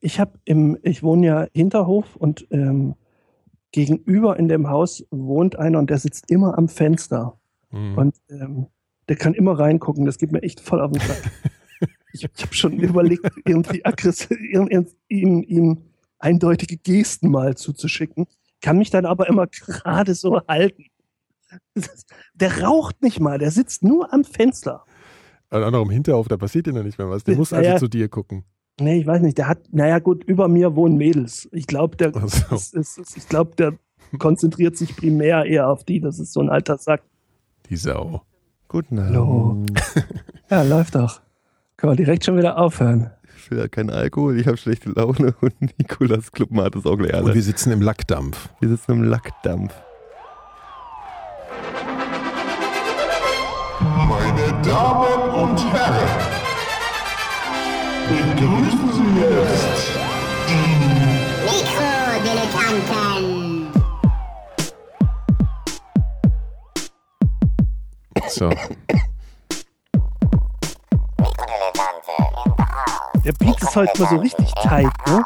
Ich habe im, ich wohne ja Hinterhof und ähm, gegenüber in dem Haus wohnt einer und der sitzt immer am Fenster. Mhm. Und ähm, der kann immer reingucken. Das geht mir echt voll auf den Sack. ich ich habe schon überlegt, irgendwie aggressiv, ihm, ihm, ihm eindeutige Gesten mal zuzuschicken. Kann mich dann aber immer gerade so halten. Das ist- Der raucht nicht mal, der sitzt nur am Fenster. Und auch noch im Hinterhof, da passiert ja noch nicht mehr was. Der muss also Naja. zu dir gucken. Nee, ich weiß nicht, der hat, naja gut, über mir wohnen Mädels. Ich glaube, der, Also, es- es- es- ich glaub, der konzentriert sich primär eher auf die, das ist so ein alter Sack. die Sau. Guten Hallo. Abend. Ja, läuft doch. Können wir direkt schon wieder aufhören. Ich will ja keinen Alkohol, ich habe schlechte Laune und Nikolas Kluppen hat es auch leer. Und wir sitzen im Lackdampf. Wir sitzen im Lackdampf. Meine Damen und Herren, begrüßen Sie jetzt Mikrodilettanten. So. Der Beat ist heute mal so richtig tight, ne?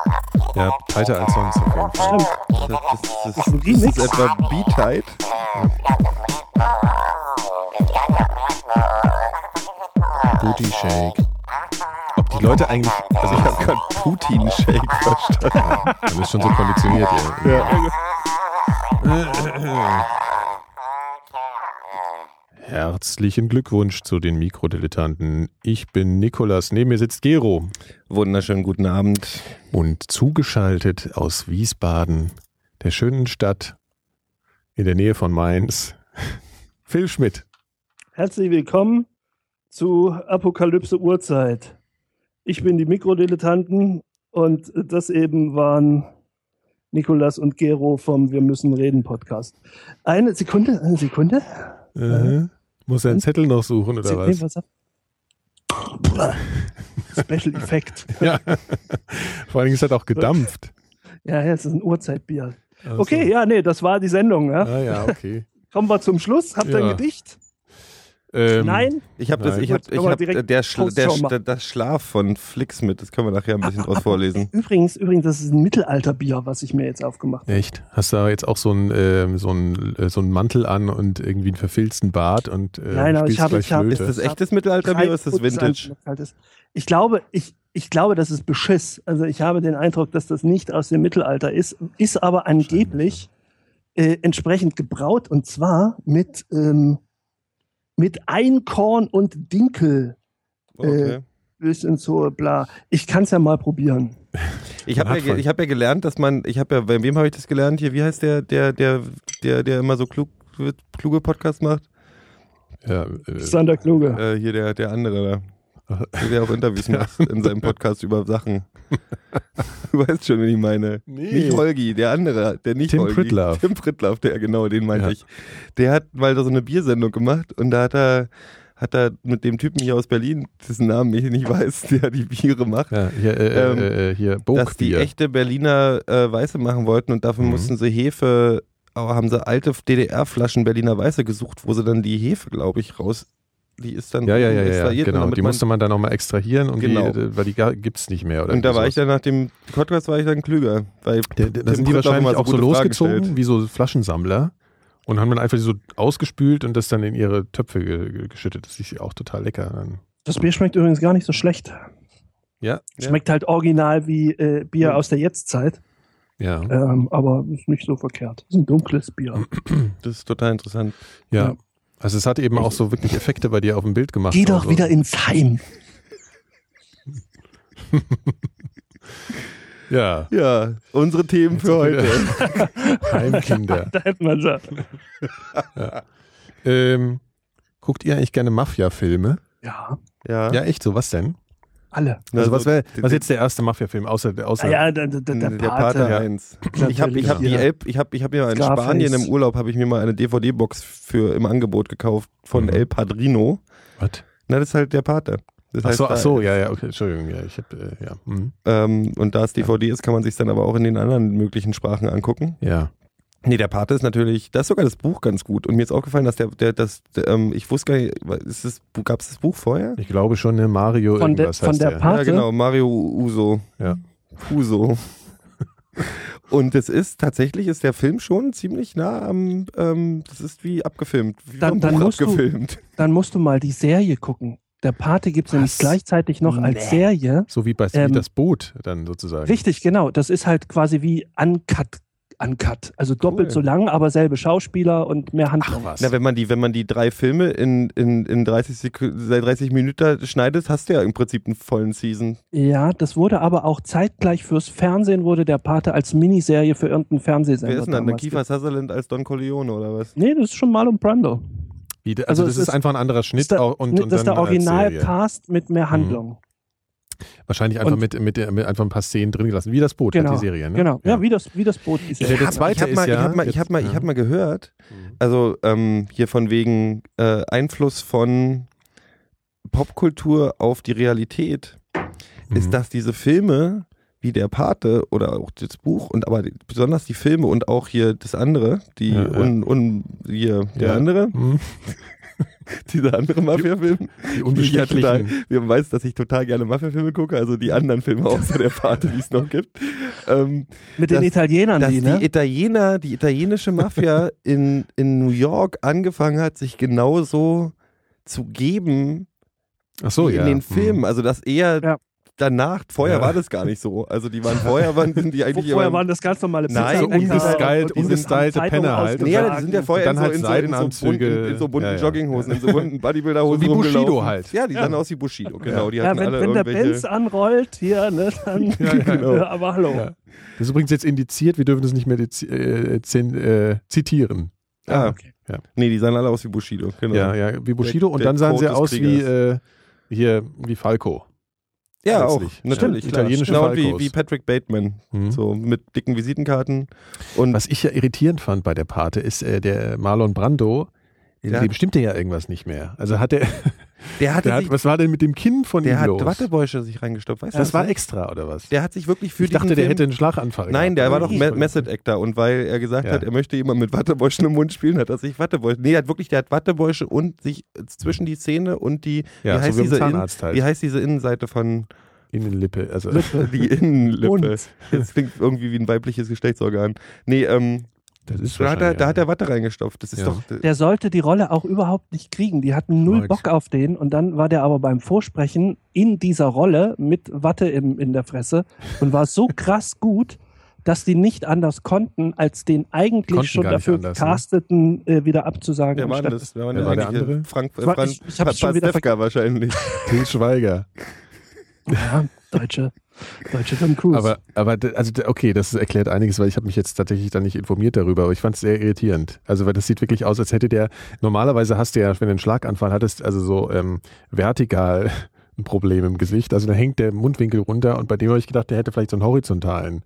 Ja, tighter als sonst. auf jeden Fall. Stimmt. Das, das, das, Ein das Remix. ist etwa B-Tight. Booty Shake. Ob die Leute eigentlich. Also, Also ich habe gerade Putin-Shake verstanden. du bist schon so konditioniert, ja. Herzlichen Glückwunsch zu den Mikrodilettanten. Ich bin Nikolas. Neben mir sitzt Gero. Wunderschönen guten Abend. Und zugeschaltet aus Wiesbaden, der schönen Stadt in der Nähe von Mainz, Phil Schmidt. Herzlich willkommen zu Apokalypse Uhrzeit. Ich bin die Mikrodilettanten und das eben waren Nikolas und Gero vom Wir müssen reden Podcast. Eine Sekunde, eine Sekunde. Äh, muss Hm? er einen Zettel noch suchen oder Nee, was? pass auf. Puh. Special Effekt. Ja. Vor allen Dingen, es hat auch gedampft. Ja, ja, es ist ein Uhrzeitbier. Also- Okay, ja, nee, das war die Sendung. Ja. Ah, ja, okay. Kommen wir zum Schluss. Habt ihr Ja. ein Gedicht? Ähm, Nein? Ich habe das, Nein. ich hab, ich Können wir hab, direkt der, Schla der, Hausschau Sch- machen? das Schlaf von Flix mit, das können wir nachher ein bisschen draus vorlesen. Übrigens, übrigens, das ist ein Mittelalterbier, was ich mir jetzt aufgemacht habe. Echt? Hast du jetzt auch so einen, ähm, so, einen, äh, so einen Mantel an und irgendwie einen verfilzten Bart und äh, Nein, aber ich spielst habe- gleich ich habe- Flöte? Ist das echtes Mittelalterbier oder ist das Drei Putz Vintage? an, was halt ist. Ich glaube, ich, ich glaube, das ist Beschiss. Also ich habe den Eindruck, dass das nicht aus dem Mittelalter ist, ist aber angeblich äh, entsprechend gebraut und zwar mit, ähm, mit Einkorn und Dinkel. äh, Okay. Bisschen so bla. Ich kann es ja mal probieren. Ich habe ja, ge- Nachfolge. ich hab ja gelernt, dass man, ich habe ja, bei wem habe ich das gelernt hier? Wie heißt der, der, der, der, der immer so klug, wird- kluge Podcast macht? ja, äh, Sander Kluge. Äh, hier der, der andere da. Der auch Interviews macht in seinem Podcast über Sachen. Du weißt schon, wen ich meine. Nee. Nicht Holgi, der andere, der nicht Tim Holgi. Pritlove. Tim Pritlaff, der genau, den meinte Ja. ich. Der hat mal da so eine Biersendung gemacht und da hat er, hat er mit dem Typen hier aus Berlin, dessen Namen ich nicht weiß, der die Biere macht, ja, hier, äh, äh, äh, hier Ähm, dass die Bogbier. echte Berliner äh, Weiße machen wollten und dafür Mhm. mussten sie Hefe, aber haben sie alte DDR-Flaschen Berliner Weiße gesucht, wo sie dann die Hefe, glaube ich, raus. Die ist dann ja, ja, ja, ja, extrahiert. genau. damit Die man- musste man dann nochmal extrahieren und Genau. die, äh, weil die ga- gibt's nicht mehr. Oder und da irgendwie war ich sowas. dann nach dem Podcast war ich dann klüger. Weil Der, der, da Tim sind die Pritlove wahrscheinlich immer auch so gute Fragen losgezogen stellt. wie so Flaschensammler und haben dann einfach die so ausgespült und das dann in ihre Töpfe ge ge- geschüttet. Das ist auch total lecker. Dann. Das Bier schmeckt übrigens gar nicht so schlecht. Ja, Schmeckt halt original wie äh, Bier Ja. aus der Jetztzeit, ja, ja. ähm, aber ist nicht so verkehrt. Ist ein dunkles Bier. Das ist total interessant. ja. Also es hat eben auch so wirklich Effekte bei dir auf dem Bild gemacht. Geh doch Also- wieder ins Heim. Ja, Ja, unsere Themen für heute. Heimkinder. Da hätte man so. ähm, guckt ihr eigentlich gerne Mafia-Filme? Ja, Ja. Ja, echt so. Was denn? alle. Also, was wäre, die- was ist jetzt der erste Mafia-Film? Außer, außer Naja, der, der, der, Der Pate. Pate 1. Ich habe ich hab die Natürlich. Elb, ich habe ich hab ja in Scarface. Spanien im Urlaub habe ich mir mal eine DVD Box für im Angebot gekauft von Mhm. El Padrino. was? Na, das ist halt der Pate. Das Ach so, da- ach so, ja, ja, okay, Entschuldigung, ja, ich hab, äh, ja, mhm. Ähm, und da es DVD ist, kann man sich dann aber auch in den anderen möglichen Sprachen angucken. ja. Nee, der Pate ist natürlich, da ist sogar das Buch ganz gut. Und mir ist aufgefallen, dass der, der das, der, ähm, ich wusste gar nicht, ist das, gab es das Buch vorher? Ich glaube schon, ne, Mario Von der- irgendwas von heißt der der. Pa- Pate? Ja, genau, Mario Uso. Ja. Huso. Und es ist tatsächlich, ist der Film schon ziemlich nah am, ähm, das ist wie abgefilmt, wie Dann- vom dann Buch musst du- abgefilmt. Dann musst du mal die Serie gucken. Der Pate gibt es nämlich Was? gleichzeitig noch als Serie. So wie bei wie Ähm, das Boot dann sozusagen. Richtig, genau. Das ist halt quasi wie Uncut. Uncut. Also doppelt so lang, aber selbe Schauspieler und mehr Handlung. Was? Na, wenn man die, wenn man die drei Filme in, in, in 30 Sekunden, 30 Minuten schneidet, hast du ja im Prinzip einen vollen Season. Ja, das wurde aber auch zeitgleich fürs Fernsehen wurde der Pate als Miniserie für irgendeinen Fernsehsender Wer ist denn dann? Der damals Kiefer Sutherland als Don Corleone oder was? ge- Nee, das ist schon Marlon Brando. Wie, der- also, also das es ist ist- einfach ein anderer Schnitt das ist der, au- und, nee, und das ist dann der als Serie. Original-Cast mit Mhm. mehr Handlung. Wahrscheinlich einfach und- mit, mit, der- mit einfach ein paar Szenen drin gelassen, wie das Boot, Genau. hat die Serie, ne? Genau. Ja, Ja. wie, das, wie das Boot. Die Ja, der Serie. zweite ich hab ist mal, ja Ich habe mal, ich jetzt- hab mal, ich ja. Mhm. hab mal gehört, Also ähm, hier von wegen äh, Einfluss von Popkultur auf die Realität Mhm. ist, dass diese Filme wie der Pate oder auch das Buch und aber die- besonders die Filme und auch hier das andere, die Ja, ja. un, un, hier der Ja. andere, Mhm. dieser andere Mafia-Film, Die die ich ja total, unbestechlichen. wir weiß, dass ich total gerne Mafia-Filme gucke, also die anderen Filme außer der Pate, die es noch gibt. Ähm, Mit den dass- Italienern, dass die, die, ne? Italiener, die italienische Mafia in, in New York angefangen hat, sich genauso zu geben Ach so, wie ja. in den Mhm. Filmen. Also das eher Ja. danach, vorher Ja. war das gar nicht so. Also die waren vorher, waren sind die eigentlich Vorher immer- waren das ganz normale Nein, Pizza- so ungestylt- und die sind ungestylte am Zeitung Penner halt. ausgetragen. Nee, ja, die sind ja vorher Und in dann so, halt in, so, in, so bunten, Seidenanzüge. in so bunten Ja, ja. Jogginghosen, in so bunten Bodybuilderhosen. So wie Bushido rumgelaufen. halt. Ja, die sahen Ja. aus wie Bushido, genau. Ja. Die Ja, hatten wenn, alle wenn der irgendwelche- Benz anrollt hier, ne, dann. Ja, ja, genau. Ja, aber hallo. Ja. Das ist übrigens jetzt indiziert, wir dürfen das nicht mehr dizi- äh, zin- äh, zitieren. Ah, okay. Ja. Nee, die sahen alle aus wie Bushido, genau. Ja, ja, wie Bushido. Der- und der dann sahen Tod sie des aus wie, äh, Kriegers. hier, wie Falco. Ja, auch, Letztlich. natürlich. Stimmt, klar. italienische genau wie, Falcos. wie Patrick Bateman, Mhm. so mit dicken Visitenkarten. Und Was ich ja irritierend fand bei der Pate ist, äh, der Marlon Brando, Ja. dem stimmte ja irgendwas nicht mehr. Also hat er, der hatte der hat, sich, was war denn mit dem Kinn von der ihm hat los? Wattebäusche sich reingestopft, weißt du? das war extra, oder was? Der hat sich wirklich für ich dachte, diesen der Film, hätte einen Schlaganfall. Nein, der war gehabt. doch Me Method Actor und weil er gesagt Ja. hat, er möchte jemand mit Wattebäuschen im Mund spielen, hat er sich Wattebäusche. Nee, der hat wirklich, der hat Wattebäusche und sich zwischen die Zähne und die, Ja, wie, so heißt wie beim diese Zahnarzt halt. wie heißt diese Innenseite von Innenlippe. Also, die Innenlippe? Und? Das klingt irgendwie wie ein weibliches Geschlechtsorgan. Nee, ähm, das ist da, hat er, wahrscheinlich- da hat er Watte reingestopft. Das ist Ja. doch. Der sollte die Rolle auch überhaupt nicht kriegen. Die hatten null Nix. Bock auf den und dann war der aber beim Vorsprechen in dieser Rolle mit Watte im, in der Fresse und war so krass gut, dass die nicht anders konnten, als den eigentlich Konnten schon gar nicht dafür anders, ne? gecasteten äh, wieder abzusagen. Wer war anstatt- denn das? Wer Wer war, denn war der eigentlich? andere? Frank, äh, Ich war- Frank ich- ich hab's schon wieder Pastewka wahrscheinlich. Til Schweiger. Ja, deutsche, deutsche Tom Cruise. Aber, aber d- also d- okay, das erklärt einiges, weil ich habe mich jetzt tatsächlich dann nicht informiert darüber, aber ich fand es sehr irritierend. Also weil das sieht wirklich aus, als hätte der, normalerweise hast du ja, wenn du einen Schlaganfall hattest, also so ähm, vertikal ein Problem im Gesicht. Also da hängt der Mundwinkel runter und bei dem habe ich gedacht, der hätte vielleicht so einen horizontalen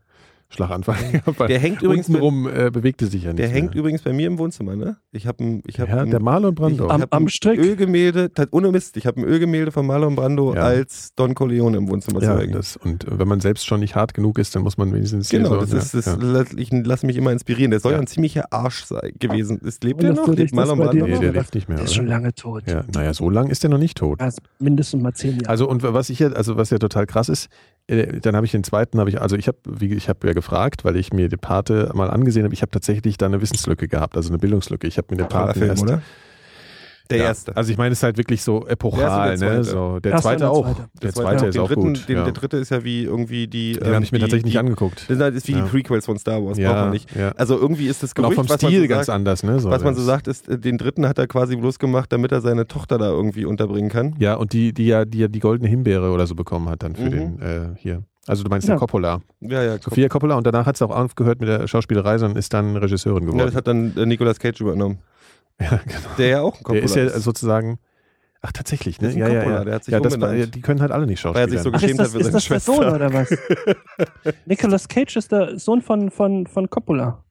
Schlaganfall gehabt. weil Der hängt übrigens mit- untenrum äh, bewegte sich ja nicht. Der hängt mehr. übrigens bei mir im Wohnzimmer, ne? Ich habe ein, ich hab ja, ein, der Marlon Brando. ich Am- hab am ein Strick. Ölgemälde, tat- ohne Mist, ich habe ein Ölgemälde von Marlon Brando Ja. als Don Corleone im Wohnzimmer zu ja, hängen. das, und wenn man selbst schon nicht hart genug ist, dann muss man wenigstens hier Genau, so, das ja, ist, das ja. lass- ich lasse mich immer inspirieren. Der soll Ja. ja ein ziemlicher Arsch sein, gewesen. Ist, lebt Und der das noch? würde ich- Lebt Marlon das bei dir Brando Nee, noch? noch? der lebt nicht mehr. der ist oder? schon lange tot. Ja, naja, so lang ist der noch nicht tot. Also mindestens mal zehn Jahre. Also und was ich ja, also was ja total krass ist, äh, dann habe ich den zweiten, habe ich, also ich habe, wie ich habe ja gefragt, weil ich mir die Pate mal angesehen habe, ich habe tatsächlich da eine Wissenslücke gehabt, also eine Bildungslücke. Ich habe mir den Toller Paten Film, erst, oder? Der ja, erste. Also ich meine, es ist halt wirklich so epochal, Der erste und der ne? zweite. Erste und der So, der zweite auch. zweite. Der Das war- zweite den ist auch dritten, gut. Den, ja. Der dritte ist ja wie irgendwie die. den habe ich mir die, tatsächlich die, nicht angeguckt. Das ist wie Ja. die Prequels von Star Wars, braucht Ja, man nicht. ja. Also irgendwie ist das Und auch Gerücht, vom was man Stil so ganz sagt, anders, ne? Was man so das- sagt, ist, äh, den dritten hat er quasi bloß gemacht, damit er seine Tochter da irgendwie unterbringen kann. Ja, und die, die ja, die ja die goldene Himbeere oder so bekommen hat dann für Mhm. den äh, hier. Also du meinst Ja. der Coppola. Ja, ja, komm. Sophia Coppola und danach hat es auch aufgehört mit der Schauspielerei, sondern ist dann Regisseurin geworden. Ja, das hat dann äh, Nicolas Cage übernommen. ja genau. Der ja auch ein Coppola Der ist ja also sozusagen. Ach, tatsächlich, ne? Das ist ein ja, ja, Coppola, ja. der hat sich ja, das, war- umbenannt. ja, die können halt alle nicht Weil er schauspielern. sich so Ach, geschämt ist hat das, für ist seine das der Sohn Schwester. oder was? Nicolas Cage ist der Sohn von, von, von Coppola.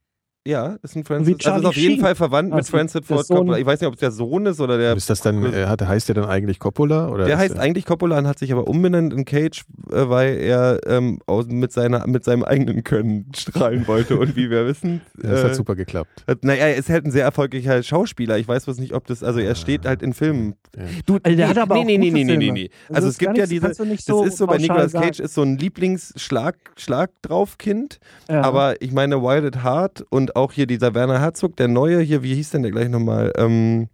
Ja, ist ein Wie Francis. Charlie Also ist auf jeden Sheen. Fall verwandt mit Also Francis der Ford Sohn- Coppola. Ich weiß nicht, ob es der Sohn ist oder der. Ist das dann, äh, hat, heißt der dann eigentlich Coppola? Oder Der ist heißt eigentlich Coppola und hat sich aber umbenannt in Cage, äh, weil er ähm, aus, mit, seiner, mit seinem eigenen Können strahlen wollte. Und wie wir wissen, Ja, halt Das äh, hat super geklappt. hat- naja, er ist halt ein sehr erfolgreicher Schauspieler. Ich weiß bloß nicht, ob das, also er steht halt in Filmen. Ja. Du, Also der hat aber auch gute Filme. Also, das es kann gibt ja ich- diese, kannst du nicht das ist so bei pauschal Nicolas Cage sagen. ist so ein Lieblingsschlag-Schlag drauf Kind. Ja. Aber ich meine, Wild at Heart und auch hier dieser Werner Herzog, der neue hier, wie hieß denn der gleich nochmal? Ähm,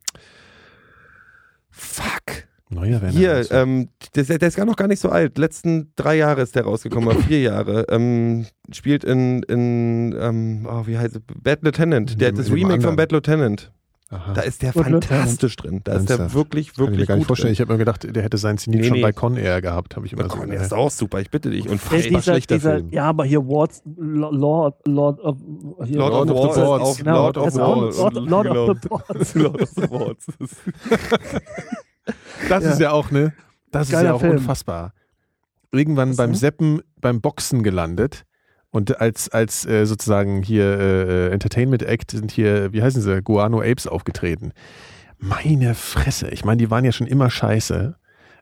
fuck. Neuer Werner. Hier, Herzog. ähm, der, ist- der ist gar noch gar nicht so alt. Letzten drei Jahre ist der rausgekommen, oder vier Jahre. Ähm, spielt in, in ähm, oh, wie heißt es? Bad Lieutenant. Der, Dem- das dem Remake anderen. von Bad Lieutenant. Aha. Da ist der Bad Lieutenant. fantastisch drin. Da ist der Ernsthaft? wirklich, Kann ich mir wirklich gar nicht gut vorstellen. drin. Ich habe mir gedacht, der hätte sein Zenit Nee, schon nee. bei Con Air gehabt, habe ich immer Oh, so Gott, in der der- ist auch super, ich bitte dich. Und Ja, unfassbar dieser, schlechter dieser, Film. Ja, aber hier Wards, Lord, Lord of, hier, Lord of the Wards, Boards. auf Genau, Lord of das ist auch Wards. Lord, Lord Genau. of the Boards. Lord of the Lords. Das Ja. ist ja auch, ne? Das ist Geiler ja auch Film. unfassbar. Irgendwann Was beim denn? Seppen, beim Boxen gelandet. Und als, als äh, sozusagen hier äh, Entertainment Act sind hier, wie heißen sie, Guano Apes aufgetreten. Meine Fresse. Ich meine, die waren ja schon immer scheiße.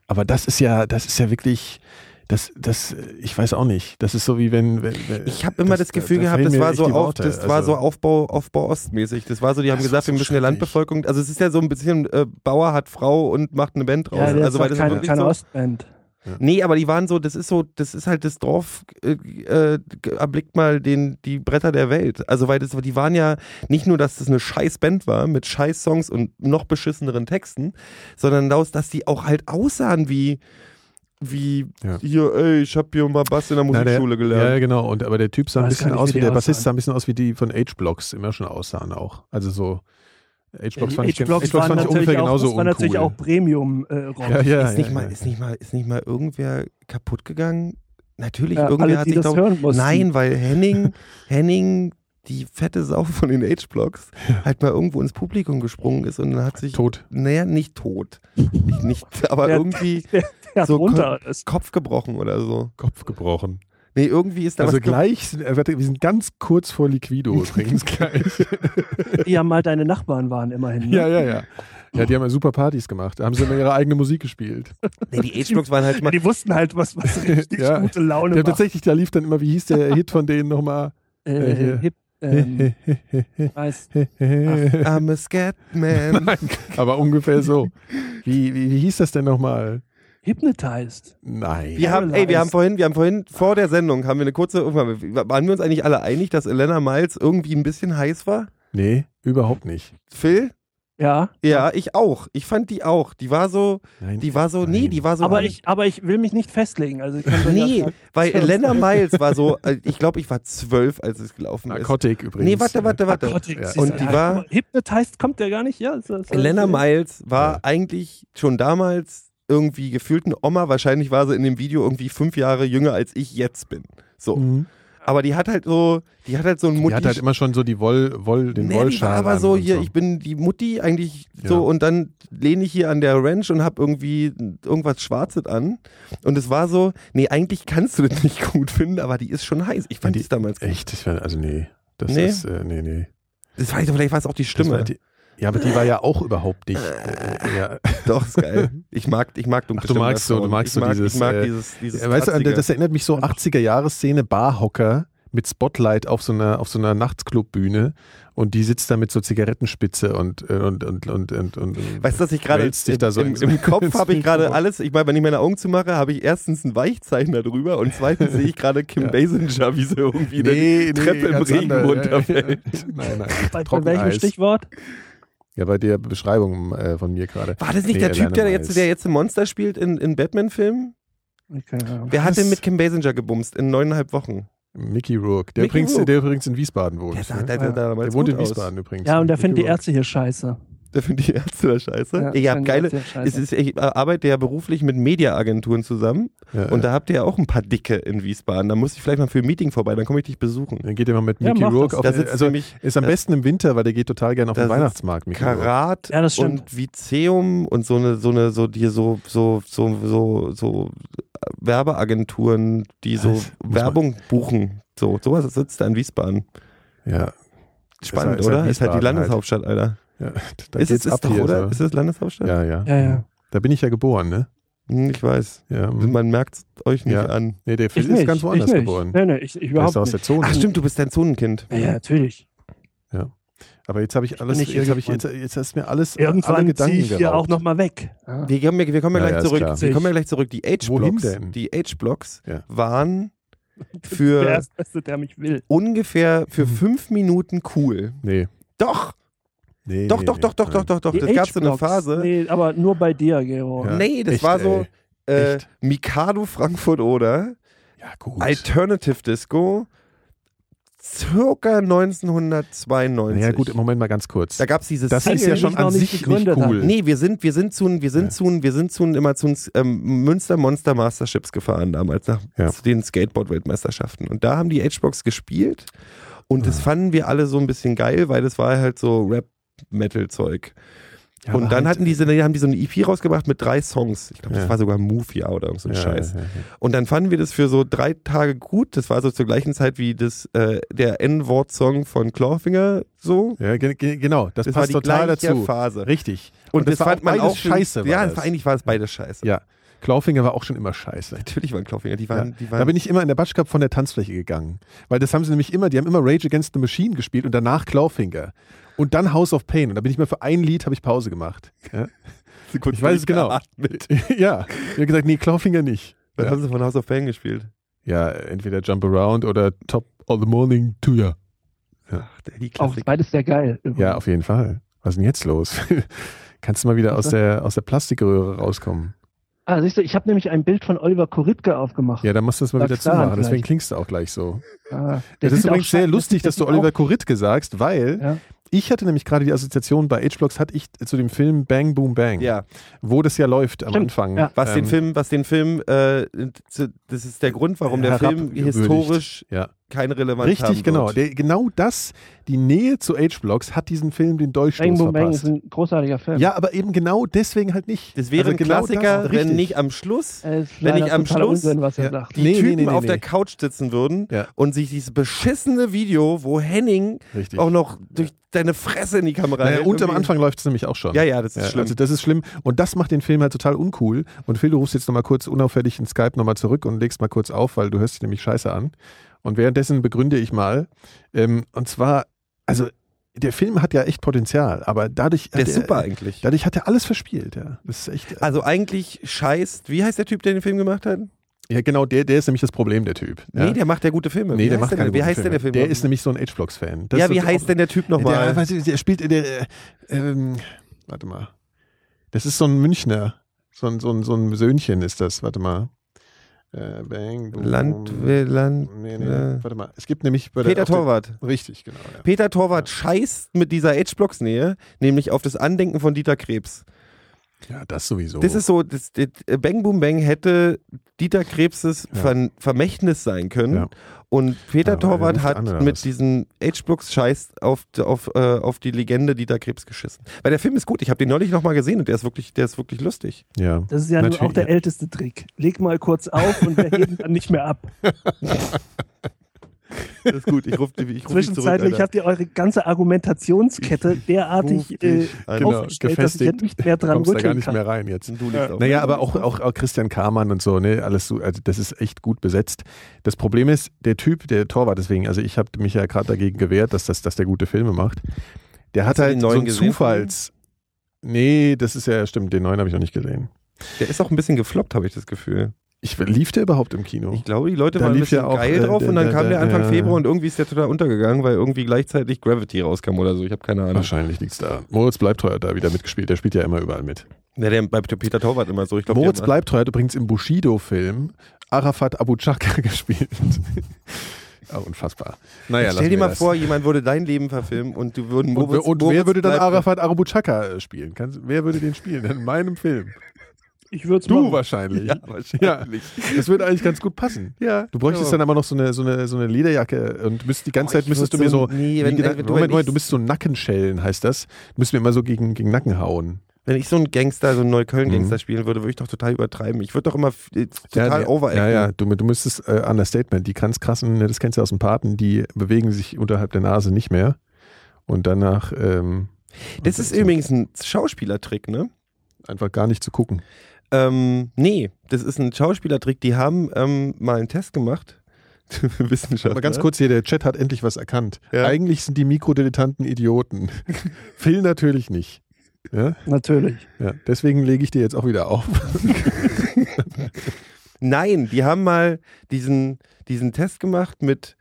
Aber das ist ja, das ist ja wirklich, das, das, äh, ich weiß auch nicht. Das ist so wie wenn. wenn wenn- Ich habe immer das, da- Gefühl da gehabt, fehlen das mir war echt so die auf, Worte. das war Also- so Aufbau, Aufbau Ostmäßig. Das war so, die haben Das gesagt, war so wir müssen der schrecklich. Landbevölkerung. Also es ist ja so ein bisschen äh, Bauer hat Frau und macht eine Band draus. Ja, das also ist weil halt das keine, wirklich keine so, Ostband. Nee, aber die waren so, das ist so, das ist halt das Dorf, äh, äh, erblickt mal den, die Bretter der Welt. Also, weil das, die waren ja nicht nur, dass das eine scheiß Band war mit scheiß Songs und noch beschisseneren Texten, sondern dass, dass die auch halt aussahen wie, wie, Ja. hier, ey, ich hab hier mal Bass in der Na, der- Musikschule Ja, gelernt. genau. Und aber der Typ sah ein Weiß bisschen gar nicht, aus wie wie die der Bassist aussahen. sah ein bisschen aus wie die von H-Blocks immer schon aussahen auch. Also so H-Blocks fand ich, Äh, gen- H-Blocks H-Blocks waren fand ich natürlich ungefähr auch, genauso das war natürlich auch uncool. Premium-Rock. Ja, ja, ist, nicht ja, mal, ja. ist, nicht mal, ist nicht mal irgendwer kaputt gegangen? Natürlich, Ja, irgendwer alle, hat die sich das doch. hören mussten. Nein, weil Henning, Henning, die fette Sau von den H-Blocks, halt mal irgendwo ins Publikum gesprungen ist und dann hat sich. Tot. Naja, nicht tot. Nicht, nicht aber Ja. irgendwie ja, so runter ist. Kopf gebrochen oder so. Kopf gebrochen. Nee, irgendwie ist da Also was ge- gleich, sind, äh, warte, wir sind ganz kurz vor Liquido übrigens gleich. Die ja mal deine Nachbarn waren immerhin. Ne? ja, ja, ja. Ja, die haben ja super Partys gemacht. Da haben sie immer ihre eigene Musik gespielt. Nee, die H-Blocks waren halt Ja, mal. Die wussten halt, was, was richtig Ja. gute Laune Ja, macht. tatsächlich, da lief dann immer, wie hieß der Hit von denen nochmal? Äh, hier. hip, ähm, weiß, I'm a Scatman. Aber ungefähr so. Wie, wie, wie hieß das denn nochmal? hypnotized. Nein. Wir haben, ey, wir haben vorhin, wir haben vorhin vor der Sendung haben wir eine kurze. oh, Waren wir uns eigentlich alle einig, dass Elena Miles irgendwie ein bisschen heiß war? Nee, überhaupt nicht. Phil? Ja. Ja, ich auch. Ich fand die auch. Die war so, Nein, die war so, nee, Nein. die war so. aber, ich, aber ich will mich nicht festlegen. Also ich kann doch Nee, ja sagen- weil Sorry. Elena Miles war so, äh, ich glaube, ich war zwölf, als es gelaufen ist. Narkotik übrigens. Nee, warte, warte, warte. Gott, siehst du, Und die ja, war- halt Hypnotized kommt ja gar nicht, ja. ist das- Elena Miles war Ja. eigentlich schon damals irgendwie gefühlt eine Oma. Wahrscheinlich war sie in dem Video irgendwie fünf Jahre jünger, als ich jetzt bin. So. Hm. Mhm. Aber die hat halt so, die hat halt so ein Mutti. Die hat halt immer schon so die Woll, Woll, den Nee, die war Wollschal. aber an so und hier, ich bin die Mutti eigentlich so Ja. und dann lehne ich hier an der Ranch und hab irgendwie irgendwas Schwarzes an. Und es war so, nee, eigentlich kannst du das nicht gut finden, aber die ist schon heiß. Ich fand Die- die, es damals gut. Echt? Ich war, also nee. Das Nee? ist, äh, nee, nee. Das war, vielleicht war es auch die Das Stimme. war die, ja, aber die war ja auch überhaupt nicht. Äh, ja. Doch, ist geil. Ich mag, ich mag dunkle Ach, du Stimmen magst so- als du Frauen. magst ich so mag, dieses, Ich mag äh, dieses, dieses Ja, weißt du, Kratzige. das erinnert mich so 80er-Jahres-Szene Barhocker mit Spotlight auf so einer, auf so einer Nachtclubbühne und die sitzt da mit so Zigarettenspitze und, äh, und, und, und, und, und, und Weißt du, dass ich gerade wälzt dich da so im, ins- im Kopf ins habe ich gerade Mikro. alles, ich meine, wenn ich meine Augen zumache, habe ich erstens einen Weichzeichner drüber und zweitens sehe ich gerade Kim Basinger, wie sie irgendwie die Treppe im ganz Regen anders. runterfällt. Nein, nein. Bei, bei Trockeneis. welchem Stichwort? Ja, bei der Beschreibung äh, von mir gerade. War das nicht Nee, der Typ, der Elena jetzt, Miles. der jetzt ein Monster spielt in, in Batman-Filmen? Keine Ahnung. Wer hat Was? denn mit Kim Basinger gebumst in neuneinhalb Wochen? Mickey Rourke. Der, Mickey übrigens, Rourke. der übrigens in Wiesbaden wohnt. Der sah, ne? der, der, der, Der wohnt in Wiesbaden übrigens. Ja, und da finden die Rourke. Ärzte hier scheiße. Der findet die Ärzte da scheiße. Ja, das Ihr finden habt die geile. Ärzte hier scheiße. Es ist, ich arbeite ja beruflich mit Mediaagenturen zusammen Ja, Und ja. da habt ihr ja auch ein paar Dicke in Wiesbaden. Da muss ich vielleicht mal für ein Meeting vorbei, dann komme ich dich besuchen. dann geht immer mit Ja, Mickey mach Rourke das. auf Da sitzt also nämlich ist am das- besten im Winter, weil der geht total gerne auf Da den sitzt Weihnachtsmarkt, Mickey Rourke. Karat Ja, das stimmt. und Vizeum und so eine, so eine, so die so, so, so, so, so Werbeagenturen, die so Das muss man- Werbung buchen. So, sowas sitzt da in Wiesbaden. Ja. Spannend, Ist halt- ist oder? halt Ist halt die Wiesbaden Landeshauptstadt, Alter. Ja, da Ist es geht's ist ab doch, hier, oder? so. Ist es Landeshauptstadt? ja, ja, Ja, ja. Da bin ich ja geboren, ne? Hm, Ich weiß. Ja. Man merkt es euch nicht Ja. an. Nee, der Phil Ich ist nicht, ganz woanders ich nicht. geboren. Nee, nee, ich, ich Der überhaupt ist aus nicht. der Zone. Ach stimmt, du bist dein Zonenkind. Ja, ja, natürlich. Aber jetzt habe ich alles, nicht jetzt, hab ich, jetzt, irgendwann. jetzt hast du mir alles alle Irgendwann Gedanken ziehe ich hier geraubt. auch nochmal weg. Ja. Wir kommen ja, wir kommen ja, Ja, ja, gleich ist zurück. klar. Wir kommen ja gleich zurück. Die Wohin Age-Blocks, denn? die Age-Blocks Ja. waren der für Erstbeste, der mich will. ungefähr für fünf Minuten cool. Nee. Doch, Nee, doch, nee, doch, nee, doch, doch, nein. doch, doch, doch. Die Das gab so eine H-Blocks. Phase. Nee, aber nur bei dir, Gero. Ja, Nee, das echt, war so ey. äh, Echt? Mikado Frankfurt oder Ja, gut. Alternative Disco circa 1992. Naja, gut, im Moment mal ganz kurz. Da gab es dieses Das ist Single ja schon nicht noch an nicht sich nicht gegründet hat. cool. Nee, wir sind, wir sind zu, wir sind Ja. zu, wir sind zu immer zu uns ähm, Münster Monster Masterships gefahren damals nach Ja. zu den Skateboard-Weltmeisterschaften. Und da haben die H-Box gespielt und Ah. das fanden wir alle so ein bisschen geil, weil das war halt so Rap-Metal-Zeug. Ja, und aber dann halt- hatten die, so- haben die so eine EP rausgebracht mit drei Songs. Ich glaube, das Ja. war sogar Move Jahr oder irgend so ein Ja, Scheiß. ja, ja, Und dann fanden wir das für so drei Tage gut. Das war so zur gleichen Zeit wie das, äh, der N-Wort-Song von Clawfinger so. ja. ja, ge- ge- genau, das, Das war passt die total gleiche dazu. Phase. Richtig. Und, das, war fand man beides auch scheiße. War Ja, das. eigentlich war es beides scheiße. ja, Klaufinger war auch schon immer scheiße. Natürlich waren Clawfinger, die Ja. waren, die da waren bin ich immer in der Batsch Cup von der Tanzfläche gegangen. Weil das haben sie nämlich immer, die haben immer Rage Against the Machine gespielt und danach Clawfinger. Und dann House of Pain. Und da bin ich mal für ein Lied, habe ich Pause gemacht. Ja, Sekunden Ich weiß es genau. durchgeatmet. ja. ich habe gesagt, nee, Clawfinger nicht. Dann Ja. haben sie von House of Pain gespielt. ja, entweder Jump Around oder Top of the Morning to ya. Ach, der- die Auch Klassik. beides sehr geil. Ja, auf jeden Fall. Was ist denn jetzt los? Kannst du mal wieder aus der, aus der Plastikröhre rauskommen? Ah, siehst du, ich habe nämlich ein Bild von Oliver Koritke aufgemacht. Ja, dann musst du das mal Na wieder klar, zumachen. Deswegen vielleicht. klingst du auch gleich so. Ah, Das ist sieht übrigens auch sehr scheiße- lustig, der dass du sieht Oliver Koritke sagst, weil Ja. ich hatte nämlich gerade die Assoziation bei H-Blocks hatte ich zu dem Film Bang Boom Bang, Ja, wo das ja läuft am Stimmt, Anfang. ja. was den Ähm, Film, was den Film, äh, zu- das ist der Grund, warum der Film herabgewürdigt. historisch Ja. keine Relevanz hat. Richtig, genau. Der, genau das, die Nähe zu H-Blocks hat diesem Film den Dolchstoß Bang Boom Bang verpasst. ist ein großartiger Film. ja, aber eben genau deswegen halt nicht. Das wäre Also ein genau Klassiker, das- wenn richtig. nicht am Schluss Es ist Wenn leider ich am totaler Schluss- Unsinn, was er Ja. sagt. die Nee, nee, Typen nee, nee, auf der nee. Couch sitzen würden Ja. und sich dieses beschissene Video, wo Henning Richtig. auch noch durch deine Fresse in die Kamera Naja, hält, und am irgendwie- Anfang läuft es nämlich auch schon. Ja, ja, das ist Ja, schlimm. Also das ist schlimm und das macht den Film halt total uncool. Und Phil, du rufst jetzt nochmal kurz unauffällig in Skype nochmal zurück und legst mal kurz auf, weil du hörst dich nämlich scheiße an. Und währenddessen begründe ich mal. Ähm, und zwar, also der Film hat ja echt Potenzial, aber dadurch der hat ist er, super eigentlich. Dadurch hat er alles verspielt. Ja, das ist echt. Also eigentlich scheißt, wie heißt der Typ, der den Film gemacht hat? ja, genau. Der, der ist nämlich das Problem, der Typ. Ja? Nee, der macht ja gute Filme. Nee, wie der heißt macht denn, keine Wie guten heißt denn der Film? Filme. Der ist nämlich so ein H-Blocks-Fan. Das ja, ist wie auch- heißt denn der Typ nochmal? Der, weiß ich, der spielt, der, ähm, warte mal. Das ist so ein Münchner. So ein, so ein, so ein Söhnchen ist das, warte mal. Äh, bang, boom, Land, boom. Land. Nee, nee, äh, warte mal. Es gibt nämlich. Bei der- Peter auf der- Torwart. Richtig, genau. Ja. Peter Torwart scheißt mit dieser H-Blocks-Nähe, nämlich auf das Andenken von Dieter Krebs. ja, das sowieso. Das ist so, das, das äh, Bang Boom Bang hätte Dieter Krebses Ja. Ver Vermächtnis sein können. Ja. Und Ja, aber Peter er Torwart ruft hat an, oder was? mit diesem H-Blocks-Scheiß auf, auf, äh, auf die Legende Dieter Krebs geschissen. Weil der Film ist gut. Ich habe den neulich nochmal gesehen und der ist wirklich, der ist wirklich lustig. ja. Das ist ja nun Natürlich, auch der ja. älteste Trick. Leg mal kurz auf und wir heben dann nicht mehr ab. Das ist gut. Ich rufe ich ruf dich zurück. Zwischenzeitlich Alter. habt ihr eure ganze Argumentationskette Ruf derartig äh, dich an. Genau, aufgestellt, dass ich gefestigt. jetzt nicht mehr Du dran kommst da gar rütteln nicht kann. mehr rein jetzt. Du liegst auf. Naja, aber auch, auch, auch Christian Karmann und so, ne, alles so, also das ist echt gut besetzt. Das Problem ist, der Typ, der Torwart, deswegen, also ich habe mich ja gerade dagegen gewehrt, dass, das, dass der gute Filme macht. Der hat Hast du halt den so neuen einen gesehen von ihm? Zufalls. Nee, das ist ja, stimmt, den neuen habe ich noch nicht gesehen. Der ist auch ein bisschen gefloppt, habe ich das Gefühl. Ich, lief der überhaupt im Kino? Ich glaube, die Leute Da waren ein lief bisschen ja auch, geil äh, drauf und dann der- kam der- der Anfang der- Februar und irgendwie ist der total untergegangen, weil irgendwie gleichzeitig Gravity rauskam oder so. Ich habe keine Ahnung. Wahrscheinlich liegt's da. Moritz Bleibtreu hat da wieder mitgespielt. Der spielt ja immer überall mit. Ja, der bei Peter Torwart immer so. Ich glaube, Moritz der- Bleibtreu hat übrigens im Bushido-Film Arafat Abu Chaka gespielt. Ah, unfassbar. Naja, Stell lassen dir wir mal das. vor, jemand würde dein Leben verfilmen und du würden Und, wer- und wer Moritz würde dann bleibt- Arafat Arabuchaka spielen? Kannst, wer würde den spielen? In meinem Film. Ich würde Du machen. wahrscheinlich. Ja, wahrscheinlich. Das würde eigentlich ganz gut passen. Ja. Du bräuchtest dann aber noch so eine, so eine, so eine Lederjacke und müsst, die ganze Oh, Zeit ich müsstest du würd mir so- so. nee, wie wenn- gedacht- wenn- wenn Moment, ich- Moment, du bist so Nackenschellen, heißt das. Du müsst mir immer so gegen, gegen Nacken hauen. Wenn ich so einen Gangster, so einen Neukölln-Gangster spielen würde, würde ich doch total übertreiben. Ich würde doch immer f- äh, total Mhm. ja, overacten. Ja, ja, du, du müsstest äh, ne, Understatement. Die ganz krassen, das kennst du aus dem Paten, die bewegen sich unterhalb der Nase nicht mehr. Und danach ähm, Das ist übrigens ein Schauspielertrick, ne? einfach gar nicht zu gucken. Ähm, nee, das ist ein Schauspielertrick. Die haben ähm, mal einen Test gemacht. Wissenschaftler. Aber ganz kurz hier, der Chat hat endlich was erkannt. ne? Ja. Eigentlich sind die Mikrodilettanten Idioten. Phil natürlich nicht. Ja? Natürlich. Ja. Deswegen lege ich dir jetzt auch wieder auf. Nein, die haben mal diesen, diesen Test gemacht mit.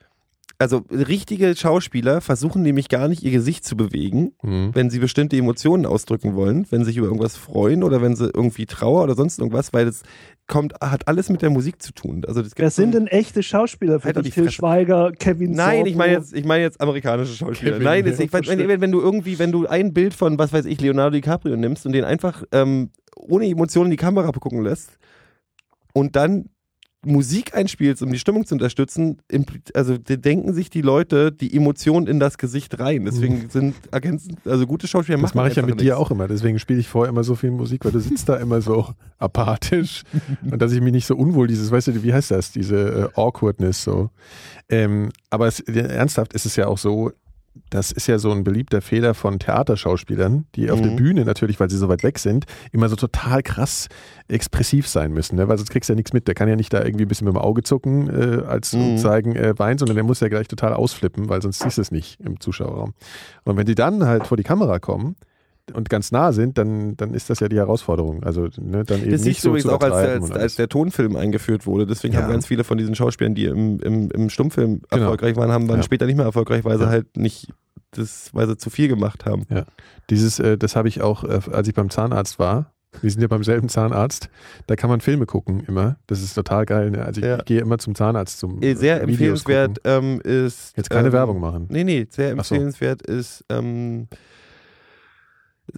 Also richtige Schauspieler versuchen nämlich gar nicht ihr Gesicht zu bewegen, Hm. wenn sie bestimmte Emotionen ausdrücken wollen, wenn sie sich über irgendwas freuen oder wenn sie irgendwie Trauer oder sonst irgendwas, weil das kommt, hat alles mit der Musik zu tun. Also das gibt Wer sind so- denn echte Schauspieler für Halt doch dich? die Phil Fresse. Schweiger, Kevin Nein, ich meine Sorbo? jetzt, ich meine jetzt amerikanische Schauspieler. Kevin, Nein, ja. das, ich, wenn, wenn, wenn du irgendwie, wenn du ein Bild von, was weiß ich, Leonardo DiCaprio nimmst und den einfach ähm, ohne Emotionen in die Kamera gucken lässt und dann Musik einspielst, um die Stimmung zu unterstützen, impli- also de- denken sich die Leute die Emotionen in das Gesicht rein. Deswegen sind ergänzen, also gute Schauspieler Das machen mache ich ja einfach mit dir nichts. auch immer. Deswegen spiele ich vorher immer so viel Musik, weil du sitzt da immer so apathisch und dass ich mich nicht so unwohl dieses, weißt du, wie heißt das, diese äh, Awkwardness so. Ähm, aber es, äh, ernsthaft ist es ja auch so, das ist ja so ein beliebter Fehler von Theaterschauspielern, die auf Mhm. der Bühne natürlich, weil sie so weit weg sind, immer so total krass expressiv sein müssen, ne? weil sonst kriegst du ja nichts mit. Der kann ja nicht da irgendwie ein bisschen mit dem Auge zucken äh, als Mhm. und zeigen, äh, wein, sondern der muss ja gleich total ausflippen, weil sonst siehst du es nicht im Zuschauerraum. Und wenn die dann halt vor die Kamera kommen und ganz nah sind, dann, dann ist das ja die Herausforderung. Also ne, dann eben nicht Das siehst so du übrigens zu auch, als, übertreiben als, und als alles. der Tonfilm eingeführt wurde. Deswegen Ja. Genau. haben ganz viele von diesen Schauspielern, die im, im, im Stummfilm erfolgreich waren, haben dann Ja. später nicht mehr erfolgreich, weil sie Ja. halt nicht, das, weil sie zu viel gemacht haben. Dieses, äh, das habe ich auch, äh, als ich beim Zahnarzt war. Wir sind ja beim selben Zahnarzt. Da kann man Filme gucken immer. Das ist total geil. Ne? Also ich Ja. gehe immer zum Zahnarzt zum Äh, Sehr äh, Videos empfehlenswert gucken. ähm, ist. Jetzt keine ähm, Werbung machen. Nee, nee, sehr Ach so. empfehlenswert ist ähm,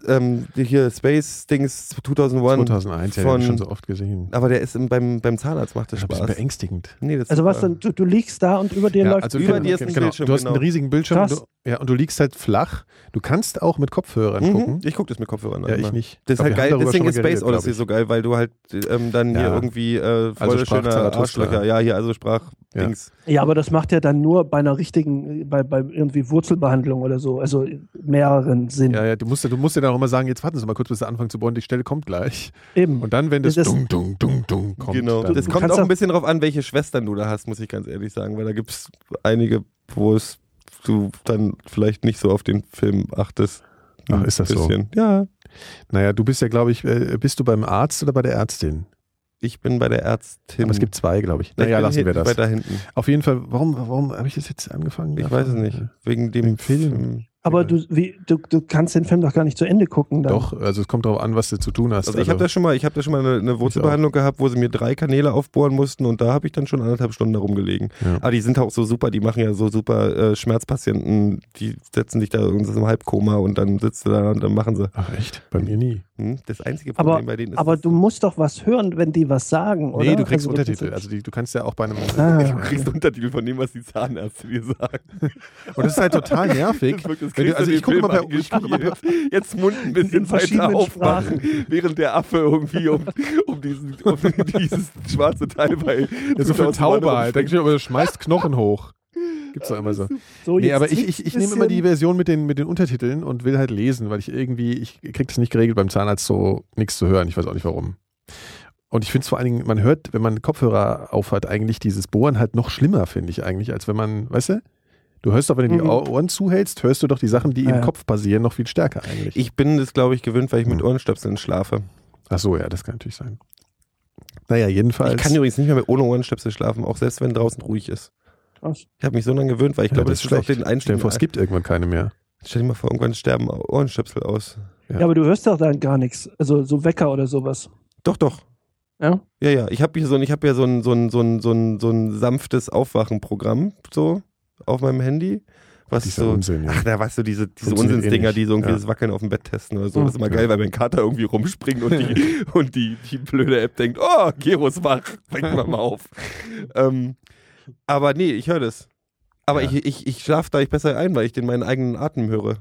ähm, hier Space Dings 2001. 2001, ja, den von- habe ich schon so oft gesehen. Aber der ist im, beim, beim Zahnarzt macht das Das ist ein bisschen Spaß. beängstigend. Nee, das ist Also was super. dann? Du, du liegst da und über dir läuft über genau, dir ist ein genau. Bildschirm, Du hast einen genau. riesen Bildschirm und Krass. du, ja, und du liegst halt flach. Du kannst auch mit Kopfhörern Mhm. gucken. Ich gucke das mit Kopfhörern ja, an. ich nicht. Das ist Aber wir halt haben geil, darüber deswegen schon ist Space geredet, glaub Odyssey ich. so geil, weil du halt ähm, dann hier Ja. irgendwie äh, voll Also sprach schöner Zarathustra. Arschlöcher, ja, hier, also sprach Ja. Dings. Ja, aber das macht ja dann nur bei einer richtigen, äh, bei, bei irgendwie Wurzelbehandlung oder so, also mehreren Sinn. Ja, ja, du musst, ja- du musst ja dann auch immer sagen, jetzt warten Sie mal kurz, bis der Anfang zu bohren, die Stelle kommt gleich. Eben. Und dann, wenn das, Das- dung, dung, dung, dung kommt. genau. Dann, Das Du kommt kannst auch ein auch- bisschen drauf an, welche Schwestern du da hast, muss ich ganz ehrlich sagen, weil da gibt es einige, wo es du dann vielleicht nicht so auf den Film achtest. Ach, Ah, ist das so? so? Ja, naja, du bist ja, glaube ich, äh, bist du beim Arzt oder bei der Ärztin? ich bin bei der Ärztin. Aber es gibt zwei, glaube ich. Na, ich Naja, bin lassen wir hinten, das. Weiter hinten. Auf jeden Fall, warum, warum habe ich das jetzt angefangen? Äh, Ich Ja, weiß es von- nicht. Wegen dem Wegen Film. aber du, wie, du, du kannst den Film doch gar nicht zu Ende gucken. Dann. genau. Doch, also es kommt darauf an, was du zu tun hast. Also ich habe da schon mal, ich habe da schon mal eine, eine Wurzelbehandlung gehabt, wo sie mir drei Kanäle aufbohren mussten und da habe ich dann schon anderthalb Stunden darum gelegen. Ja. Aber die sind auch so super, die machen ja so super äh, Schmerzpatienten, die setzen dich da irgendwie im Halbkoma und dann sitzt du da und dann machen sie. Ach echt? Bei mir nie. Hm? Das einzige Aber- Problem bei denen ist. Aber du musst doch was hören, wenn die was sagen, oder? Nee, du kriegst Also Untertitel. Also die, du kannst ja auch bei einem. Ah. du kriegst Untertitel von dem, was die Zahnärzte dir sagen. Und das ist halt total nervig. Das Wenn du, also ich gucke mal bei. Ich guck mal bei guck Jetzt Mund ein bisschen In verschiedenen weiter aufmachen, während der Affe irgendwie um, um, diesen, um dieses schwarze Teil bei. ja, so für 2000 Tauber Mann halt. Da gibt's ja immer, schmeißt Knochen hoch. Gibt's doch immer so. so, Nee, jetzt aber ich, zwickt's ich, ich ein nehme immer die bisschen. Version mit den, mit den Untertiteln und will halt lesen, weil ich irgendwie, ich krieg das nicht geregelt beim Zahnarzt so nichts zu hören. Ich weiß auch nicht warum. Und ich finde es vor allen Dingen, man hört, wenn man Kopfhörer aufhat, eigentlich dieses Bohren halt noch schlimmer, finde ich eigentlich, als wenn man, weißt du? Du hörst doch, wenn du die Mhm. Au- Ohren zuhältst, hörst du doch die Sachen, die Ah, im ja. Kopf passieren, noch viel stärker eigentlich. Ich bin das, glaube ich, gewöhnt, weil ich mit Hm. Ohrenstöpseln schlafe. Ach so, ja, das kann natürlich sein. Naja, Ich jedenfalls. kann übrigens nicht mehr mit ohne Ohrenstöpsel schlafen, auch selbst wenn draußen ruhig ist. Krass. Ich habe mich so lange gewöhnt, weil ich ja, glaube, das das, ist ist auch schlecht. den Stell Einstieg. dir vor, es gibt irgendwann keine mehr. Stell dir mal vor, irgendwann sterben Ohrenstöpsel aus. Ja, aber du hörst doch dann gar nichts. Also so Wecker oder sowas. Doch, doch. Ja? Ja, ja. Ich habe hier so ein, ich habe ja so ein, so ein, so ein, so ein, so ein sanftes Aufwachenprogramm so auf meinem Handy. Was Dieser so. Unsinn, ja. Ach, da weißt du, diese, diese Funktioniert eh Unsinnsdinger, nicht. die so irgendwie Ja. das Wackeln auf dem Bett testen oder so. Mhm. Das ist immer geil, weil mein Kater irgendwie rumspringt und die, und die, die blöde App denkt, oh, Gero ist wach, wecken wir mal auf. ähm, aber nee, ich höre das. Aber Ja. ich, ich, ich schlafe da ich besser ein, weil ich den meinen eigenen Atem höre.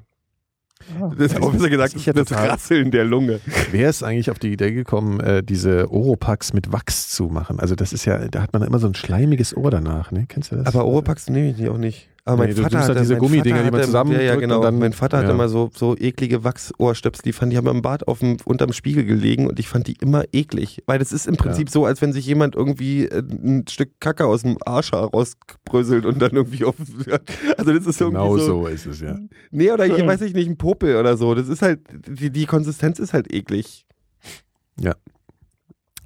Ah. Das ist auch besser gesagt, das das, ist ja das total- Rasseln der Lunge. Wer ist eigentlich auf die Idee gekommen, äh, diese Oropax mit Wachs zu machen? Also das ist ja, da hat man immer so ein schleimiges Ohr danach, ne? Kennst du das? Aber Oropax nehme ich auch nicht. Aber mein Nee, du Vater nimmst halt hatte, diese mein Gummidinger, Vater die man hatte- zusammendrückt ja, ja, und genau. dann- mein Vater ja. hatte immer so, so eklige Wachsohrstöpsel, die fand ich immer im Bad auf dem, unterm Spiegel gelegen und ich fand die immer eklig. Weil das ist im Prinzip so, als wenn sich jemand irgendwie äh, ein Stück Kacke aus dem Arsch herausbröselt und dann irgendwie auf. Also das ist irgendwie Genau so. Mhm. so ist es, ja. Nee, oder ich Schön. weiß ich nicht, ein Popel oder so. Das ist halt, die, die Konsistenz ist halt eklig.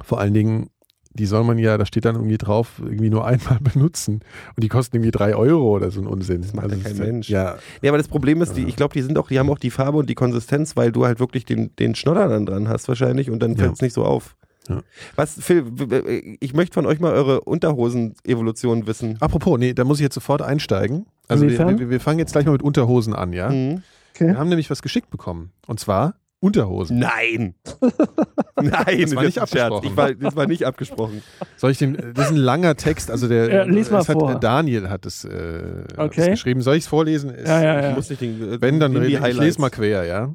Vor allen Dingen, die soll man ja, da steht dann irgendwie drauf, irgendwie nur einmal benutzen. Und die kosten irgendwie drei Euro oder so ein Unsinn. Also Das macht ja kein ist dann- Mensch. Ja, Ja, aber das Problem ist, die, ich glaube, die sind auch, die haben auch die Farbe und die Konsistenz, weil du halt wirklich den, den Schnodder dann dran hast wahrscheinlich und dann Ja. fällt es nicht so auf. Ja. Was, Phil, w- w- ich möchte von euch mal eure Unterhosen-Evolution wissen. Apropos, nee, da muss ich jetzt sofort einsteigen. Also wir, Inwiefern? wir, wir fangen jetzt gleich mal mit Unterhosen an, ja? Mhm. Okay. Wir haben nämlich was geschickt bekommen. Und zwar Unterhosen. Nein! Nein, Das war nicht ist ein Scherz. abgesprochen. Ich war, das war nicht abgesprochen. Soll ich den, das ist ein langer Text, also der Ja, lies mal es hat, vor. äh, Daniel hat es, äh, hat es Okay. geschrieben. Soll ich es vorlesen? Es- Ja, ja, ja. Muss nicht den, äh, Wenn, dann den rede die ich. Ich Highlights. lese mal quer, ja?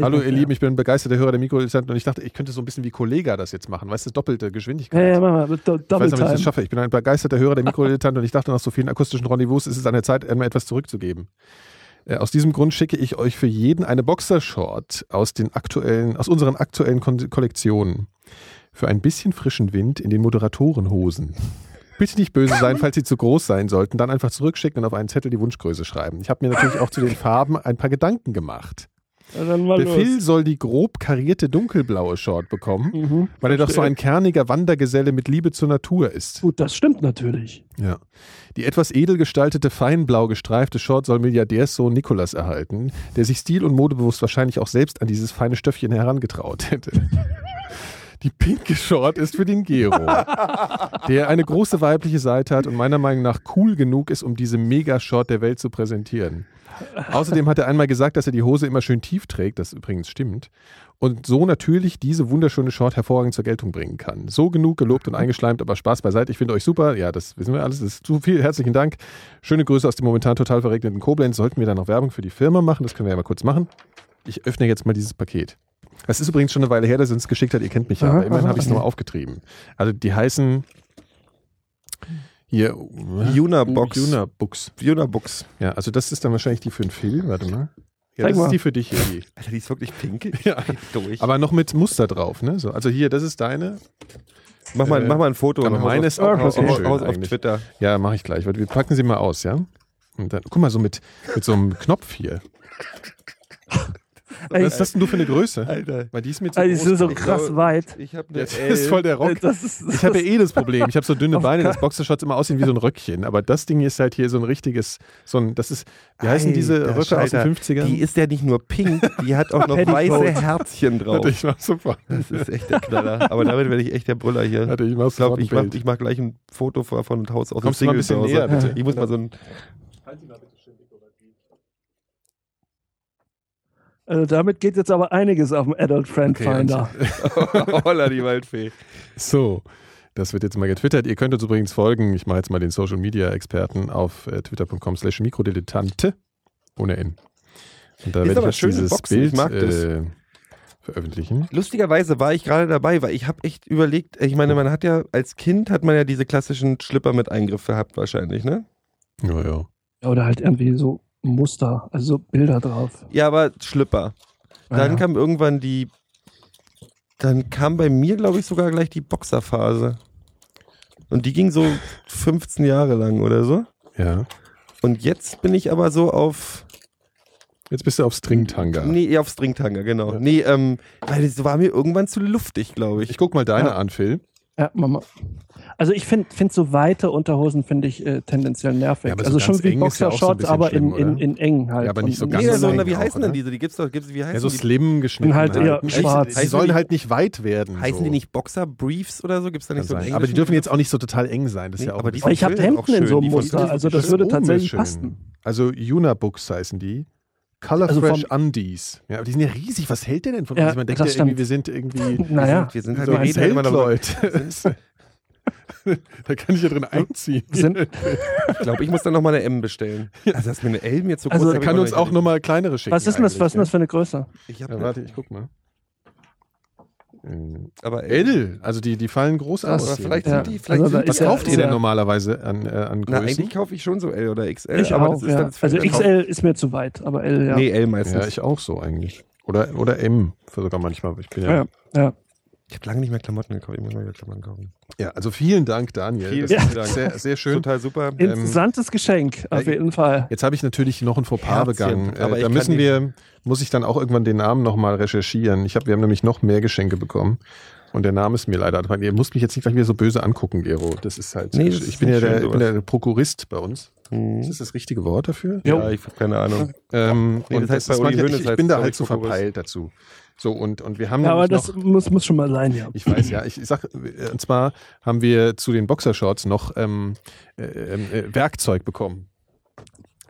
Hallo ihr Lieben, ich bin ein begeisterter Hörer der Mikrodilettanten und ich dachte, ich könnte so ein bisschen wie Kollega das jetzt machen. Weißt du, doppelte Geschwindigkeit. Ja, ja, mach mal. Do Double ich weiß nicht, ob ich das Time. schaffe. Ich bin ein begeisterter Hörer der Mikrodilettanten und ich dachte, nach so vielen akustischen Rendezvous ist es an der Zeit, einmal etwas zurückzugeben. Äh, Aus diesem Grund schicke ich euch für jeden eine Boxershort aus, den aktuellen, aus unseren aktuellen Kon Kollektionen. Für ein bisschen frischen Wind in den Moderatorenhosen. Bitte nicht böse sein, falls sie zu groß sein sollten. Dann einfach zurückschicken und auf einen Zettel die Wunschgröße schreiben. Ich habe mir natürlich auch zu den Farben ein paar Gedanken gemacht. Ja, dann mal Der Phil Ah, los. soll die grob karierte dunkelblaue Short bekommen, Mhm. weil er doch so Verstehe. ein kerniger Wandergeselle mit Liebe zur Natur ist. Gut, das stimmt natürlich. Ja. Die etwas edel gestaltete, feinblau gestreifte Short soll Milliardärssohn Nikolas erhalten, der sich stil- und modebewusst wahrscheinlich auch selbst an dieses feine Stöffchen herangetraut hätte. Die pinke Short ist für den Gero, der eine große weibliche Seite hat und meiner Meinung nach cool genug ist, um diese Mega-Short der Welt zu präsentieren. Außerdem hat er einmal gesagt, dass er die Hose immer schön tief trägt, das übrigens stimmt, und so natürlich diese wunderschöne Short hervorragend zur Geltung bringen kann. So genug gelobt und eingeschleimt, aber Spaß beiseite. Ich finde euch super. Ja, das wissen wir alles. Das ist zu viel. Herzlichen Dank. Schöne Grüße aus dem momentan total verregneten Koblenz. Sollten wir da noch Werbung für die Firma machen? Das können wir ja mal kurz machen. Ich öffne jetzt mal dieses Paket. Das ist übrigens schon eine Weile her, dass er uns geschickt hat. Ihr kennt mich ja, Aha, aber immerhin aha, habe ich es okay. nochmal aufgetrieben. Also die heißen hier Juna-Box. Juna Books. Juna-Box. Ja, also das ist dann wahrscheinlich die für den Phil. Warte mal. Ja, Zeig das mal. ist die für dich, Eddie. Alter, die ist wirklich pink. Ja. Durch. Aber noch mit Muster drauf, ne? So, also hier, das ist deine. mach, mal, äh, mach mal ein Foto. aber und haus meine Oh, auf- ist auch haus- sehr haus- schön haus auf eigentlich. Twitter. Ja, mache ich gleich. Warte, Wir packen sie mal aus, ja? Und dann, guck mal, so mit, mit so einem Knopf hier. Ey, Was hast denn du für eine Größe? Alter. Weil die ist mir zu also, die sind groß. so Ich krass glaube, weit. Ich habe eine Das ist voll der Rock. Das ist, Ich habe ja eh das Problem. Ich habe so dünne Auf Beine, dass Boxershorts immer aussehen wie so ein Röckchen. Aber das Ding ist halt hier so ein richtiges, so ein, das ist, wie heißen diese Alter, Röcke aus den Scheiter. 50ern? Die ist ja nicht nur pink, die hat auch noch Petticoat. weiße Herzchen drauf. Warte, ich mach super. Das ist echt der Knaller. Aber damit werde ich echt der Brüller hier. Warte, ich mach ich sofort glaube, ein ich mache Bild. ich mach gleich ein Foto von von Haus aus Kommst du mal ein bisschen Single zu Hause. näher, bitte? Ich muss mal so ein. also damit geht jetzt aber einiges auf dem Adult Friend Okay, also- Finder. Holla, die Waldfee. So, das wird jetzt mal getwittert. Ihr könnt uns übrigens folgen. Ich mache jetzt mal den Social Media Experten auf äh, twitter.com slash mikrodilettante ohne N. Und da Ist werde ich aber jetzt schön in dieses Boxen. Ich Bild mag das. äh, veröffentlichen. Lustigerweise war ich gerade dabei, weil ich habe echt überlegt, äh, ich meine, man hat ja als Kind hat man ja diese klassischen Schlipper mit Eingriff gehabt wahrscheinlich, ne? Ja, ja. Ja, Oder halt irgendwie so Muster, also so Bilder drauf. Ja, aber Schlipper. Dann Ah, Ja. kam irgendwann die dann kam bei mir glaube ich sogar gleich die Boxerphase. Und die ging so 15 Jahre lang oder so. ja. Und jetzt bin ich aber so auf. Jetzt bist du auf Stringtanga. Nee, eher auf Stringtanger, genau. Ja. Nee, ähm, weil das war mir irgendwann zu luftig, glaube ich. Ich guck mal deine Ja. an, Phil. Ja, Mama. Also ich finde find so weite Unterhosen finde ich äh, tendenziell nervig. Ja, aber so also ganz schon wie eng ist ja auch so ein Boxershorts, bisschen aber in, schlimm, in, oder? in eng halt. Ja, aber und nicht so ganz Nee, also, lang na, wie auch, heißen oder? denn diese? Die gibt's doch, gibt's, wie heißen Ja, so die? slim geschnitten. Und halt eher schwarz. Die Heißen sollen die- halt nicht weit werden. heißen so. die nicht Boxer Briefs oder so? Gibt's da Kann nicht so einen sein. Aber die englischen- dürfen jetzt auch nicht so total eng sein. Das ist Nee, ja auch aber die Aber ich habe Bilder auch Hemden in schön, so einem die von Muster, Disney also sind das würde tatsächlich schön. passen. Also Unabooks heißen die. Color Also Fresh vom- Undies. Ja, aber die sind ja riesig. Was hält der denn von Ja, uns? Man denkt ja das irgendwie, stimmt. wir sind irgendwie Naja, Wir sind halt so wir ein reden halt immer darüber. Zeltleute. da kann ich ja drin einziehen. sind, Ich glaube, ich muss dann nochmal eine M bestellen. Also, dass mir eine M jetzt so Also, groß Er hab ich kann noch uns nicht auch nochmal kleinere schicken. was ist denn das, was ist denn das eigentlich, für eine Größe? Ich ja. hab Ja, warte, ich guck mal. Aber Äh, Edel, also die, die fallen groß Krass. aber aus. vielleicht Ja. sind die, vielleicht Also da sind die ne? Was Ist ja- kauft ihr ist denn ja- normalerweise an, äh, an Na, Größen? eigentlich kaufe ich schon so L oder XL. ich aber auch, das ist ja. dann Also dann- XL ist mir zu weit, aber L, ja. Nee, L meistens. ja, ich auch so eigentlich. Oder, oder M für sogar manchmal. Ich bin ja, ja. Ja. ja. ich habe lange nicht mehr Klamotten gekauft. Ich muss mal wieder Klamotten kaufen. also vielen Dank, Daniel. Vielen Das ist Dank. Sehr, sehr schön. Total super. Ähm, Interessantes Geschenk, auf ja, jeden Fall. Jetzt habe ich natürlich noch ein Fauxpas Herzchen, begangen. aber Äh, ich da kann müssen den- wir, muss ich dann auch irgendwann den Namen nochmal recherchieren. Ich hab, wir haben nämlich noch mehr Geschenke bekommen. Und der Name ist mir leider. Ich meine, Ihr müsst mich jetzt nicht gleich wieder so böse angucken, Gero. Das ist halt. Nee, das ich ist bin ja nicht schön, der, ich bin sowas. der Prokurist bei uns. Ist Hm. das das richtige Wort dafür? Ja, ich habe keine Ahnung. Ähm, Nee, und das heißt das bei Uli manche- Hoeneß ich, ich heißt bin es, da glaub halt ich, so Prokurist. verpeilt dazu. So, und, und wir haben Ja, aber nämlich das noch, muss, muss schon mal sein, ja. ich weiß ja, ich sag, äh, und zwar haben wir zu den Boxershorts noch ähm, äh, äh, Werkzeug bekommen.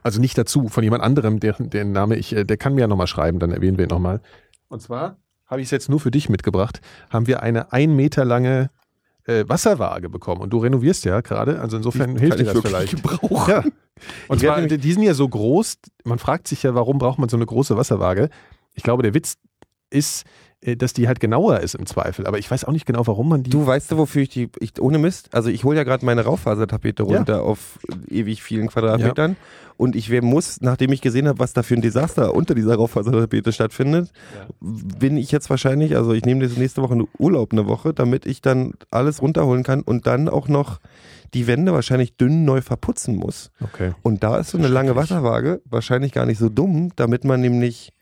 Also nicht dazu, von jemand anderem, der, deren Name ich, äh, der kann mir ja nochmal schreiben, dann erwähnen wir ihn nochmal. Und zwar habe ich es jetzt nur für dich mitgebracht, haben wir eine ein Meter lange äh, Wasserwaage bekommen. Und du renovierst ja gerade, also insofern hilft dir das vielleicht. gebrauchen. Ja. Und Ich werd zwar, nämlich- die sind ja so groß, man fragt sich ja, warum braucht man so eine große Wasserwaage? Ich glaube, der Witz ist, äh, dass die halt genauer ist im Zweifel. Aber ich weiß auch nicht genau, warum man die. Du weißt du, wofür ich die, ich, ohne Mist, also ich hole ja gerade meine Raufasertapete Ja. runter auf ewig vielen Quadratmetern und ich wär, muss, nachdem ich gesehen habe, was da für ein Desaster unter dieser Raufasertapete stattfindet, bin ich jetzt wahrscheinlich, also ich nehme das nächste Woche eine Urlaub eine Woche, damit ich dann alles runterholen kann und dann auch noch die Wände wahrscheinlich dünn neu verputzen muss. Okay. Und da ist so eine lange Wasserwaage wahrscheinlich gar nicht so dumm, damit man nämlich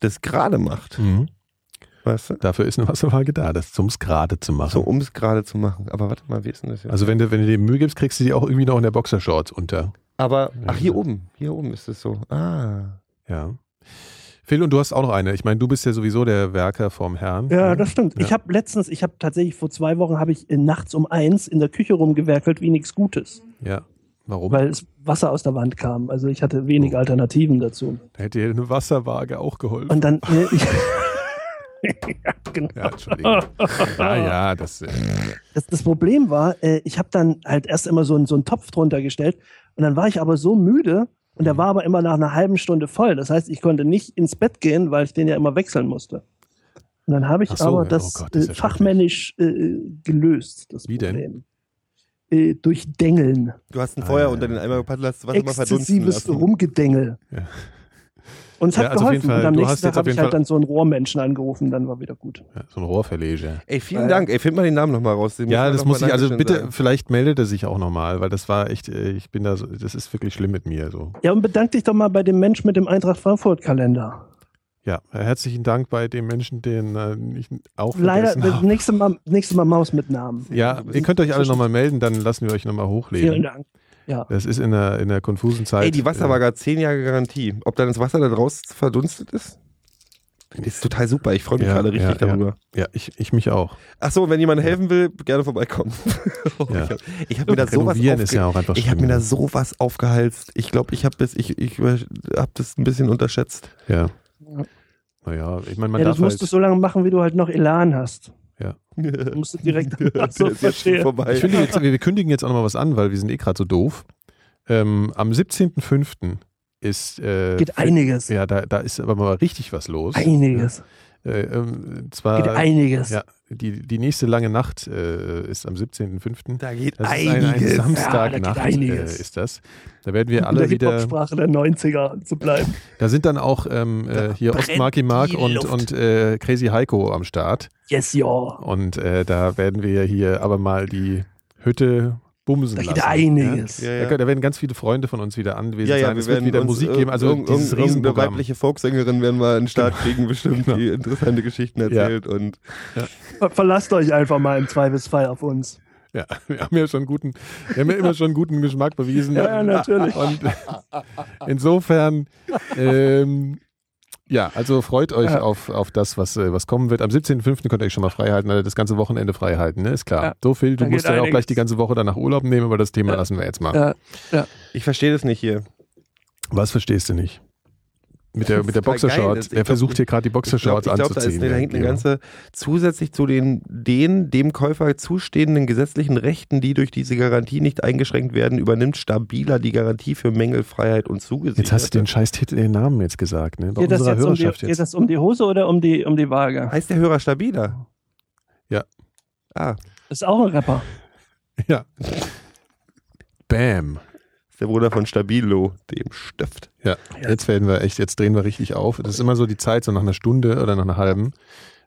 das gerade macht, Mhm. weißt du? Dafür ist eine Wasserwaage da, das ums gerade zu machen. So, um es gerade zu machen. Aber warte mal, wie ist denn das jetzt? Also wenn du, wenn du dir Mühe gibst, kriegst du die auch irgendwie noch in der Boxershorts unter. Aber, Ja. genau. ach, hier oben. Hier oben ist es so. Ah. Ja. Phil, und du hast auch noch eine. Ich meine, du bist ja sowieso der Werker vom Herrn. Ähm, Ja, das stimmt. Ja. Ich habe letztens, ich habe tatsächlich vor zwei Wochen, habe ich äh, nachts um eins in der Küche rumgewerkelt wie nichts Gutes, Ja. Warum? weil es Wasser aus der Wand kam. Also ich hatte Oh. wenig Alternativen dazu. Da hätte dir eine Wasserwaage auch geholfen. Und dann, ne, ich, ja, genau. Ja, Entschuldigung. ja, ja, das. Äh, Das, das Problem war, äh, ich habe dann halt erst immer so, einen- so einen Topf drunter gestellt und dann war ich aber so müde und der war aber immer nach einer halben Stunde voll. Das heißt, ich konnte nicht ins Bett gehen, weil ich den ja immer wechseln musste. Und dann habe ich Ach so, aber ja. das, Oh Gott, das ist äh, ja fachmännisch äh, gelöst, das Wie denn? Problem. Äh, durch Dengeln. Du hast ein Ah, Feuer ja. unter den Eimer gepackt, hast Wasser mal verdunsten Exzessives lassen. Rumgedengel. Ja. Und es Ja, hat also auf jeden geholfen. Fall, und am du hast nächsten Tag jetzt auf habe ich jeden halt Fall- dann so einen Rohrmenschen angerufen, dann war wieder gut. ja, so ein Rohrverleger. Ey, vielen Äh, Dank. Ey, find mal den Namen nochmal raus. Den Ja, man das noch muss mal ich, also Dankeschön bitte, sagen. vielleicht meldet er sich auch nochmal, weil das war echt, äh, ich bin da so, das ist wirklich schlimm mit mir so. Ja, und bedank dich doch mal bei dem Mensch mit dem Eintracht Frankfurt-Kalender. Ja, äh, herzlichen Dank bei dem Menschen, den äh, ich auch Leider, vergessen das habe. nächste Mal, nächste mal Maus mit Namen. Ja, ihr könnt euch alle nochmal melden, dann lassen wir euch nochmal Vielen hochlegen. Dank. Ja. Das ist in der, in der konfusen Zeit. äh, Ey, die Wasserwaage hat 10 Jahre Garantie. Ob dann das Wasser da draus verdunstet ist? Ist total super. Ich freue mich Ja, gerade richtig ja, ja. darüber. Äh, ja, ich, ich mich auch. Ach so, wenn jemand helfen will, gerne vorbeikommen. Oh, Ja. Ich habe hab mir da sowas Renovieren ist aufge- ja auch einfach Ich habe mir schlimm. da sowas aufgeheizt. Ich glaube, ich habe das, ich, ich hab das ein bisschen unterschätzt. Ja. Naja, ich meine, man ja, darf das musst du halt, so lange machen, wie du halt noch Elan hast. Du Muss musst du direkt so verstehen. vorbei. Ich finde, jetzt, wir, wir kündigen jetzt auch nochmal was an, weil wir sind eh gerade so doof. Ähm, am 17.05. ist, äh, Geht einiges. ja, da, da ist aber mal richtig was los. Einiges. Äh, ähm, zwar, Geht einiges. Ja, die, die nächste lange Nacht äh, ist am 17.05. da geht Das einiges. ist ein, ein Ja, Samstagnacht da geht äh, einiges. ist das. Da werden wir In der alle wieder, Hip-Hop-Sprache der 90er zu bleiben. da sind dann auch ähm, äh, hier brennt Ostmarki Mark die und, Luft. und äh, Crazy Heiko am Start. Yes, ja. Und äh, da werden wir hier aber mal die Hütte bumsen Da geht lassen. einiges. Ja, Ja? Da, da werden ganz viele Freunde von uns wieder anwesend Ja, ja, sein. wir Es wird werden wieder uns, Musik äh, geben, also irgend- dieses irgendeine Riesenprogramm. weibliche Folksängerin werden wir einen Start kriegen, bestimmt, die interessante Geschichten erzählt und Ver- Verlasst euch einfach mal im Zweifelsfall auf uns. Ja, wir haben ja schon guten, wir haben ja immer schon guten Geschmack bewiesen. Ja, ja, natürlich. Und insofern, ähm, ja, also freut euch Ja. auf, auf das, was, äh, was kommen wird. Am 17.05. könnt ihr euch schon mal freihalten, also das ganze Wochenende freihalten, ne? Ist klar. Ja. So viel, du Da musst geht ja auch einiges. gleich die ganze Woche danach Urlaub nehmen, aber das Thema Ja. lassen wir jetzt mal. Ja, ja. ich verstehe das nicht hier. Was verstehst du nicht? Mit der, mit der Das ist total geil, Boxershort. das- ich Wer glaub, versucht hier gerade die Ich glaube, Boxershorts glaub, da, anzuziehen? ist eine- da hängt eine irgendwie. ganze, zusätzlich zu den, den dem Käufer zustehenden gesetzlichen Rechten, die durch diese Garantie nicht eingeschränkt werden, übernimmt stabiler die Garantie für Mängelfreiheit und Zugesichert. jetzt hast du den scheiß Titel, den Namen jetzt gesagt, ne? Bei Geht, das unserer jetzt um die, Hörerschaft geht jetzt. das um die Hose oder um die, um die Waage? Heißt der Hörer stabiler? Ah, Ist auch ein Rapper. Ja. Bam. ist der Bruder von Stabilo, dem Stift. Ja, Ja. jetzt werden wir echt, jetzt drehen wir richtig auf. Das ist immer so die Zeit, so nach einer Stunde oder nach einer halben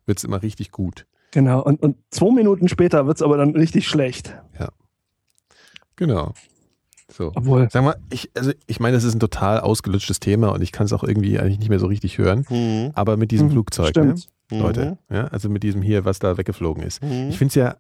wird es immer richtig gut. Genau. Und, und zwei Minuten später wird es aber dann richtig schlecht. Genau. So. Obwohl, Sag mal, ich, also ich meine, das ist ein total ausgelutschtes Thema und ich kann es auch irgendwie eigentlich nicht mehr so richtig hören. Hm, Aber mit diesem Hm, Flugzeug, stimmt. ne, mhm, Leute, ja, also mit diesem hier, was da weggeflogen ist. mhm. Ich finde es ja,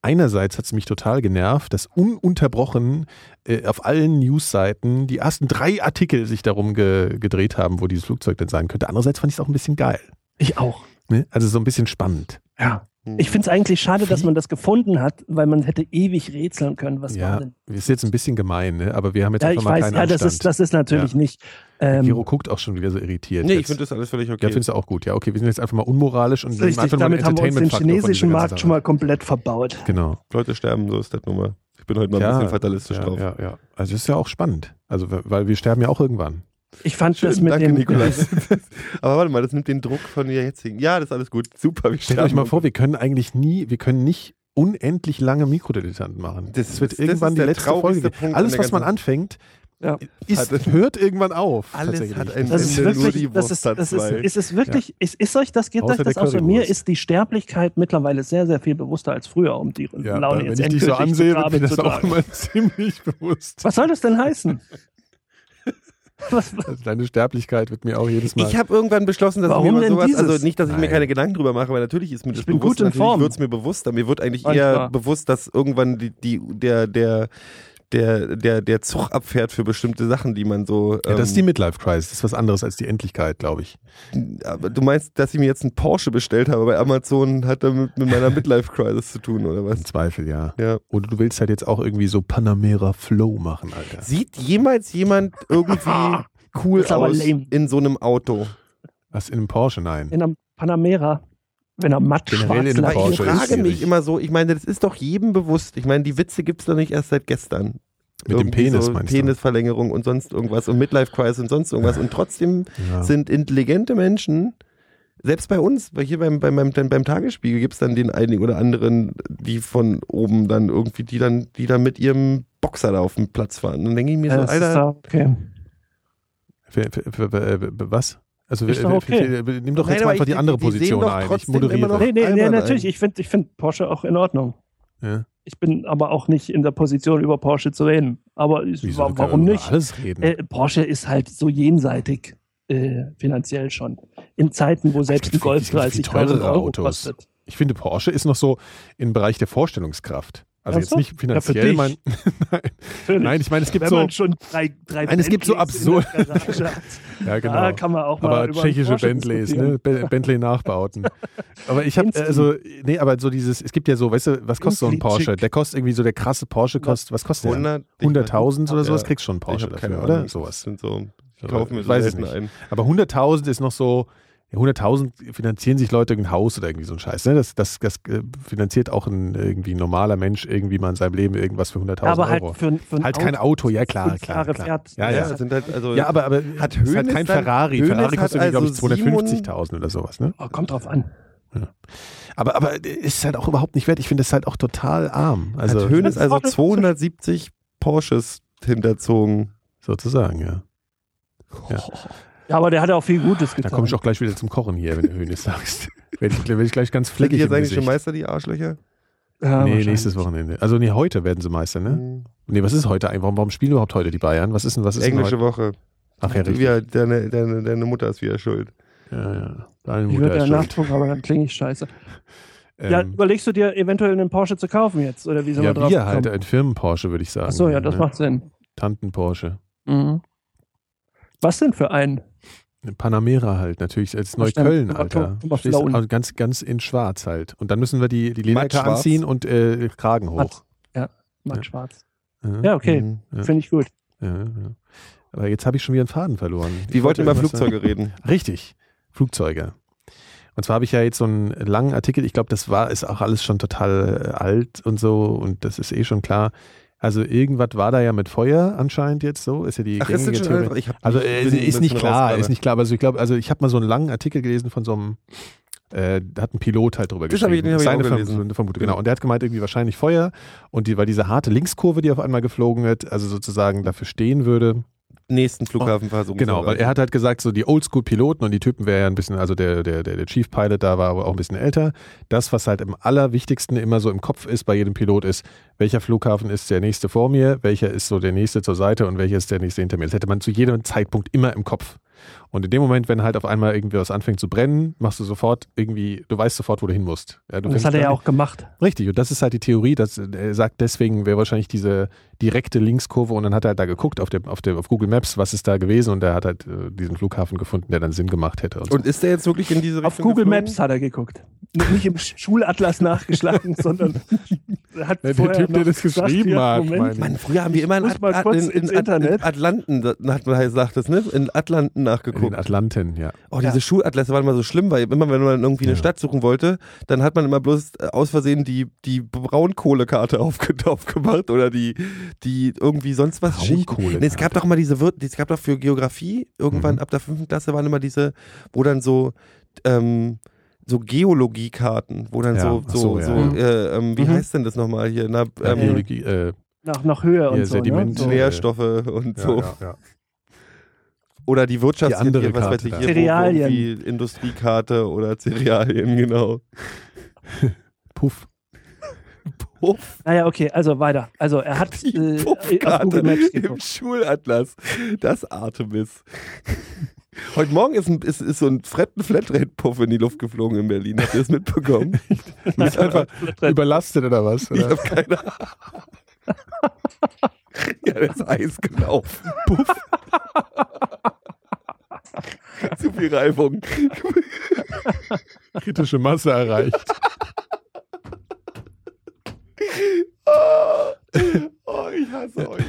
einerseits hat es mich total genervt, dass ununterbrochen äh, auf allen Newsseiten die ersten drei Artikel sich darum ge gedreht haben, wo dieses Flugzeug denn sein könnte. Andererseits fand ich es auch ein bisschen geil. ich auch. Ne? Also so ein bisschen spannend. Ja. Hm. Ich finde es eigentlich schade, dass man das gefunden hat, weil man hätte ewig rätseln können, was war ja, denn. ist jetzt ein bisschen gemein, ne? aber wir haben jetzt Ja, einfach ich mal weiß, keinen ja, das Anstand. ist, das ist natürlich nicht. Ähm, Giro guckt auch schon wieder so irritiert. Nee, ich jetzt. finde das alles völlig okay. Ja, findest du auch gut. Ja, okay, wir sind jetzt einfach mal unmoralisch und nehmen richtig, einfach nur damit haben wir uns den Entertainment-Faktor von dieser chinesischen ganzen Markt schon mal komplett verbaut. Sache. Genau. Leute sterben, so ist das nun mal. Ich bin heute mal Ja, ein bisschen fatalistisch ja, drauf. Ja, ja. Also das ist ja auch spannend. Also, weil wir sterben ja auch irgendwann. Ich fand das Schön, mit danke, dem. Nikolas. Aber warte mal, das nimmt den Druck von der jetzigen. Ja, das ist alles gut. Super, wir Stellt sterben. euch mal vor, wir können eigentlich nie, wir können nicht unendlich lange Mikrodilettanten machen. Das Es wird ist- das irgendwann ist die der letzte traurigste Folge. Punkt an Alles, der was man ganzen- anfängt, Ja. ist, Hat- hört irgendwann auf. Alles tatsächlich. hat ein- Das Das ist Ende nur wirklich, die das ist, Wurst das ist, dabei. ist, ist wirklich, ist, ist euch das, geht Außer euch das der auch so? Mir Currywurst. ist die Sterblichkeit mittlerweile sehr, sehr viel bewusster als früher, um die ja, Laune weil, wenn jetzt ich dich so endgültig zu ansehe, wird Grabe mir das zu auch tragen. immer ziemlich bewusst. Was soll das denn heißen? Was, was, Also deine Sterblichkeit wird mir auch jedes Mal. Ich habe irgendwann beschlossen, dass Warum ich mir mal denn sowas, dieses? also nicht, dass ich Nein. mir keine Gedanken drüber mache, weil natürlich ist mir das bin bewusst, gut in Form. wird es mir bewusster. Mir wird eigentlich Alles eher klar. bewusst, dass irgendwann die, die, der, der, der, der, der Zug abfährt für bestimmte Sachen, die man so. ja, das ist die ähm, Midlife-Crisis. Das ist was anderes als die Endlichkeit, glaube ich. aber du meinst, dass ich mir jetzt einen Porsche bestellt habe bei Amazon, hat damit mit meiner Midlife-Crisis zu tun, oder was? Im Zweifel, ja. Ja. Oder du willst halt jetzt auch irgendwie so Panamera Flow machen, Alter. Sieht jemals jemand irgendwie cool Ist aber aus lame. in so einem Auto? Was in einem Porsche? Nein. in einem Panamera, wenn er matt Generell schwarz in einem Aber ich Porsche ist frage schwierig. mich immer so, ich meine, das ist doch jedem bewusst. Ich meine, die Witze gibt es doch nicht erst seit gestern. Mit dem Irgendwie Penis so meinst Penisverlängerung und sonst irgendwas und Midlife Crisis und sonst irgendwas. Und trotzdem du? Ja. sind intelligente Menschen, selbst bei uns, bei hier beim, beim, beim, beim Tagesspiegel gibt es dann den einigen oder anderen, die von oben dann irgendwie, die dann, die dann mit ihrem Boxer da auf dem Platz fahren. Und dann denke ich mir so, Das Äh, ist Alter, da- okay. Für, für, für, für, für, was? Also Ist für, doch für, okay. für, für, nimm doch Nein, jetzt aber mal einfach ich- die andere die- die sehen Position doch ein. Ich trotzdem moderiere. immer noch- Nee, nee, nee Albern natürlich. ein. Ich finde ich find Porsche auch in Ordnung. Ja. Ich bin aber auch nicht in der Position, über Porsche zu reden. Aber ich, Wieso? wa- Wir können warum über nicht? Alles reden. Äh, Porsche ist halt so jenseitig äh, finanziell schon. In Zeiten, wo selbst ein gibt Golf viel- es gibt viel 30.000 teurere Euro Autos. kostet. ich finde, Porsche ist noch so im Bereich der Vorstellungskraft. Also Ach jetzt so? nicht Ja, finanziell. für dich. mein, nein, Natürlich. nein, ich meine, es gibt Wenn so. man schon drei, drei Nein, es gibt so Bentleys in der absurd- Garage hat, Ja, genau. Da kann man auch mal aber über einen tschechische Porsche Bentleys, diskutieren. ne? Be Bentley Nachbauten. aber ich habe Instinct. also nee, aber so dieses es gibt ja so, weißt du, was kostet so ein Instinct. Porsche? Der kostet irgendwie so der krasse Porsche kostet, was kostet 100 der? 100.000 oder Ja. sowas kriegst schon einen Porsche ich hab dafür, keine oder? Ahnung. Das Sowas. sind so, ich Aber kaufe mir so weiß ich selten nicht. ein. Aber 100.000 ist noch so ja, 100.000 finanzieren sich Leute ein Haus oder irgendwie so ein Scheiß. Ne? Das, das, das äh, finanziert auch ein irgendwie normaler Mensch irgendwie mal in seinem Leben irgendwas für 100.000 Aber halt Euro. für, für ein halt kein Auto, ja klar, fünf klar, Jahre klar. fährt. Ja, ja. das Sind halt, also, Ja, aber, aber Hat es ist halt Hoeneß kein dann- Ferrari. Hoeneß Ferrari hat kostet, also glaube ich, also 250.000 oder sowas. Ne? Oh, kommt drauf an. Aber, aber ist halt auch überhaupt nicht wert. Ich finde es halt auch total arm. Also hat Hönes also Das ist 270 Porsches hinterzogen. sozusagen, ja. Ja. Ja, aber der hat auch viel Gutes Da getan. komme ich auch gleich wieder zum Kochen hier, wenn du Hönes sagst. Werde ich, werd ich gleich ganz Sind die fleckig im jetzt eigentlich schon Gesicht. Meister, die Arschlöcher? ja, Nee, wahrscheinlich. nächstes Wochenende. Also nee, heute werden sie Meister, ne? Hm. Nee, was ist heute eigentlich? Warum, warum spielen überhaupt heute die Bayern? Was ist denn, was ist Englische denn Woche. heute? Ach ja, richtig. Ja, deine, deine, deine Mutter ist wieder schuld. Ja, ja. Deine Ich Mutter würde ist ja schuld. nachgucken, aber dann klinge ich scheiße. ja, Ähm, überlegst du dir eventuell einen Porsche zu kaufen jetzt? Oder wie sind wir ja, drauf wir halt, gekommen? ein Firmen-Porsche, würde ich sagen. Achso, ja, das Ne? macht Sinn. Mhm. Tanten-Porsche. Was denn für einen? Panamera halt, natürlich. Als Verstanden. Neukölln, Aber Alter. komm, komm mal Stehst du- flown. also ganz, ganz in schwarz halt. Und dann müssen wir die, die Matt Lederjacke schwarz. anziehen und äh, Kragen hoch. Matt. Ja, Matt Ja. Schwarz. Ja, Ja, okay. Mhm. Ja. Finde ich gut. ja, ja. Aber jetzt habe ich schon wieder einen Faden verloren. Wir wollten über irgendwas Flugzeuge reden. sagen. Richtig, Flugzeuge. Und zwar habe ich ja jetzt so einen langen Artikel, ich glaube, das war, ist auch alles schon total äh, alt und so und das ist eh schon klar. Also irgendwas war da ja mit Feuer anscheinend jetzt so, ist ja die Ach, ist das gängige schon Theorie. Ich hab Also mich- äh, bin ein ist nicht bisschen klar, raus ist nicht klar. Aber also ich glaube, also ich habe mal so einen langen Artikel gelesen von so einem äh, da hat ein Pilot halt drüber Das hab geschrieben. ich- den hab ich Seine auch gelesen. Vermutung, Vermutung, genau. Und der hat gemeint, irgendwie wahrscheinlich Feuer und die, weil diese harte Linkskurve, die auf einmal geflogen wird, also sozusagen dafür stehen würde. Nächsten Flughafen versuchen. Genau, weil er hat halt gesagt, so die Oldschool-Piloten und die Typen wären ja ein bisschen, also der, der, der der Chief Pilot da war aber auch ein bisschen älter. Das, was halt im Allerwichtigsten immer so im Kopf ist bei jedem Pilot, ist, welcher Flughafen ist der nächste vor mir, welcher ist so der nächste zur Seite und welcher ist der nächste hinter mir. Das hätte man zu jedem Zeitpunkt immer im Kopf. Und in dem Moment, wenn halt auf einmal irgendwie was anfängt zu brennen, machst du sofort irgendwie, du weißt sofort, wo du hin musst. Ja, du Und das fängst hat er ja an- auch gemacht. Richtig, und das ist halt die Theorie, dass er sagt, deswegen wäre wahrscheinlich diese direkte Linkskurve und dann hat er halt da geguckt auf, dem, auf, dem, auf Google Maps, was ist da gewesen und er hat halt äh, diesen Flughafen gefunden, der dann Sinn gemacht hätte. Und, so. und ist der jetzt wirklich in diese Richtung Auf Google geflogen? Maps hat er geguckt. N- Nicht im Sch- Schulatlas nachgeschlagen, sondern hat Ja, der vorher Typ, der noch das gesagt, geschrieben hier, hat, Moment, meine ich. Mann, früher haben wir immer in, muss mal At- kurz in, in, ins At- Internet. in Atlanten, hat man sagt das, ne? In Atlanten in den nachgeguckt. Atlanten, ja. Oh, diese Ja. Schulatlas waren immer so schlimm, weil immer, wenn man irgendwie eine Ja. Stadt suchen wollte, dann hat man immer bloß äh, aus Versehen die, die Braunkohlekarte aufge aufgemacht oder die, die irgendwie sonst was Braunkohlekarte. Nee, es gab doch mal diese, Wir- es gab doch für Geografie, irgendwann Mhm. ab der fünften Klasse waren immer diese, wo dann so, ähm, so Geologiekarten, wo dann Ja, so, ach so, so, so, ja, äh, ähm, wie Mhm. heißt denn das nochmal hier? Na, Ähm, ähm, Biologie, äh, Nach, nach Höhe und Hier, so. Ne? Sediment. so. Ja. Nährstoffe und ja, so. ja, ja. Oder die Wirtschafts- Die andere hier, was weiß Karte ich, da. hier, Cerealien. wo irgendwie Industriekarte oder Cerealien, genau. Puff. Puff, Naja, okay, also weiter. Also er hat die äh, auf Puffkarte Google Maps im geguckt. Schulatlas. Das Artemis. Heute Morgen ist, ein, ist, ist so ein Fred- ein Flatrate-Puff in die Luft geflogen in Berlin. Habt ihr das mitbekommen? Ist einfach überlastet oder was? Ich Oder? habe keine Ahnung. Ja, das ist Eis gelaufen. Puff. Zu viel Reibung. Kritische Masse erreicht. Oh, ich hasse euch.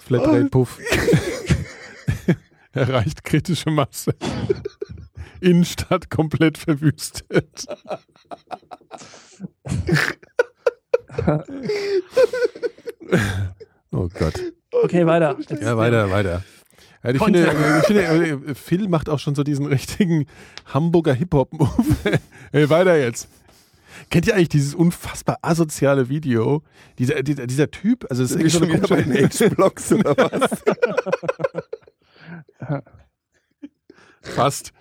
Flatrate Puff. Ähm. erreicht kritische Masse. Innenstadt komplett verwüstet. oh Gott. Okay, weiter. Ja, weiter, weiter. Ja, ich, finde, ich finde, äh, Phil macht auch schon so diesen richtigen Hamburger Hip-Hop-Move. Ey, weiter jetzt. Kennt ihr eigentlich dieses unfassbar asoziale Video? Dieser, dieser, dieser Typ, also es ist Sind wir irgendwie so schon eine wieder bei den komische, H-Blocks oder was? Fast.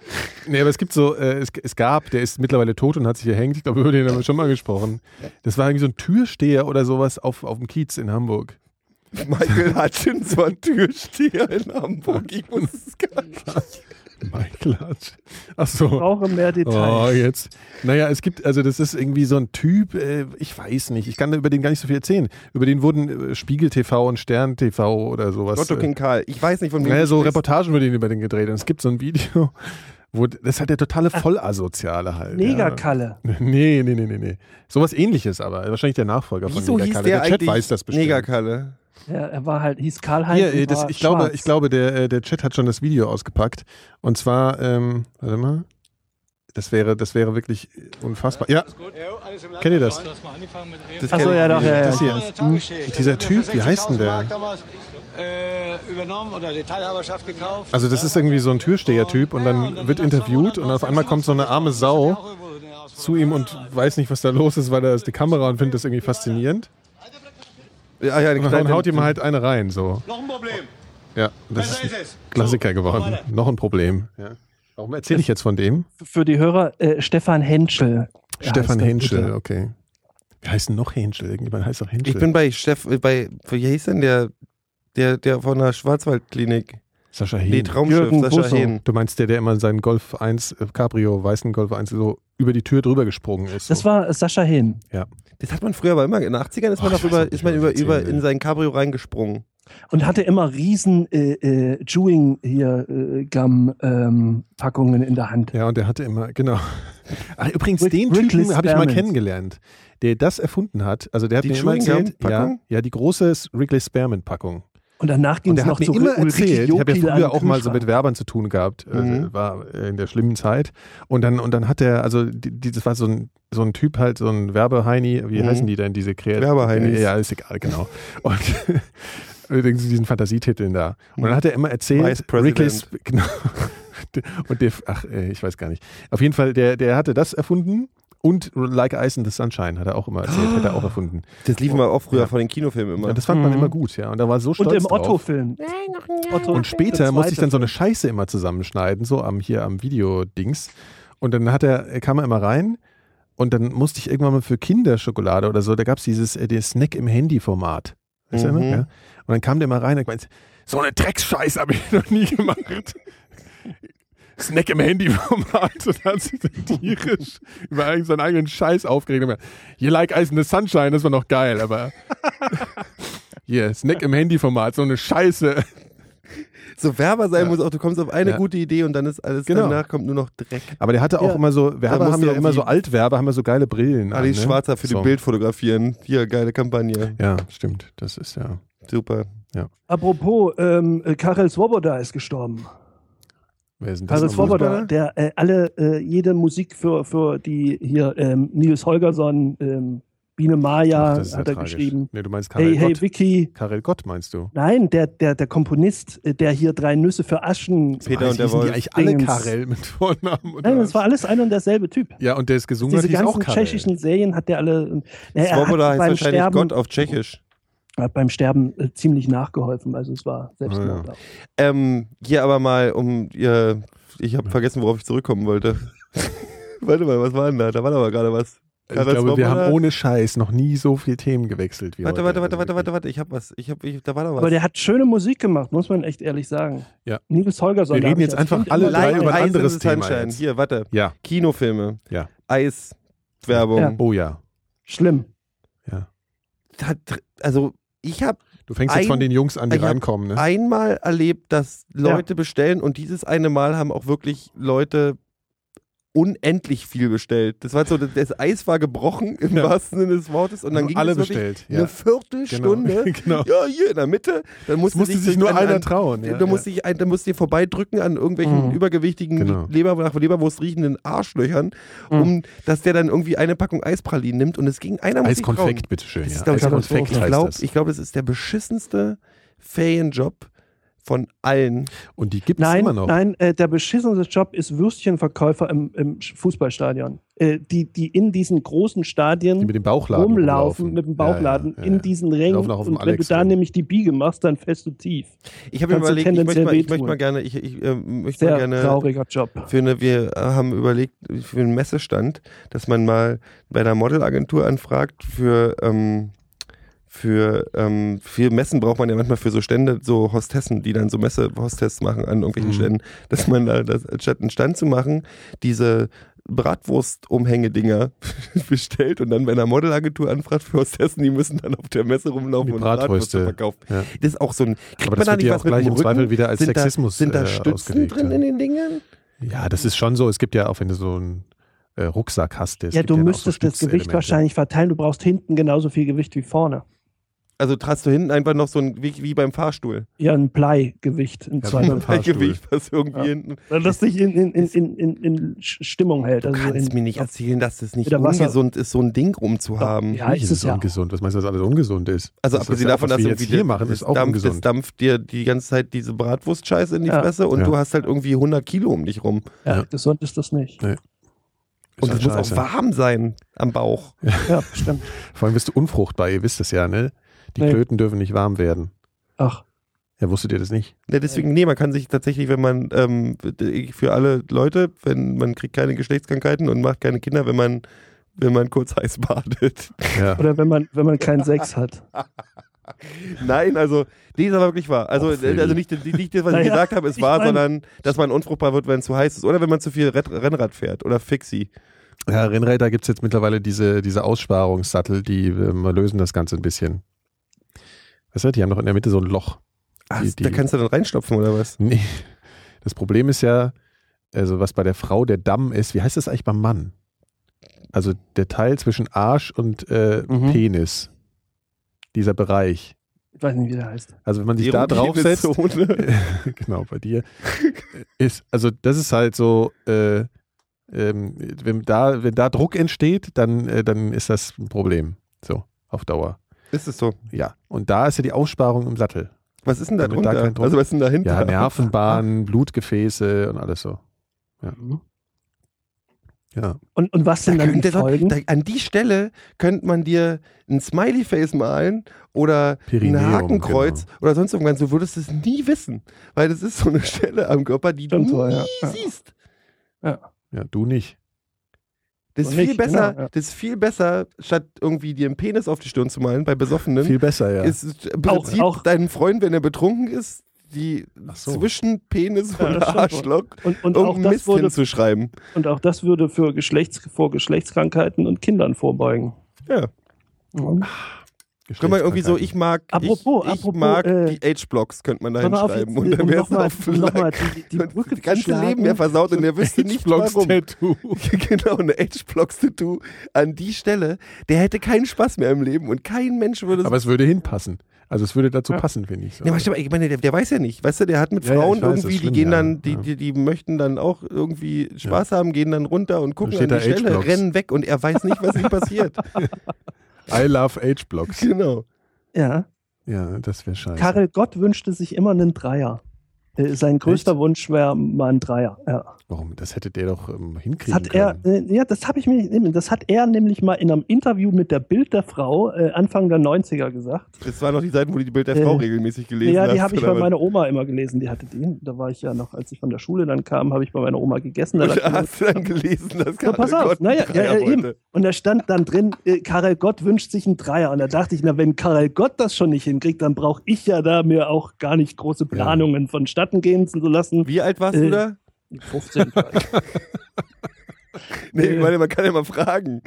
Nee, aber es gibt so, äh, es, es gab, der ist mittlerweile tot und hat sich erhängt. Ich glaube, über den haben wir schon mal gesprochen. Das war irgendwie so ein Türsteher oder sowas auf, auf dem Kiez in Hamburg. Michael Hutchins war Türsteher in Hamburg. Ich muss es gar nicht. Michael Hutch. Ach Ich so. brauche mehr Oh, Details. jetzt. Naja, es gibt, also das ist irgendwie so ein Typ, äh, ich weiß nicht, ich kann über den gar nicht so viel erzählen. Über den wurden äh, Spiegel TV und Stern TV oder sowas. äh, Lotto King Karl. Ich weiß nicht, von wem Naja, du so sprichst. Reportagen über den, über den gedreht. Und es gibt so ein Video, wo das ist halt der totale Vollasoziale halt. ja. Megakalle. Nee, nee, nee, nee, nee. Sowas ähnliches aber. Wahrscheinlich der Nachfolger Wieso von hieß Megakalle. der, der Chat eigentlich weiß das bestimmt. Megakalle? Ja, er war halt, hieß Karl Heinz. Hier, äh, und das, war ich, glaube, schwarz. ich glaube, der, äh, der Chat hat schon das Video ausgepackt. Und zwar, ähm, warte mal. Das wäre, das wäre wirklich unfassbar. Ja, kennt ihr das? Das Ach so, kenn ich ja, doch, nicht. ja, ja. Das hier. Dieser Typ, wie heißt denn der? Äh, übernommen oder Detailhaberschaft gekauft. Also das ist irgendwie so ein Türsteher-Typ und dann wird interviewt und auf einmal kommt so eine arme Sau zu ihm und weiß nicht, was da los ist, weil da ist die Kamera und findet das irgendwie faszinierend. Ja, ja, Und dann haut ihm halt eine rein, so. Noch ein Problem. Ja, das Besser ist ein ist es. Klassiker So, geworden. weiter. Noch ein Problem. Warum erzähle ich jetzt von dem? Für die Hörer äh, Stefan Henschel. Er Stefan heißt der Henschel, Gute. okay. Wie heißt denn noch Henschel? Irgendjemand heißt doch Henschel. Ich bin bei Chef, äh, bei, wie hieß denn der, der, der von der Schwarzwaldklinik? Sascha Nee, Hehn. Traumschiff, Jürgen Sascha Busso. Hehn. Du meinst der, der immer seinen Golf 1, äh, Cabrio, weißen Golf 1 so über die Tür drüber gesprungen ist. Das so. war Sascha Hin. Das hat man früher aber immer, in den 80ern ist man Ach, ich weiß doch über, nicht, ist man was über, erzählen über will. in sein Cabrio reingesprungen. Und hatte immer riesen äh, äh, Chewing hier äh, Gum ähm, Packungen in der Hand. Ja, und der hatte immer, genau. Ach, übrigens, Rick- den Rick Typen habe ich mal Listermans. kennengelernt, der das erfunden hat. Also der hat Die mir immer erzählt, ja, Chewing-Gum-Packung? ja, die große Wrigley Spearmint Packung. Und danach ging Und es der noch hat mir zu immer Ulrike erzählt, ich habe ja Jokiel an den früher auch mal so Kühlschrank. mit Werbern zu tun gehabt, Mhm. äh, war äh, in der schlimmen Zeit. Und dann, und dann hat der, also die, die, das war so ein, so ein Typ halt, so ein Werbeheini, wie Mhm. heißen die denn, diese Kreativen? Werbeheinis. Ja, ist egal, genau. Und Mhm. mit diesen Fantasietiteln da. Und dann hat er immer erzählt, Vice President. Wrigley's, genau, Und der, ach, äh, ich weiß gar nicht. Auf jeden Fall, der, der hatte das erfunden und Like Ice in the Sunshine hat er auch immer erzählt, hat er auch erfunden. Das liefen wir auch früher Ja. von den Kinofilmen immer. Ja, das fand man Mhm. immer gut, ja. Und da war so stolz Und im drauf. Otto-Film. Otto Und später der musste ich zweite dann so eine Scheiße immer zusammenschneiden, so am hier am Videodings. Und dann hat er, kam er immer rein und dann musste ich irgendwann mal für Kinderschokolade oder so, da gab es dieses äh, den Snack im Handy-Format. Weißt du Mhm. noch, ja? Und dann kam der mal rein und meinte, so eine Drecksscheiße habe ich noch nie gemacht. Snack im Handy-Format und hat sich dann tierisch über irgend- seinen eigenen Scheiß aufgeregt. Hier like Ice in the Sunshine, das war noch geil, aber hier, Snack im Handy-Format, so eine Scheiße. so Werber sein Ja. muss auch, du kommst auf eine Ja. gute Idee und dann ist alles Genau. danach kommt nur noch Dreck. Aber der hatte auch Ja. immer so, Werber musst haben du ja immer irgendwie- so Altwerber, haben ja so geile Brillen. an, Alice ne? Schwarzer für so. die Bild fotografieren. Hier, geile Kampagne. Ja, stimmt. Das ist ja. Super. Apropos, ähm, äh, Karel Swoboda ist gestorben. Wer ist denn das? Karel nochmal? Swoboda, der äh, alle, äh, jede Musik für, für die hier ähm, Nils Holgersson, ähm, Biene Maya Ach, das ist ja hat er tragisch. geschrieben. Nee, du meinst Karel Hey, hey, Gott. Vicky. Karel Gott meinst du? Nein, der, der, der Komponist, äh, der hier drei Nüsse für Aschen. Peter und Hießen der die Wolf. eigentlich alle Dingens. Karel mit Vornamen. oder Nein, das war alles ein und derselbe Typ. was? ja, und der ist gesungen hat, Diese hieß auch ganzen Karel. tschechischen Serien hat der alle. Na, er Svoboda hat heißt beim wahrscheinlich Sterben, Gott auf Tschechisch. hat beim Sterben äh, ziemlich nachgeholfen. Also es war Selbstmord. Ah, Ähm, hier aber mal um ihr. Ich Hm. habe vergessen, worauf ich zurückkommen wollte. Warte mal, was war denn da? Da war doch aber gerade was. Also Ich Karel glaube, wir Svoboda. haben ohne Scheiß noch nie so viel Themen gewechselt wie Warte, heute. warte, warte, warte, Also warte, warte. Ich habe was. Ich hab, ich, da war doch was. Aber der hat schöne Musik gemacht, muss man echt ehrlich sagen. Ja. Nils Holgersson. Wir da reden hab ich jetzt als einfach Kind alle immer drei dabei. über ein Eis in anderes the Thema Sunshine. jetzt. Hier, warte. Ja, Kinofilme. Ja. Eis. Werbung. Ja. oh ja. Schlimm. Hat- Also, ich habe Du fängst jetzt Ein- von den Jungs an, die Ich hab reinkommen, ne? einmal erlebt, dass Leute bestellen und dieses eine Mal haben auch wirklich Leute unendlich viel bestellt. Das war so, das Eis war gebrochen im Ja. wahrsten Sinne des Wortes und dann Haben ging alle es wirklich bestellt. eine Ja. Viertelstunde. Genau. Ja, hier in der Mitte. Dann Es musste, musste sich das nur an- einer an- trauen. Da ja, du ja. musst dich, ein- da musst du dir vorbeidrücken an irgendwelchen Mhm. übergewichtigen, Genau. Mhm. Leber, nach Leberwurst riechenden Arschlöchern, um, dass der dann irgendwie eine Packung Eispralinen nimmt und es ging einer muss sich trauen. Eiskonfekt, bitteschön. Das ist, Ja. glaub ich, aber so. Eiskonfekt Ich heißt glaube, das. ich glaub, das ist der beschissenste Ferienjob von allen. Und die gibt es Nein, immer noch. nein, äh, der beschissenste Job ist Würstchenverkäufer im, im Sch- Fußballstadion. Äh, die, die in diesen großen Die Stadien mit dem Bauchladen. rumlaufen, mit dem Bauchladen Ja, ja, ja, in ja. diesen Rängen. Laufen auch auf dem Und wenn du Alex da rum. nämlich die Biege machst, dann fällst du tief. Ich habe Kannst du mir überlegt, ich möchte, tendenziell mal, ich möchte wehtun. mal gerne, ich, ich äh, möchte mal Sehr gerne trauriger Job. für eine, wir äh, haben überlegt, für einen Messestand, dass man mal bei einer Modelagentur anfragt für, ähm, für, ähm, für Messen braucht man ja manchmal für so Stände, so Hostessen, die dann so Messe-Hostests machen an irgendwelchen Mhm. Ständen, dass man da, das, statt einen Stand zu machen, diese Bratwurst-Umhängedinger bestellt und dann bei einer Modelagentur anfragt für Hostessen, die müssen dann auf der Messe rumlaufen Die und Bratwürste. Bratwürste verkaufen. Ja. Das ist auch so ein, kriegt Aber man das da wird nicht ja was auch mit gleich dem im Rücken? Zweifel wieder als sind Sexismus Da, sind da äh, Stützen ausgelegt. drin in ja. den Dingern? ja, das ist schon so. Es gibt ja auch, wenn du so einen äh, Rucksack hast, der es ja, gibt du dann auch müsstest so das Gewicht Stützelemente. wahrscheinlich verteilen. Du brauchst hinten genauso viel Gewicht wie vorne. Also hast du hinten einfach noch so ein wie, wie beim Fahrstuhl. Ja, ein Bleigewicht in Ja, zwei wie Mal. beim Fahrstuhl. Ein Gewicht, was irgendwie Ja. hinten. Weil das dich in, in, in, in, in, in Sch- Stimmung hält. Du also kannst in, mir nicht erzählen, dass es nicht Mit der Wasser- ungesund ist, so ein Ding rumzuhaben. Ja, Natürlich ist es ja. auch. ungesund. Was meinst du, dass alles ungesund ist? Also das abgesehen ist ja davon, auch, dass was wir irgendwie jetzt hier der- machen, das, ist auch dampft, das ungesund. dampft dir die ganze Zeit diese Bratwurstscheiße in die Ja. Fresse und Ja. du hast halt irgendwie 100 Kilo um dich rum. Ja, Ja. gesund ist das nicht. Ist Und halt es muss auch scheiße. warm sein am Bauch. Ja, stimmt. Vor allem bist du unfruchtbar. Ihr wisst es ja, ne? Die Nee. Klöten dürfen nicht warm werden. Ach, Ja, wusstet ihr das nicht? Ne, deswegen, nee, man kann sich tatsächlich, wenn man ähm, für alle Leute, wenn man kriegt keine Geschlechtskrankheiten und macht keine Kinder, wenn man wenn man kurz heiß badet. Ja. oder wenn man, wenn man keinen Sex hat. Nein, also, nee, ist aber wirklich wahr. Also, Och, Phil. also nicht, nicht das, was ich Naja, gesagt habe, ist ich wahr, meine- sondern dass man unfruchtbar wird, wenn es zu heiß ist. Oder wenn man zu viel Red Rennrad fährt oder Fixie. Ja, Rennräder gibt es jetzt mittlerweile diese, diese Aussparungssattel, die ähm, lösen das Ganze ein bisschen. Weißt du, die haben doch in der Mitte so ein Loch. Ach, Die- Ah, die- da kannst du dann reinstopfen, oder was? Nee. Das Problem ist ja, also was bei der Frau der Damm ist, wie heißt das eigentlich beim Mann? Also der Teil zwischen Arsch und äh, Mhm. Penis. Dieser Bereich. Ich weiß nicht, wie der heißt. Also wenn man sich da draufsetzt, Zone. genau, bei dir. Ist, also das ist halt so, äh, ähm, wenn, da, wenn da Druck entsteht, dann, äh, dann ist das ein Problem. So, auf Dauer. Ist es so. Ja. Und da ist ja die Aussparung im Sattel. Was ist denn da Damit da drunter? kein Druck- also was ist denn dahinter? Ja, Nervenbahnen, Blutgefäße und alles so. Ja. Ja. Und, und was sind Da dann die könnte doch- Folgen? Da, an die Stelle könnte man dir ein Smiley-Face malen oder Perineum, ein Hakenkreuz genau. oder sonst irgendwas. Du würdest es nie wissen, weil das ist so eine Stelle am Körper, die Stimmt du so, nie ja. Ja. siehst. ja, du nicht. Das ist Und viel nicht, besser, genau, ja. das ist viel besser, statt irgendwie dir einen Penis auf die Stirn zu malen bei Besoffenen. Viel besser, ja. Ist im Auch- Prinzip auch- deinen Freund, wenn er betrunken ist, die Ach so. zwischen Penis Ja, und das stimmt wohl. Arschloch Und, und, auch irgendeinen das Mist würde, hinzuschreiben. und auch das würde für Geschlechts, vor Geschlechtskrankheiten und Kindern vorbeugen. Ja. Mhm. Können wir irgendwie so, ich mag, Apropos, ich, ich apropos, mag äh, die Age-Blocks, könnte man da Sondern auf hinschreiben. jetzt, Und dann um wäre es nochmal auch noch mal vielleicht. die, die Brücke Das ganze zu schlagen. Leben wäre versaut und der wüsste nicht warum. Tattoo. genau, eine Age-Blocks-Tattoo an die Stelle, der hätte keinen Spaß mehr im Leben und kein Mensch würde Aber es würde hinpassen. Also es würde dazu Ja. passen, finde ich. So. Ja, aber stimmt, ich meine, der, der weiß ja nicht. Weißt du, der hat mit Ja, ja, Frauen ich weiß, das irgendwie, die stimmt, gehen ja, dann, die, ja. die, die möchten dann auch irgendwie Spaß haben, gehen dann runter und gucken an steht die da Stelle, H-Blocks. rennen weg und er weiß nicht, was ihm passiert. I love Age-Blocks. Genau. Ja. Ja, das wäre scheiße. Karel Gott wünschte sich immer einen Dreier. Äh, Sein größter Wunsch wäre mal ein Dreier. Ja. Warum? Das hättet ihr doch ähm, hinkriegen Das hat er, können. äh, ja, das habe ich mir, das hat er nämlich mal in einem Interview mit der Bild der Frau äh, Anfang der 90er gesagt. Das waren noch die Seiten, wo du die Bild der Frau Äh, regelmäßig gelesen ja, hast. die habe ich oder bei was? meiner Oma immer gelesen. Die hatte die. Da war ich ja noch, als ich von der Schule dann kam, habe ich bei meiner Oma gegessen. Da Und lag- hast du dann gelesen, dass Ja, pass Karel auf. Gott einen Naja, ja, Dreier ja, eben. wollte. Und da stand dann drin, äh, Karel Gott wünscht sich einen Dreier. Und da dachte ich, na, wenn Karel Gott das schon nicht hinkriegt, dann brauche ich ja da mir auch gar nicht große Planungen vonstatten gehen zu lassen. Wie alt warst Äh, du da? 15. Nee, äh, ich meine, man kann ja mal fragen.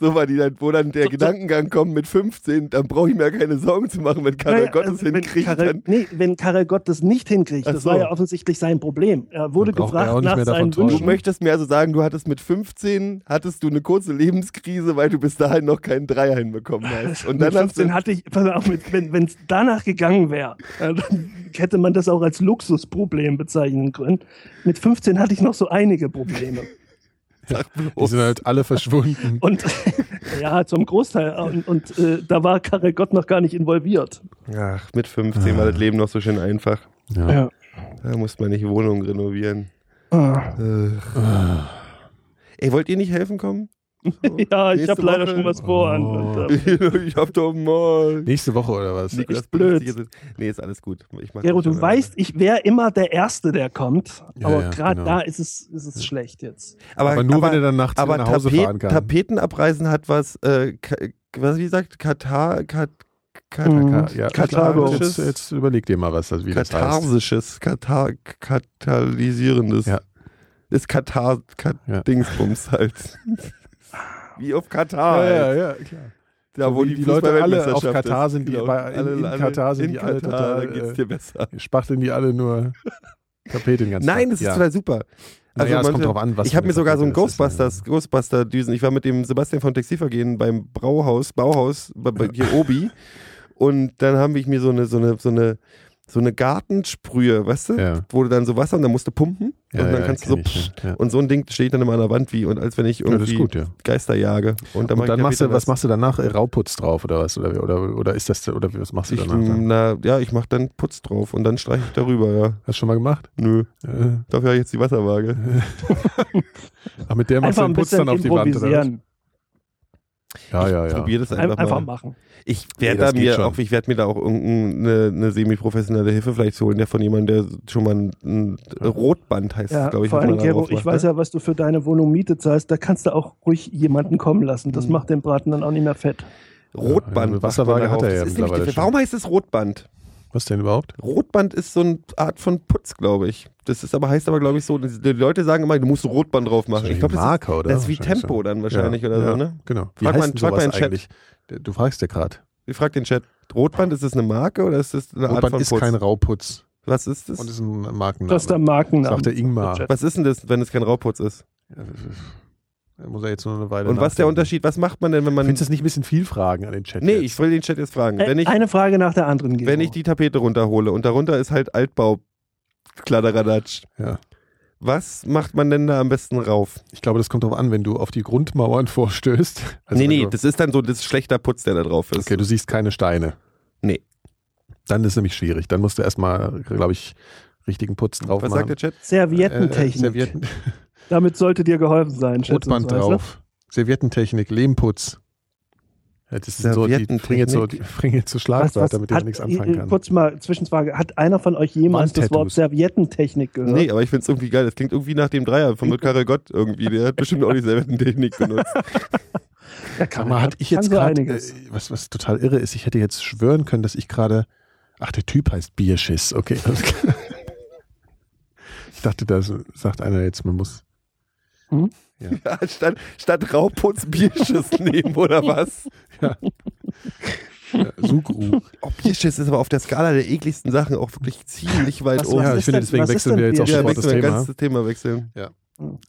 So war die dann, wo dann der So- so- Gedankengang kommt mit 15, dann brauche ich mir ja keine Sorgen zu machen, wenn Karel Naja, Gott es also wenn hinkriegt. Karel, dann nee, wenn Karel Gott das nicht hinkriegt, Ach das so. war ja offensichtlich sein Problem. Er wurde Dann braucht er gefragt auch nicht nach mehr davon seinen träumen. Du Mhm. Wünschen. möchtest mir also sagen, du hattest mit 15, hattest du eine kurze Lebenskrise, weil du bis dahin noch keinen Dreier Ah, hinbekommen hast. Und dann mit hast 15 du, hatte ich, pass auf, mit- wenn es danach gegangen wäre, äh, dann hätte man das auch als Luxusproblem bezeichnen können. Mit 15 hatte ich noch so einige Probleme. sag Die bloß, sind halt alle verschwunden. Und ja, zum Großteil. Und, und äh, da war Karel Gott noch gar nicht involviert. ach, mit 15 Ah. war das Leben noch so schön einfach. Ja. Da musste man nicht Wohnungen renovieren. Ah. Ey, wollt ihr nicht helfen kommen? Ja, ich Nächste habe leider Woche. Oh. schon was vor. Und, äh, ich hab doch mal. Nächste Woche oder was? Nikolas echt blöd. benutzt die jetzt- Nee, ist alles gut. Ich mach Gero, das du schon weißt, ich wäre immer der Erste, der kommt. Ja, aber ja, gerade genau. da ist es, ist es schlecht jetzt. alleine. Aber nur, wenn er dann nachts wieder aber nach Hause Tapet- fahren kann. Tapeten abreißen hat was, äh, Ka- was wie gesagt, Katar, Kat, Kat, Mhm. Ka- ja, Kathargo. Jetzt, jetzt überleg dir mal, was das, wie das heißt. Katharsisches, Katar, katalysierendes. Ja. Ist Katar, Kat Ja. Dingsbums halt. Wie auf Katar. halt. ja, klar. Da, wo Wie die, die Leute alle auf Fußballweltmeisterschaft Katar ist. Genau. sind, die bei- in- in Katar sind in die alle Katar, total, Da geht's äh, dir besser. Spachteln die alle nur Tapete den ganzen Nein, das Tag. ist total super. Also naja, es manche- kommt drauf an, was ich habe für mir eine sogar so ein Tapete das ist, Ghostbusters, Ghostbuster-Düsen. Ich war mit dem Sebastian von Textilvergehen beim Brauhaus, Bauhaus, bei, bei hier Obi. Und dann habe ich mir so eine, so eine, so eine, so eine Gartensprühe, weißt du? Ja. Wo du dann so Wasser und dann musst du pumpen. Ja, und dann ja, kannst du kenn so. ich, pff, ja. Ja. Und so ein Ding steht dann immer an der Wand wie. Und als wenn ich Ja, das irgendwie ist gut, ja. Geister jage. Und dann, mach Und dann ich machst du, wieder was machst du danach? Äh, Rauputz drauf oder was? Oder, oder, oder ist das, oder was machst du Ich, danach? dann? na, ja, ich mache dann Putz drauf und dann streiche ich darüber, ja. Hast du schon mal gemacht? Nö, Äh, dafür habe ich jetzt die Wasserwaage. ach, mit der machst Einfach du ein den Putz bisschen dann auf die Wand, oder? was? improvisieren. Ja, ja, Ich ja. probier das Ein- einfach, Einfach mal. machen. Ich Nee, werde das da geht mir schon. auch, ich werde mir da auch irgendeine eine semi-professionelle Hilfe vielleicht holen, der von jemandem, der schon mal ein, ein Rotband heißt, Ja, glaube ich. vor was man allem, da Gero, drauf ich macht, weiß ne? ja, was du für deine Wohnung Miete zahlst. Da kannst du auch ruhig jemanden kommen lassen. Mhm. Das macht den Braten dann auch nicht mehr fett. Rotband. Ja, eine macht man Wasserwaage hat darauf. er Das ja ist nämlich mittlerweile die- schon. Warum heißt es Rotband? Was denn überhaupt? Rotband ist so eine Art von Putz, glaube ich. Das ist aber heißt aber glaube ich so, die Leute sagen immer, du musst ein Rotband drauf machen. Das ist Ich glaube, das, ist- Marker, oder? das ist wie Wahrscheinlich Tempo so. dann wahrscheinlich oder so, ne? Genau. Frag mal- heißt denn frag mal sowas in den Chat. eigentlich? Der- Du fragst ja gerade. Ich frage den Chat. Rotband, ist das eine Marke oder ist das eine Art Rotband von ist Putz? kein Rauputz Was ist das? und ist ein Markenname. Das ist der Markenname. Sagt der Ingmar. Was ist denn das, wenn es kein Rauputz ist? Ja, Da muss er jetzt nur eine Weile Und was ist der nachdenken. Unterschied? Was macht man denn, wenn man. Findest du das nicht ein bisschen viel Fragen an den Chat? nee, jetzt? ich will den Chat jetzt fragen. Wenn Äh, ich, Eine Frage nach der anderen Gero. wenn ich die Tapete runterhole und darunter ist halt Altbau. Kladderadatsch. Ja. Was macht man denn da am besten rauf? Ich glaube, das kommt drauf an, wenn du auf die Grundmauern vorstößt. Also nee, wenn nee, du, das ist dann so das schlechter Putz, der da drauf ist. okay, du siehst keine Steine. Nee. Dann ist nämlich schwierig. Dann musst du erstmal, glaube ich, richtigen Putz drauf Was machen. sagt der Chat? Serviettentechnik. Äh, Servietten, Damit sollte dir geholfen sein, Rotband schätzungsweise. drauf. Serviettentechnik, Lehmputz. Ja, das sind so, die bringen jetzt so, die Serviettentechnik. bringen jetzt so Was- Schlagwörter, was mit denen hat- man nichts äh, anfangen kann. Kurz mal Zwischenfrage. Hat einer von euch jemals das Wandtattoos. Wort Serviettentechnik gehört? Nee, aber ich find's irgendwie geil. Das klingt irgendwie nach dem Dreier von Karel Gott irgendwie. Der hat bestimmt auch die Serviettentechnik benutzt. Ja, Sag mal, hatte ich jetzt so gerade, äh, einiges. was, was total irre ist, ich hätte jetzt schwören können, dass ich gerade, ach, der Typ heißt Bierschiss, okay. alles klar. ich dachte, da sagt einer jetzt, man muss. Ja, statt, statt Rauputz Bierschiss nehmen oder was? Ja, Sugru. Oh, Bierschiss ist aber auf der Skala der ekligsten Sachen auch wirklich ziemlich weit Was- oben. was ja, ich ist finde, denn- deswegen was ist wechseln denn wir jetzt auch Bier? Ja, sofort das wechseln wir Thema. ganz das Thema wechseln.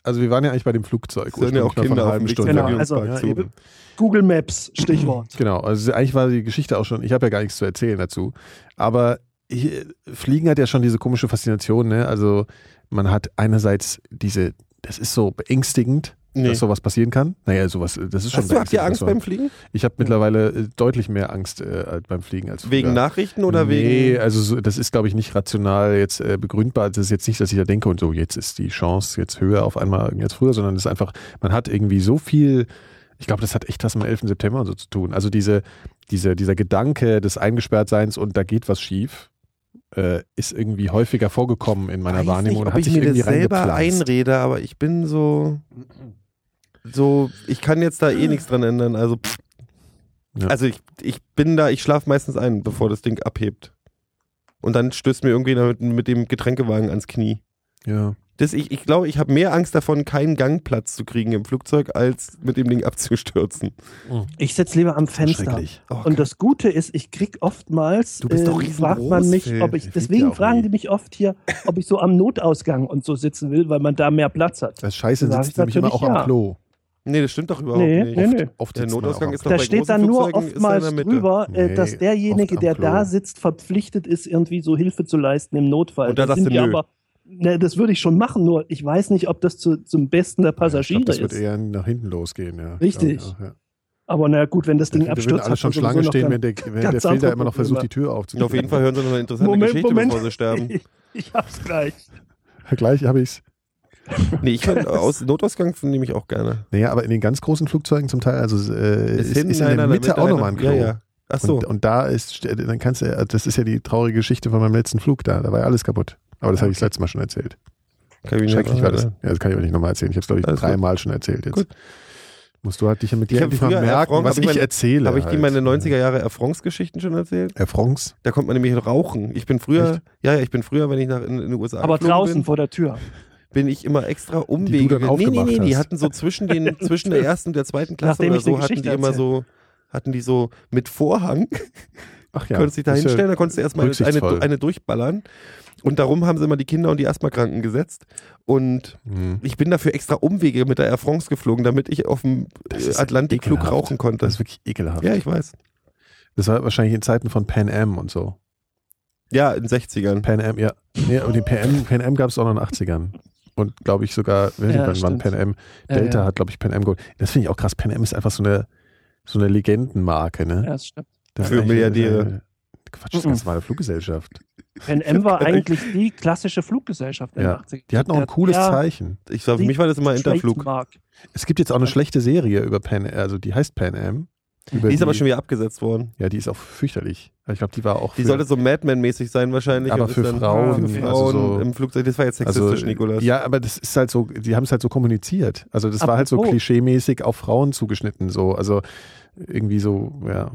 Also wir waren ja eigentlich bei dem Flugzeug. Es hören ja auch ursprünglich mal von einer Kinder auf halben dem Stunde. Genau, Vergnügungspark also, zu. ihr- Google Maps, Stichwort. Genau, also eigentlich war die Geschichte auch schon, ich habe ja gar nichts zu erzählen dazu, aber hier, Fliegen hat ja schon diese komische Faszination, ne? Also man hat einerseits diese, das ist so beängstigend, Nee. dass sowas passieren kann. Naja, sowas, das ist schon Hast du, habt ihr Angst beängstigend, beim dass Fliegen? man- Ich habe mittlerweile äh, deutlich mehr Angst äh, beim Fliegen als Wegen früher. Nachrichten oder Nee, wegen. also so, das ist, glaube ich, nicht rational jetzt äh, begründbar. Das ist jetzt nicht, dass ich da denke und so, jetzt ist die Chance jetzt höher auf einmal als früher, sondern es ist einfach, man hat irgendwie so viel, ich glaube, das hat echt was mit dem 11. September und so zu tun. Also diese, diese, dieser Gedanke des Eingesperrtseins und da geht was schief, äh, ist irgendwie häufiger vorgekommen in meiner Weiß Wahrnehmung und nicht, ob hat ich sich mir das irgendwie selber reingepflanzt. einrede, aber ich bin so. So, ich kann jetzt da eh nichts dran ändern. Also, pff. Ja. also ich, ich bin da, ich schlafe meistens ein, bevor das Ding abhebt. Und dann stößt mir irgendwie damit, mit dem Getränkewagen ans Knie. Ja. Das, ich ich glaube, ich habe mehr Angst davon, keinen Gangplatz zu kriegen im Flugzeug, als mit dem Ding abzustürzen. Ich sitze lieber am Fenster. Schrecklich. Oh, Und das Gute ist, ich krieg oftmals, äh, Du bist doch riesengroß, fragt man mich, Phil. ob ich, Der fliegt deswegen ja auch fragen nie. die mich oft hier, ob ich so am Notausgang und so sitzen will, weil man da mehr Platz hat. Das Scheiße Sag ich sitzt nämlich immer auch natürlich ja. am Klo. nee, das stimmt doch überhaupt Nee, nicht. nee, nee. Oft Der sitzt man Notausgang auch am ist Klo. Da doch- bei steht großen dann nur Flugzeugen ist er in der oftmals Mitte. drüber, äh, Nee, dass derjenige, oft am der da Klo. sitzt, verpflichtet ist, irgendwie so Hilfe zu leisten im Notfall. Und da Das sagst sind du ja nö. aber, ne, das würde ich schon machen, nur ich weiß nicht, ob das zu, zum Besten der Passagiere ich glaub, das wird ist. eher nach hinten losgehen, ja. Richtig. Ja, ja, ja. Aber na gut, wenn das Ding Da würden abstürzt, alle hat schon man sowieso Schlange noch stehen, keinen- wenn der, wenn der ganz Filter andere immer noch versucht, Probleme. die Tür Und aufzukriegen. auf jeden Fall hören sie noch eine interessante Moment, Geschichte, Moment. bevor sie sterben. Ich hab's gleich. Gleich habe ich's. Nee, ich fand, aus Notausgang nehme ich auch gerne. Naja, aber in den ganz großen Flugzeugen zum Teil, also äh, ist, hinten ist in einer, der Mitte auch einer- nochmal ein Klo. Ja, ja. Ach so. Und, und da ist, ste- dann kannst du, äh, das ist ja die traurige Geschichte von meinem letzten Flug da, da war ja alles kaputt. Aber das habe ich das letzte Mal schon erzählt. Kann ich nicht Schrecklich war das. Ja, sagen. das kann ich aber nicht nochmal erzählen. Ich habe es, glaube ich, Alles gut. dreimal schon erzählt jetzt. Gut. Musst du halt dich ja mit dir Ich hab endlich mal früher, Herr merken, Frank, was hab ich ich, meine- erzähle. Habe ich dir halt. meine 90er Jahre Erfrons-Geschichten schon erzählt? Herr Fronks? Da kommt man nämlich rauchen. Ich bin früher, ja, ja, ich bin früher, wenn ich nach in, in den USA Aber geflogen draußen bin, vor der Tür. bin ich immer extra Umwege. dann gegangen. nee, nee, nee, aufgemacht die hast. hatten so zwischen den zwischen der ersten und der zweiten Klasse Nachdem oder ich die so hatten die Geschichte immer so hatten die so mit Vorhang, Ach konntest dich da ist ja- hinstellen, da konntest du erstmal eine, rücksichtsvoll. eine, eine durchballern. Und darum haben sie immer die Kinder und die Asthmakranken gesetzt. Und Mhm. ich bin dafür extra Umwege mit der Air France geflogen, damit ich auf dem Das äh, ist Atlantikflug ekelhaft. rauchen konnte. Das ist wirklich ekelhaft. ja, ich weiß. Das war wahrscheinlich in Zeiten von Pan Am und so. Ja, in den 60ern. Pan Am, ja. Nee, und den Pan Am, Pan Am gab es auch noch in den 80ern. Und glaube ich sogar, weiß Ja, nicht, wann stimmt. wann Pan Am, Ja, Delta ja. hat, glaube ich, Pan Am geholt. Das finde ich auch krass. Pan Am ist einfach so eine, so eine Legendenmarke, ne? Ja, das stimmt. Das ist Für eigentlich eine- Milliardäre. Quatsch, das ist Mhm. ganz normale Fluggesellschaft. Pan Am war eigentlich die klassische Fluggesellschaft in den Ja. 80 Die hat noch ein cooles Ja, Zeichen. Ich sag, für mich war das immer Interflug. Trademark. Es gibt jetzt auch eine schlechte Serie über Pan Am, also die heißt Pan Am. Über Die ist aber schon wieder abgesetzt worden. Ja, die ist auch fürchterlich. Ich glaube, die war auch. Die für- sollte so Madman-mäßig sein wahrscheinlich. Aber und ist für Frauen, für Frauen also so- Also, im Flugzeug. Das war jetzt sexistisch, Nikolas. Ja, aber das ist halt so, die haben es halt so kommuniziert. Also das war halt so Apropos. klischeemäßig auf Frauen zugeschnitten, so. Also irgendwie so, ja.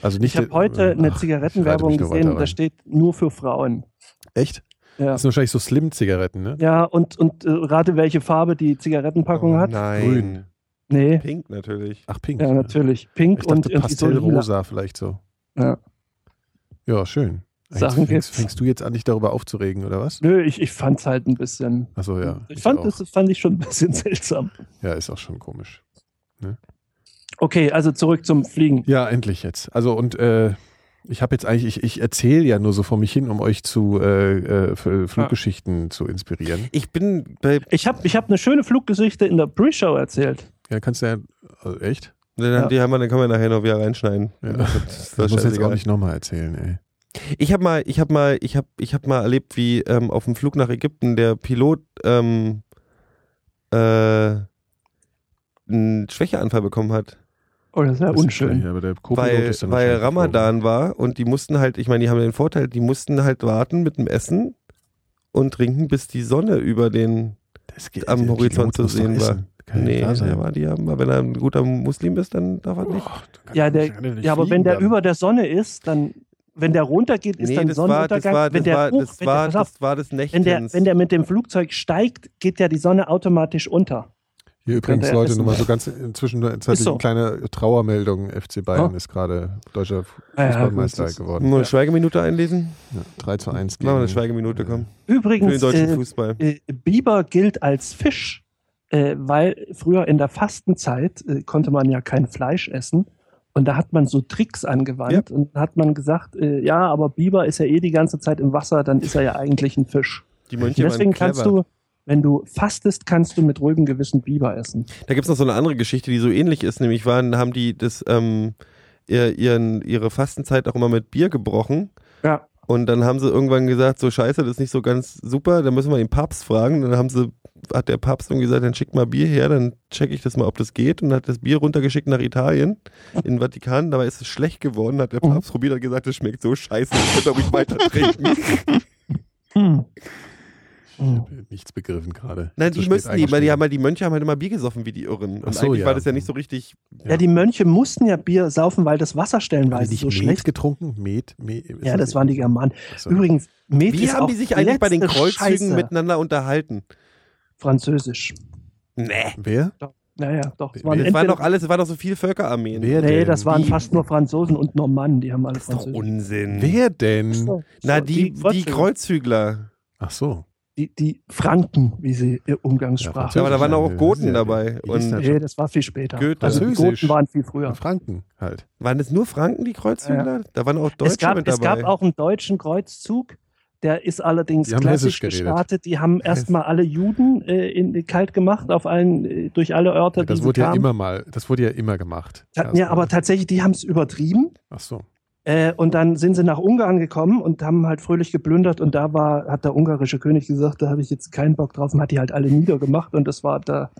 Also nicht. Ich habe heute eine Ach, Zigarettenwerbung ich reite mich nur weiter gesehen, da rein. steht nur für Frauen. Echt? Ja, Das sind wahrscheinlich so Slim-Zigaretten, ne? ja und, und äh, rate, welche Farbe die Zigarettenpackung Oh, hat? Nein. Grün. Nee, Pink natürlich. Ach, pink. ja, natürlich. Pink Ich dachte und irgendwie so lila. Pastellrosa vielleicht so. Ja. Ja, schön. Eigentlich Sachen fängst, gibt's. fängst du jetzt an, dich darüber aufzuregen, oder was? Nö, ich, ich fand's halt ein bisschen. Achso, ja. ich fand auch. das fand ich schon ein bisschen seltsam. Ja, ist auch schon komisch. Okay, also zurück zum Fliegen. Ja, endlich jetzt. Also und äh, ich habe jetzt eigentlich, ich, ich erzähle ja nur so vor mich hin, um euch zu äh, äh, für Fluggeschichten zu inspirieren. Ich bin bei. Ich habe ich hab eine schöne Fluggeschichte in der Pre-Show erzählt. Ja, kannst du ja, also echt? Dann, Ja. Die haben wir, dann können wir nachher noch wieder reinschneiden. Ja. Das ist Das muss jetzt auch scheißegal. nicht nochmal erzählen, ey. Ich habe mal, ich habe mal, ich habe, ich habe mal erlebt, wie ähm, auf dem Flug nach Ägypten der Pilot ähm, äh, einen Schwächeanfall bekommen hat. Oh, das ist ja Das ist unschön. gleich, Aber der Co-Pilot weil, ist dann weil wahrscheinlich geflogen. Ramadan war und die mussten halt, ich meine, die haben den Vorteil, die mussten halt warten mit dem Essen und trinken, bis die Sonne über den. Das geht- am der Horizont Pilot muss zu doch sehen war. essen. Kann ja nicht Nee, wahr sein. der war die haben, aber wenn er ein guter Muslim ist, dann darf er nicht. Boah, dann kann Ja, ich der, nicht- kann ich nicht ja, aber fliegen wenn der dann. über der Sonne ist, dann, wenn der runtergeht, ist Nee, dann das war, das Sonnenuntergang. war, das wenn der war, hoch, das wenn war, der, pass auf, das war des Nächtens. wenn der, wenn der mit dem Flugzeug steigt, geht ja die Sonne automatisch unter. Hier übrigens, der Leute, essen. nochmal so ganz inzwischen äh, Ist so. eine kleine Trauermeldung. FC Bayern Oh. ist gerade deutscher Ah ja, Fußballmeister gut, das- geworden. Nur eine Schweigeminute einlesen? Ja, 3 zu 1 Machen wir gegen. eine Schweigeminute, komm. Für den Mhm. Übrigens, deutschen äh, Fußball. äh, Biber gilt als Fisch, äh, weil früher in der Fastenzeit äh, konnte man ja kein Fleisch essen. Und da hat man so Tricks angewandt und hat man gesagt, äh, ja, aber Biber ist ja eh die ganze Zeit im Wasser, dann ist er ja eigentlich ein Fisch. Die Und Mönche waren deswegen kannst clever. du, wenn du fastest, kannst du mit ruhigem Gewissen Biber essen. Da gibt's noch so eine andere Geschichte, die so ähnlich ist. Nämlich waren, haben die das, ähm, ihr, ihren, ihre Fastenzeit auch immer mit Bier gebrochen. Ja. Und dann haben sie irgendwann gesagt, so scheiße, das ist nicht so ganz super, dann müssen wir den Papst fragen. Dann haben sie, hat der Papst irgendwie gesagt, dann schickt mal Bier her, dann checke ich das mal, ob das geht. Und hat das Bier runtergeschickt nach Italien, in den Vatikan. Dabei ist es schlecht geworden, hat der Mhm. Papst probiert und gesagt, das schmeckt so scheiße, ich könnte ruhig weiter trinken. Hm. Nichts begriffen gerade. Nein, Zu die spät müssen, die, weil die, eingestiegen. haben halt, die Mönche haben halt immer Bier gesoffen wie die Irren. Ach Und so, eigentlich ja. war das ja nicht so richtig Ja, die Mönche mussten ja Bier saufen, weil das Wasser Haben die stellenweise nicht so Met schlecht getrunken? Met? Met ist Ja, das waren die Germanen. Achso. Übrigens, Met Wie ist haben auch die sich eigentlich bei den letzte Kreuzzügen ne- Scheiße. miteinander unterhalten? Französisch. Nee. Wer? Naja, doch. Es Es waren entweder- doch alles, es waren doch so viele Völkerarmeen. Wer Nee, denn? das waren Die- fast nur Franzosen und Normannen, die haben alle Das ist doch Französisch. Unsinn. Wer denn? So, Na, so, die, die Franzosen. Kreuzzügler. Ach so. die, die Franken, wie sie ihr Umgangssprache. Ja, Aber da waren auch Ja, Goten ja, dabei. die ist Und ja- nee, das war viel später. Goethe. Also die Französisch. Goten waren viel früher. Franken halt. waren es nur Franken, die Kreuzzügler? Da waren auch Deutsche Es gab, mit dabei. es gab auch einen deutschen Kreuzzug, der ist allerdings Die haben klassisch Hessisch geredet. gestartet. Die haben erstmal alle Juden äh, in, kalt gemacht, auf allen, äh, durch alle Örter, Das die wurde sie ja kamen. immer mal, das wurde ja immer gemacht. Ta- ja, aber tatsächlich, die haben es übertrieben. Ach so. Äh, und dann sind sie nach Ungarn gekommen und haben halt fröhlich geplündert und da war, hat der ungarische König gesagt, da habe ich jetzt keinen Bock drauf und hat die halt alle niedergemacht und das war da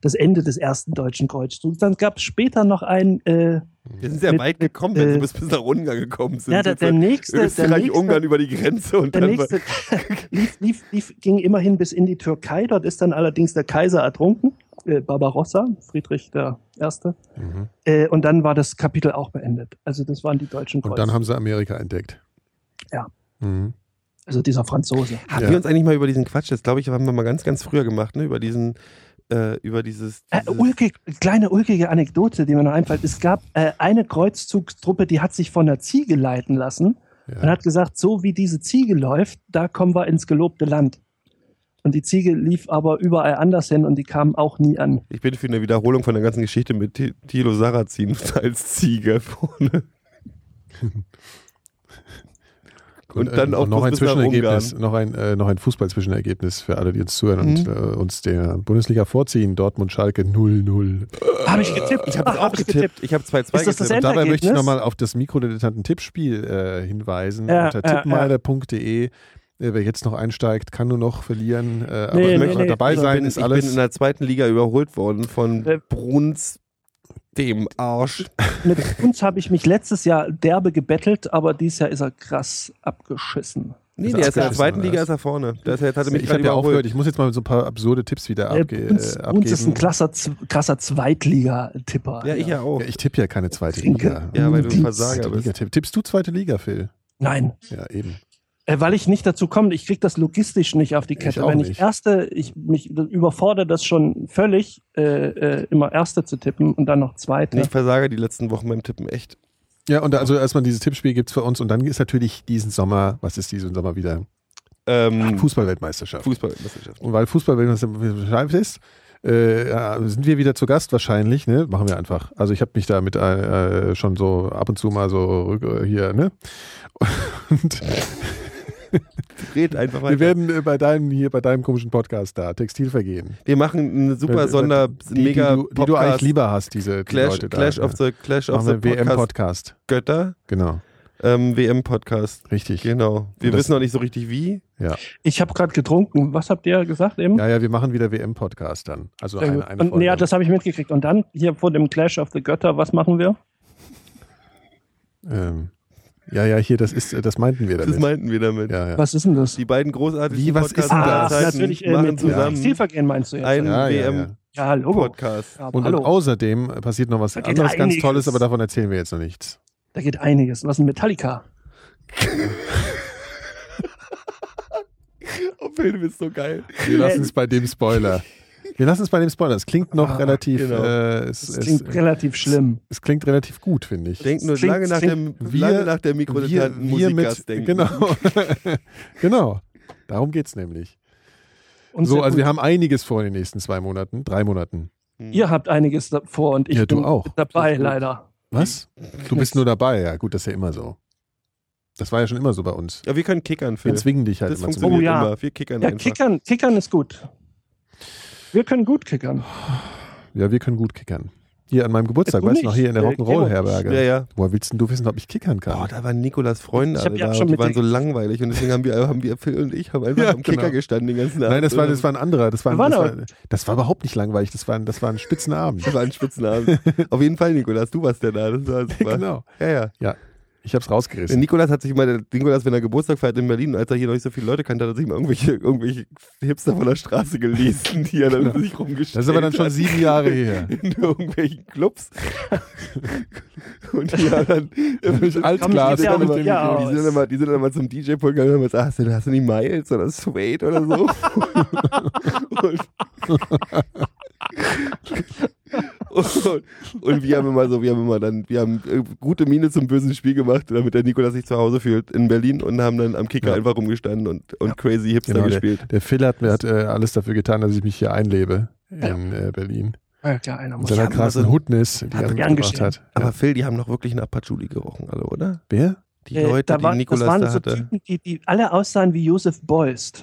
das Ende des ersten deutschen Kreuzzugs. Dann gab es später noch einen, äh, Wir sind sehr mit- weit gekommen, wenn äh, sie bis, bis nach Ungarn gekommen sind. ja, der, Sind sie der nächste, der Österreich, Ungarn nächste, über die Grenze und der dann war, nächste lief, lief, lief, ging immerhin bis in die Türkei, dort ist dann allerdings der Kaiser ertrunken, äh, Barbarossa, Friedrich der Erste, Mhm. äh, und dann war das Kapitel auch beendet. Also das waren die deutschen Und Kreuzzüge, dann haben sie Amerika entdeckt. Ja. Mhm. also dieser Franzose. Haben Ja. wir uns eigentlich mal über diesen Quatsch, das glaube ich, haben wir mal ganz, ganz früher gemacht, ne? Über diesen, äh, über dieses. Äh, dieses- ulkig, kleine ulkige Anekdote, die mir noch einfällt. Es gab äh, eine Kreuzzugstruppe, die hat sich von einer Ziege leiten lassen und Ja. hat gesagt, so wie diese Ziege läuft, da kommen wir ins gelobte Land. Und die Ziege lief aber überall anders hin und die kam auch nie an. Ich bin für eine Wiederholung von der ganzen Geschichte mit Thi- Thilo Sarrazin als Ziege vorne. Und dann äh, auch noch ein bis nach Zwischenergebnis, noch ein, äh, noch ein Fußball-Zwischenergebnis für alle, die uns zuhören und Mhm. äh, uns der Bundesliga vorziehen. Dortmund-Schalke 0-0. Habe ich getippt? Ich habe Ach, auch hab ich getippt. Ich habe 2-2 Ist das das getippt. Ende? Dabei möchte ich Endergebnis? nochmal auf das Mikrodilettanten-Tippspiel äh, hinweisen. Ja, unter ja, tippmeiler.de. Äh, wer jetzt noch einsteigt, kann nur noch verlieren. Äh, aber Nee, ich nee, möchte nee. dabei ich sein, bin, ist Ich bin alles. in der zweiten Liga überholt worden von Äh, Bruns, dem Arsch. Mit uns habe ich mich letztes Jahr derbe gebettelt, aber dieses Jahr ist er krass abgeschissen. Nee, Ist der ist in der abgeschissen, zweiten oder Liga, was? ist er vorne. Der ist, jetzt hatte also mich Ich gerade habe ja aufgehört, überholt. ich muss jetzt mal so ein paar absurde Tipps wieder Äh, abge Bruns, äh, Bruns ist ein abgeben. krasser, Z- krasser Zweitliga-Tipper. ja, ich ja auch. ja, ich tippe ja keine zweite Trinke. Liga. Ja, weil du ein Dienst. Versager Zweite bist. Liga tipp. Tippst du zweite Liga, Phil? Nein. Ja, eben. Äh, weil ich nicht dazu komme, ich krieg das logistisch nicht auf die Kette. auch Wenn ich nicht. erste, ich mich überfordere das schon völlig, äh, äh, immer erste zu tippen und dann noch zweite. Nee, ich versage die letzten Wochen beim Tippen echt. Ja, und also erstmal dieses Tippspiel gibt's für uns und dann ist natürlich diesen Sommer, was ist diesen Sommer wieder? Ähm, Fußballweltmeisterschaft. Fußballwissenschaft. Und weil Fußballweltmeisterschaft ist, äh, ja, sind wir wieder zu Gast wahrscheinlich, ne? Machen wir einfach. Also ich habe mich da mit äh, äh, schon so ab und zu mal so rück, äh, hier, ne? Und Red einfach wir weiter. Wir, werden äh, bei deinem hier, bei deinem komischen Podcast da, Textilvergehen. machen eine super Äh, Sonder, die, die, mega du, die du Podcast. eigentlich lieber hast, diese die Clash, Leute da. Clash of ne? the Clash of Machen the wir Podcast WM-Podcast. Götter. Genau. ähm, WM-Podcast. Richtig. Genau. Wir Und das- wissen noch nicht so richtig wie. Ja. Ich habe gerade getrunken. Was habt ihr gesagt eben? ja, ja, wir machen wieder WM-Podcast dann. Also Sehr eine, gut. eine und, Folge. nee, ja, das habe ich mitgekriegt. Und dann hier vor dem Clash of the Götter, was machen wir? ähm, ja, ja, hier, das ist, äh, das meinten wir damit. Das meinten wir damit. ja, ja. Was ist denn das? Die beiden großartigen Wie, was ist denn aller das? Zeiten natürlich äh, machen mit zusammen. zusammen Textilvergehen meinst du jetzt. einen Ja, ja, ja. ja, Logo. WM-Podcast. Ja, Und, und hallo. außerdem passiert noch was Da geht anderes ganz einiges. Tolles, aber davon erzählen wir jetzt noch nichts. Da geht einiges. Was ist ein Metallica? Oh, Film ist so geil. Wir lassen es bei dem Spoiler. Wir lassen es bei dem Spoiler. Es klingt noch relativ. genau. Äh, es, Das klingt es, relativ schlimm. es klingt relativ gut, finde ich. Denkt nur Klingt- lange, nach dem, Wir- lange nach der mikrodetanten Musikgast denken. genau. genau. Darum geht's nämlich. Und so, sehr also gut. wir haben einiges vor in den nächsten zwei Monaten, drei Monaten. Ihr habt einiges da- vor und ich Ja, du bin auch. dabei, Sehr gut. leider. Was? Du bist nur dabei, ja gut, das ist ja immer so. Das war ja schon immer so bei uns. Ja, wir können kickern, Wir Phil. zwingen dich halt das immer zu funktioniert Oh ja. immer. Wir kickern Ja, einfach. kickern, kickern ist gut. Wir können gut kickern. Ja, wir können gut kickern. Hier an meinem Geburtstag, Du weißt du noch, nicht. hier in der Äh, Rock'n'Roll-Herberge. Ja, ja. Woher willst denn du wissen, ob ich kickern kann? Boah, da waren Nikolas Freunde Ich hab alle ja da schon und die mit waren so der- langweilig und deswegen haben wir, haben wir Phil und ich haben einfach Ja, am Kicker genau. gestanden den ganzen Abend. Nein, das war, das war ein anderer. Das war, Wir waren das, aber- war, das war überhaupt nicht langweilig. Das war, ein- das war ein Spitzenabend. Das war ein Spitzenabend. Auf jeden Fall, Nikolas, du warst der da. Das war super. genau. Ja, ja. Ja, ich hab's Der rausgerissen. Nikolas hat sich mal, der Nikolas, wenn er Geburtstag feiert in Berlin, als er hier noch nicht so viele Leute kannte, hat er sich mal irgendwelche, irgendwelche Hipster von der Straße gelesen, die er dann um Genau. sich rumgestellt Das ist aber dann schon hat. sieben Jahre her. in irgendwelchen Clubs. Und die haben dann Durch Haben Altglas. Sie- Die Ja, sind, aber- immer, ja, die, aber- sind immer, die sind immer zum DJ-Pult gegangen und haben gesagt, "Ah, hast du, hast du nicht Miles oder Suede oder so? und, und, und wir haben immer so, wir haben immer dann, wir haben äh, gute Miene zum bösen Spiel gemacht, damit der Nikolas sich zu Hause fühlt in Berlin und haben dann am Kicker Ja. einfach rumgestanden und, und Crazy Hipster Genau, der, gespielt. der Phil hat mir hat, äh, alles dafür getan, dass ich mich hier einlebe in äh, Berlin. Ja, klar, einer Mit muss. seiner haben krassen also- Hutness, die er gern mitgebracht gestellt. hat. Aber Ja. Phil, die haben noch wirklich nach Patchouli gerochen, alle, oder? Wer? Die Äh, Leute, da war- die Nikolas das waren da so hatte. Typen, die, die alle aussahen wie Josef Beust.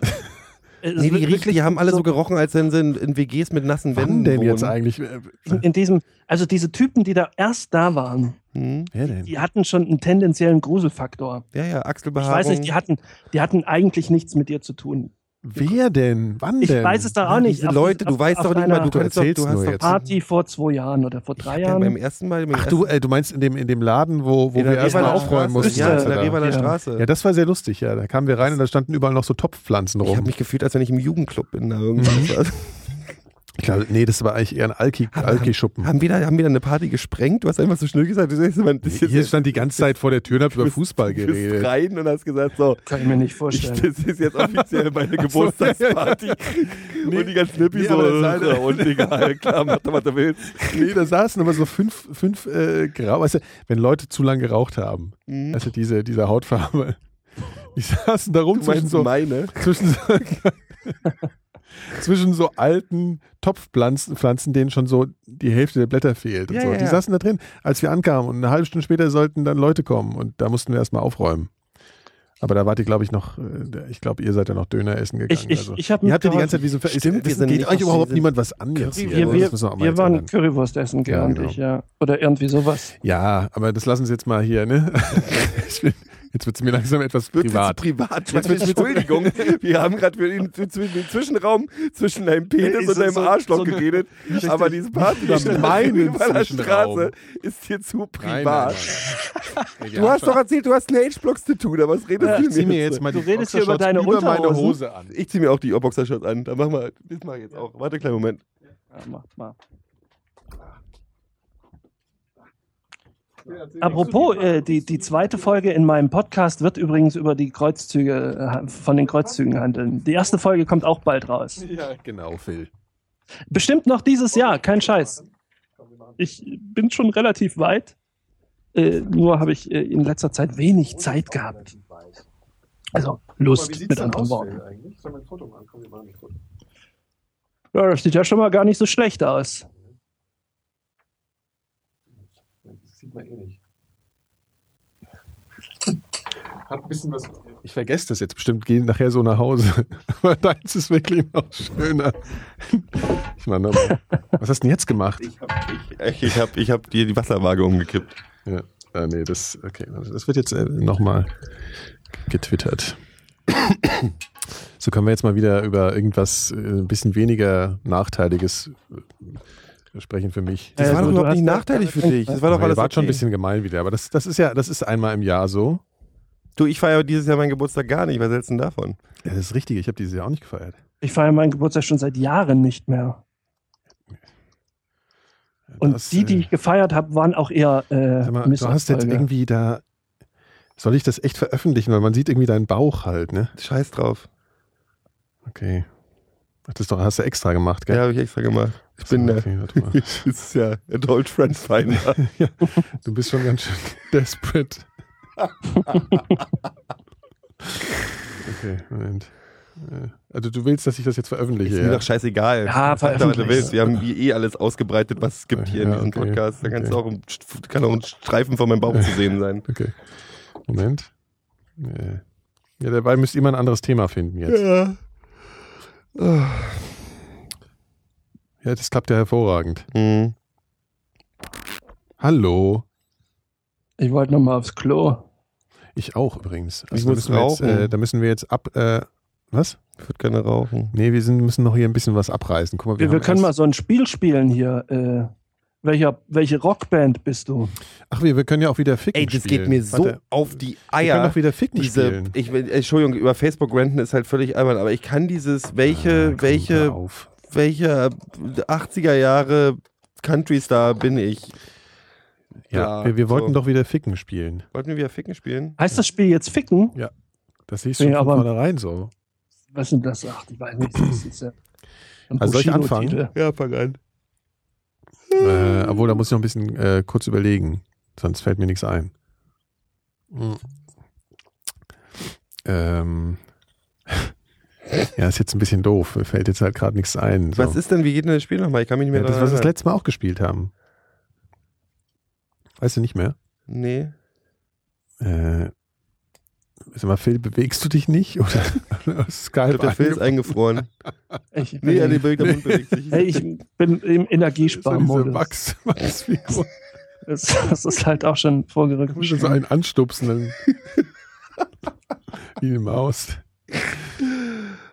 Es Nee, ist die, riechen- wirklich die haben alle so gerochen, als wenn sie in, in WGs mit nassen Wann Wänden denn jetzt wohnen. eigentlich? Äh, in, in diesem, also diese Typen, die da erst da waren, Hm? Wer denn? die hatten schon einen tendenziellen Gruselfaktor. Ja, ja, Ich Achselbehaarung. weiß nicht, die hatten, die hatten eigentlich nichts mit dir zu tun. Wer denn? Wann Ich denn? weiß es doch auch nicht. Diese Leute, du weißt doch nicht mal, du Du kannst doch, erzählst du hast nur doch jetzt. Party vor zwei Jahren oder vor drei Ja, beim Jahren. ersten Mal. beim Ach du, ersten- äh, du meinst in dem, in dem Laden, wo, wo in der wir erstmal Revaler aufräumen Straße. mussten. Ja, als in wir der da- Revaler Ja. Straße. ja, das war sehr lustig, ja. Da kamen wir rein und da standen überall noch so Mhm. Topfpflanzen ich rum. habe mich gefühlt, als wenn ich im Jugendclub bin. Also, Da irgendwie. Ich glaube, nee, das war eigentlich eher ein Alki, Alki-Schuppen. haben, wir da, haben wir da eine Party gesprengt? Du hast einfach so schnell gesagt, du sagst, man, das Hier stand die ganze Zeit vor der Tür und hab über Fußball du bist geredet. rein und hast gesagt, so, Kann ich mir nicht ich, vorstellen. das ist jetzt offiziell meine Geburtstagsparty. Und die ganzen Hippies Nee, so, aber das war- und egal, klar, mach doch, was du willst. Nee, da saßen immer so fünf, fünf äh, Grau, weißt du, wenn Leute zu lange geraucht haben. Mhm. Also diese, diese Hautfarbe. Die saßen da rum Du zwischen meinst so, meine? zwischen so, zwischen so alten Topfpflanzen, Pflanzen, denen schon so die Hälfte der Blätter fehlt. Und Ja, so. ja, die ja. saßen da drin, als wir ankamen. Und eine halbe Stunde später sollten dann Leute kommen. Und da mussten wir erstmal aufräumen. Aber da wart ihr, glaube ich, noch, äh, ich glaube, ihr seid ja noch Döner essen gegangen. Ich- ich- also. ich hab ihr habt ja die mitgeholfen. ganze Zeit wie so ein Stimmt, wir das sind geht nicht euch aus überhaupt diesen niemand was an jetzt hier. Also Curry- wir, das wir, müssen auch mal wir jetzt waren ändern. Currywurst essen, Ja, gern genau. ich, ja. Oder irgendwie sowas. Ja, aber das lassen Sie jetzt mal hier, ne? Ich bin, jetzt wird es mir langsam etwas Wird privat. Jetzt privat. Entschuldigung, wir haben gerade für den, für den Zwischenraum zwischen deinem Penis Ja, und so- deinem so- Arschloch so eine- geredet, aber diese Party Ich am meine Rhein-Wiener Zwischenraum. Straße ist hier zu privat. Nein, nein, nein. Du hast doch erzählt, du hast ein H-Blocks-Tattoo, oder was redest du ich zieh mir jetzt? jetzt mal Du die redest hier über Boxershorts deine über meine Unterhosen. Hose an. Ich zieh mir auch die Ohrboxer-Shirts an. Dann mach mal, das mach ich jetzt auch. Warte, kleinen Moment. Ja, macht mal. Apropos, äh, die, die zweite Folge in meinem Podcast wird übrigens über die Kreuzzüge, äh, von den Kreuzzügen handeln. Die erste Folge kommt auch bald raus. Ja, genau, Phil. Bestimmt noch dieses Jahr, kein Scheiß. Ich bin schon relativ weit, äh, nur habe ich äh, in letzter Zeit wenig Zeit gehabt. Also Lust, mit anderen Worten. Ja, das sieht ja schon mal gar nicht so schlecht aus. Ich vergesse das jetzt bestimmt, gehe nachher so nach Hause. Aber deins ist wirklich noch schöner. Ich meine, was hast du denn jetzt gemacht? Ich, ich hab, ich hab dir die Wasserwaage umgekippt. Ja. Ah, nee, das, okay, das wird jetzt äh, nochmal getwittert. So können wir jetzt mal wieder über irgendwas äh, ein bisschen weniger Nachteiliges äh, sprechen für mich. Das Äh, war doch du überhaupt hast nicht ja- nachteilig für dich. Das war doch Aber ihr alles wart schon ein okay. bisschen gemein wieder, aber das, das ist ja, das ist einmal im Jahr so. Du, ich feiere dieses Jahr meinen Geburtstag gar nicht. Was hältst du denn davon? Ja, das ist richtig, ich habe dieses Jahr auch nicht gefeiert. Ich feiere meinen Geburtstag schon seit Jahren nicht mehr. Und Das, die, die äh, ich gefeiert habe, waren auch eher äh, Sag mal, du hast jetzt Misserfolge. irgendwie da. Soll ich das echt veröffentlichen? Weil man sieht irgendwie deinen Bauch halt, ne? Scheiß drauf. Okay. Ach, Das ist doch, hast du extra gemacht, Ja, gell? habe ich extra gemacht. Ich bin der. okay, warte mal. Das ist ja Adult Friend Finder. Du bist schon ganz schön desperate. okay, Moment. Äh, Also du willst, dass ich das jetzt Ist veröffentliche, mir ja? doch scheißegal. Ja, Mach da, was du veröffentlich's. willst. Wir haben eh alles ausgebreitet, was es gibt hier in Ja, diesem okay, Podcast. Da kannst okay. du auch ein, kann auch ein Streifen von meinem Bauch zu sehen sein. Okay. Moment. Äh, Ja, dabei müsst ihr mal ein anderes Thema finden jetzt. Ah. Ja. Ja, das klappt ja hervorragend. Hm. Hallo. Ich wollte nochmal aufs Klo. Ich auch übrigens. Also Ich da muss müssen wir jetzt, rauchen. äh, da müssen wir jetzt ab. Äh, was? Ich würde gerne rauchen. Nee, wir sind, müssen noch hier ein bisschen was abreißen. Guck mal, Wir, wir haben können mal erst- so ein Spiel spielen hier. Äh, welcher, welche Rockband bist du? Ach, wir, wir können ja auch wieder ficken. Ey, das spielen. geht mir so Warte, auf die Wir können Eier. auch wieder ficken Diese, spielen. ich, will- Entschuldigung, über Facebook ranten ist halt völlig albern, aber ich kann dieses, Ah, komm, welche, hör welche, Auf. welche 80er Jahre Country Star bin ich? Ja, Ja, wir, wir wollten so. doch wieder ficken spielen. Wollten wir wieder Ficken spielen? Heißt das Spiel jetzt Ficken? Das hieß Nee, schon von aber- vornherein so. Was ist denn das? Ach, ich weiß nicht. Das ist ja ein Also soll ich Bushido-Titel. Ja, fang an. Äh, obwohl, da muss ich noch ein bisschen äh, kurz überlegen, sonst fällt mir nichts ein. Hm. Ähm. Ja, ist jetzt ein bisschen doof. Mir fällt jetzt halt gerade nichts ein. So. Was ist denn, wie geht denn das Spiel nochmal? Ich kann mich nicht mehr ja, das, dran was wir das erinnern. letzte Mal auch gespielt haben? Weißt du nicht mehr? Nee. Äh, sag mal, Phil, bewegst du dich nicht? Oder oder ist Skype Ich glaube, der Phil ist ange- eingefroren. Ich bin, Nee, ja, der Bild am Mund bewegt sich. Ey, ich bin im Ist ja diese Energiesparmodus. Max, Max Figur. Das, das ist halt auch schon vorgerückt. Ich schon so einen anstupsen. dann- Wie eine Maus.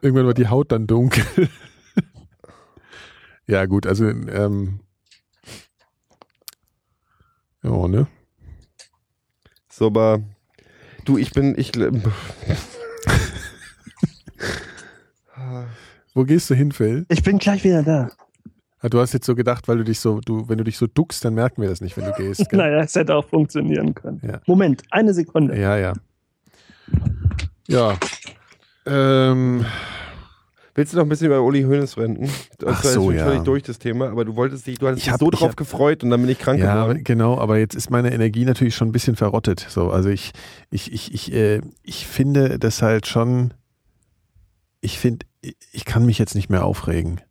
Irgendwann wird die Haut dann dunkel. ja, gut, also. Ähm, ja, ne? So, aber. Du, ich bin. Ich, äh, gl- Wo gehst du hin, Phil? Ich bin gleich wieder da. Ah, Du hast jetzt so gedacht, weil du dich so, du, wenn du dich so duckst, dann merken wir das nicht, wenn du gehst. Gell? Naja, es hätte auch funktionieren können. Ja. Moment, eine Sekunde. Ja, ja. Ja. Ähm, willst du noch ein bisschen über Uli Hoeneß renten? Ach Das ist so, schon ja. völlig durch das Thema, aber du wolltest dich, du hattest Ich dich hab- so ich drauf hab- gefreut und dann bin ich krank ja, aber- geworden. genau, aber jetzt ist meine Energie natürlich schon ein bisschen verrottet. So, also ich, ich, ich, ich, äh, ich finde das halt schon, ich finde, ich- ich kann mich jetzt nicht mehr aufregen.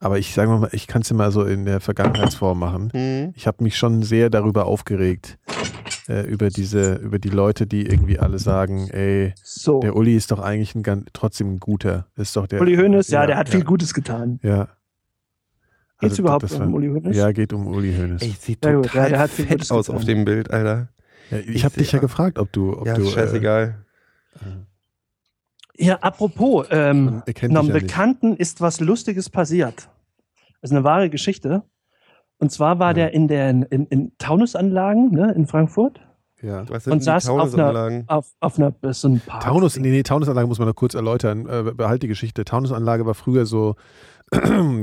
Aber ich sage mal, ich kann es immer so in der Vergangenheitsform machen. Hm? Ich habe mich schon sehr darüber aufgeregt, äh, über diese, über die Leute, die irgendwie alle sagen, ey, So. der Uli ist doch eigentlich ein ganz, trotzdem ein guter. Ist doch der. Uli Hoeneß, ja, Ja, der hat ja. viel Gutes getan. Ja. Also, Geht's überhaupt das um Uli Hoeneß? Ja, geht um Uli Hoeneß. Ey, sieht Ja, total gut, ja, der hat viel fett Gutes aus getan. auf dem Bild, Alter. Ja, ich ich habe seh- dich ja gefragt, ob du, ob ja, du, äh, scheißegal. Ja, apropos, ähm, Er kennt einem dich ja nicht. Bekannten ist was Lustiges passiert. Das ist eine wahre Geschichte. Und zwar war Ja. der in den in, in Taunusanlagen ne, in Frankfurt ja. äh, Was Und denn die saß auf einer- Taunusanlagen? auf, auf einer so einem Park. Taunus, nee, nee, Taunusanlage muss man noch kurz erläutern. Äh, behalt die Geschichte. Taunusanlage war früher so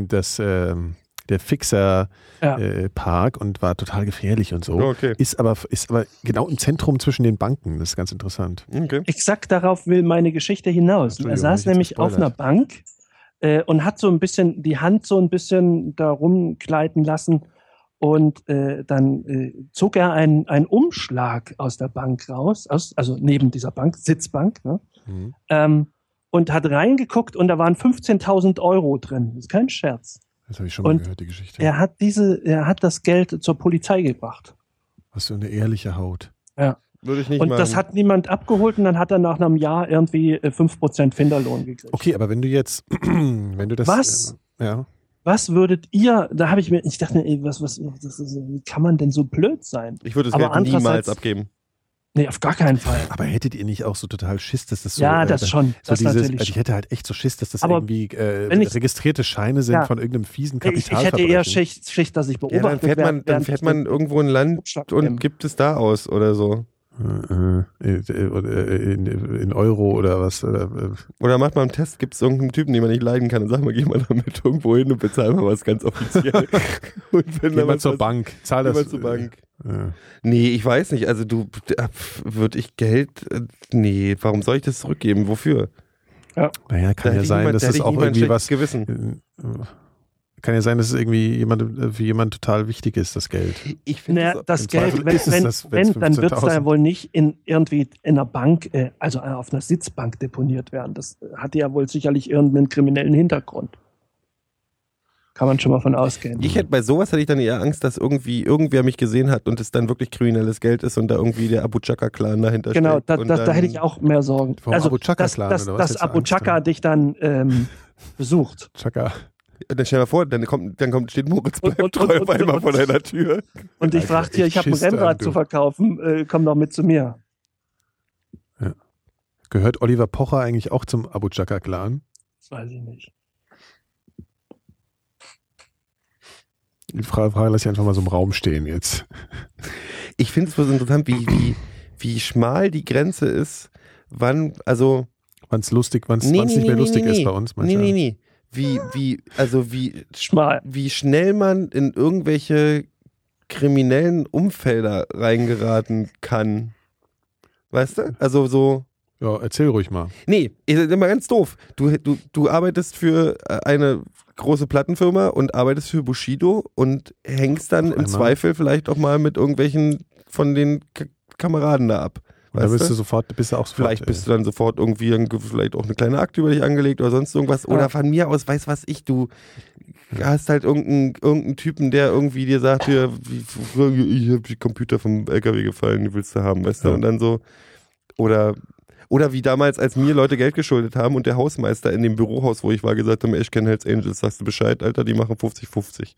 das, ähm, der Fixer-Park Ja. und war total gefährlich und so. Oh, okay. Ist, aber, ist aber genau im Zentrum zwischen den Banken. Das ist ganz interessant. Hm, okay. Exakt darauf will meine Geschichte hinaus. Er Entschuldigung, saß hab ich jetzt nämlich auf einer gespoilert. Bank äh, und hat so ein bisschen die Hand so ein bisschen da rumgleiten lassen und äh, dann äh, zog er einen, einen Umschlag aus der Bank raus, aus, also neben dieser Bank, Sitzbank, ne? Mhm. ähm, und hat reingeguckt und da waren 15.000 Euro drin. Das ist kein Scherz. Das habe ich schon Und mal gehört, die Geschichte. Er hat diese, er hat das Geld zur Polizei gebracht. Was für eine ehrliche Haut. Würde ich nicht Und machen. das hat niemand abgeholt und dann hat er nach einem Jahr irgendwie äh, 5% Finderlohn gekriegt. Okay, aber wenn du jetzt, wenn du das. Was? ähm, ja. was würdet ihr, da habe ich mir, ich dachte mir, ey, was, was, das ist, wie kann man denn so blöd sein? Ich würde es Aber Geld niemals andererseits- abgeben. Nee, auf gar keinen Fall. Aber hättet ihr nicht auch so total Schiss, dass das so. ja, äh, das schon. So das dieses, natürlich ich hätte halt echt so Schiss, dass das Aber irgendwie äh, wenn ich- registrierte Scheine sind Ja. von irgendeinem fiesen schon. Ich, ich hätte Kapitalverbrechen. eher Schicht, Schicht dass ich Ja, beobachtet dann fährt man, werd, dann während fährt ich den man irgendwo in ein Land Abstand und nehme. gibt es da aus oder so. Äh, äh, äh, in, in Euro oder was. Oder, äh, Oder macht man einen Test, gibt es irgendeinen Typen, den man nicht leiden kann und sagt mal, geh mal damit irgendwo hin und bezahl mal was ganz offiziell. und wenn geh dann mal was zur passiert, Bank, zahl geh das. mal zur Bank. Äh, Nee, ich weiß nicht. Also du, würde ich Geld, äh, nee, warum soll ich das zurückgeben? Wofür? naja, kann ja ich sein, niemand- dass da hätte das ich auch niemand ein irgendwie was. schlechtes Gewissen. Äh, Kann ja sein, dass es irgendwie jemand, äh, für jemand total wichtig ist, das Geld. Ich finde Naja, das im Geld, Zweifel wenn, ist es wenn, das, wenn's wenn dann wird es 15.000 da wohl nicht in irgendwie in einer Bank, äh, also auf einer Sitzbank deponiert werden. Das hatte ja wohl sicherlich irgendeinen kriminellen Hintergrund. Kann man schon mal von ausgehen. Ich hätte bei sowas hätte ich dann eher Angst, dass irgendwie irgendwer mich gesehen hat und es dann wirklich kriminelles Geld ist und da irgendwie der Abu Chaka Clan dahinter genau, steht. da, und da, da dann- hätte ich auch mehr Sorgen. Vom also, Abu Chaka dass, Clan, dass, oder was dass hättest du Abu Angst Chaka haben? dich dann ähm, besucht. Chaka. Dann stell dir mal vor, dann kommt, dann kommt, steht Moritz Und- bleibt und- treu und- auf einmal und- vor deiner Tür. Und ich Alter, fragte hier, echt ich habe ein Schiss da, Rennrad du. zu verkaufen, äh, komm doch mit zu mir. Gehört Oliver Pocher eigentlich auch zum Abu Chaka-Clan? Das weiß ich nicht. Die Frage, Frage lasse ich einfach mal so im Raum stehen jetzt. Ich finde es bloß interessant, wie, wie, wie schmal die Grenze ist, wann, also. Wann es lustig, wann's, wann's nicht mehr lustig ist bei uns. halt. Nee, manchmal. nee, nee. Wie, wie, also wie, Schmal. wie schnell man in irgendwelche kriminellen Umfelder reingeraten kann. Weißt du? Also so. Ja, erzähl ruhig mal. Nee, ich sag immer ganz doof. Du, du, du arbeitest für äh, eine große Plattenfirma und arbeitest für Bushido und hängst dann Auf im einmal. Zweifel vielleicht auch mal mit irgendwelchen von den K Kameraden da ab. Und da Weißt bist du du? sofort, bist du auch sofort. äh, Vielleicht bist du dann sofort irgendwie ein- vielleicht auch eine kleine Akte über dich angelegt oder sonst irgendwas. Oder Ja. von mir aus, weiß was ich, du hast halt irgendeinen irgendeinen Typen, der irgendwie dir sagt, ja, wie- ich hab die Computer vom LKW gefallen, die willst du haben, weißt Ja. du? Und dann so. Oder, oder wie damals, als mir Leute Geld geschuldet haben und der Hausmeister in dem Bürohaus, wo ich war, gesagt hat, ich kenne Hells Angels, sagst du Bescheid, Alter, die machen 50-50.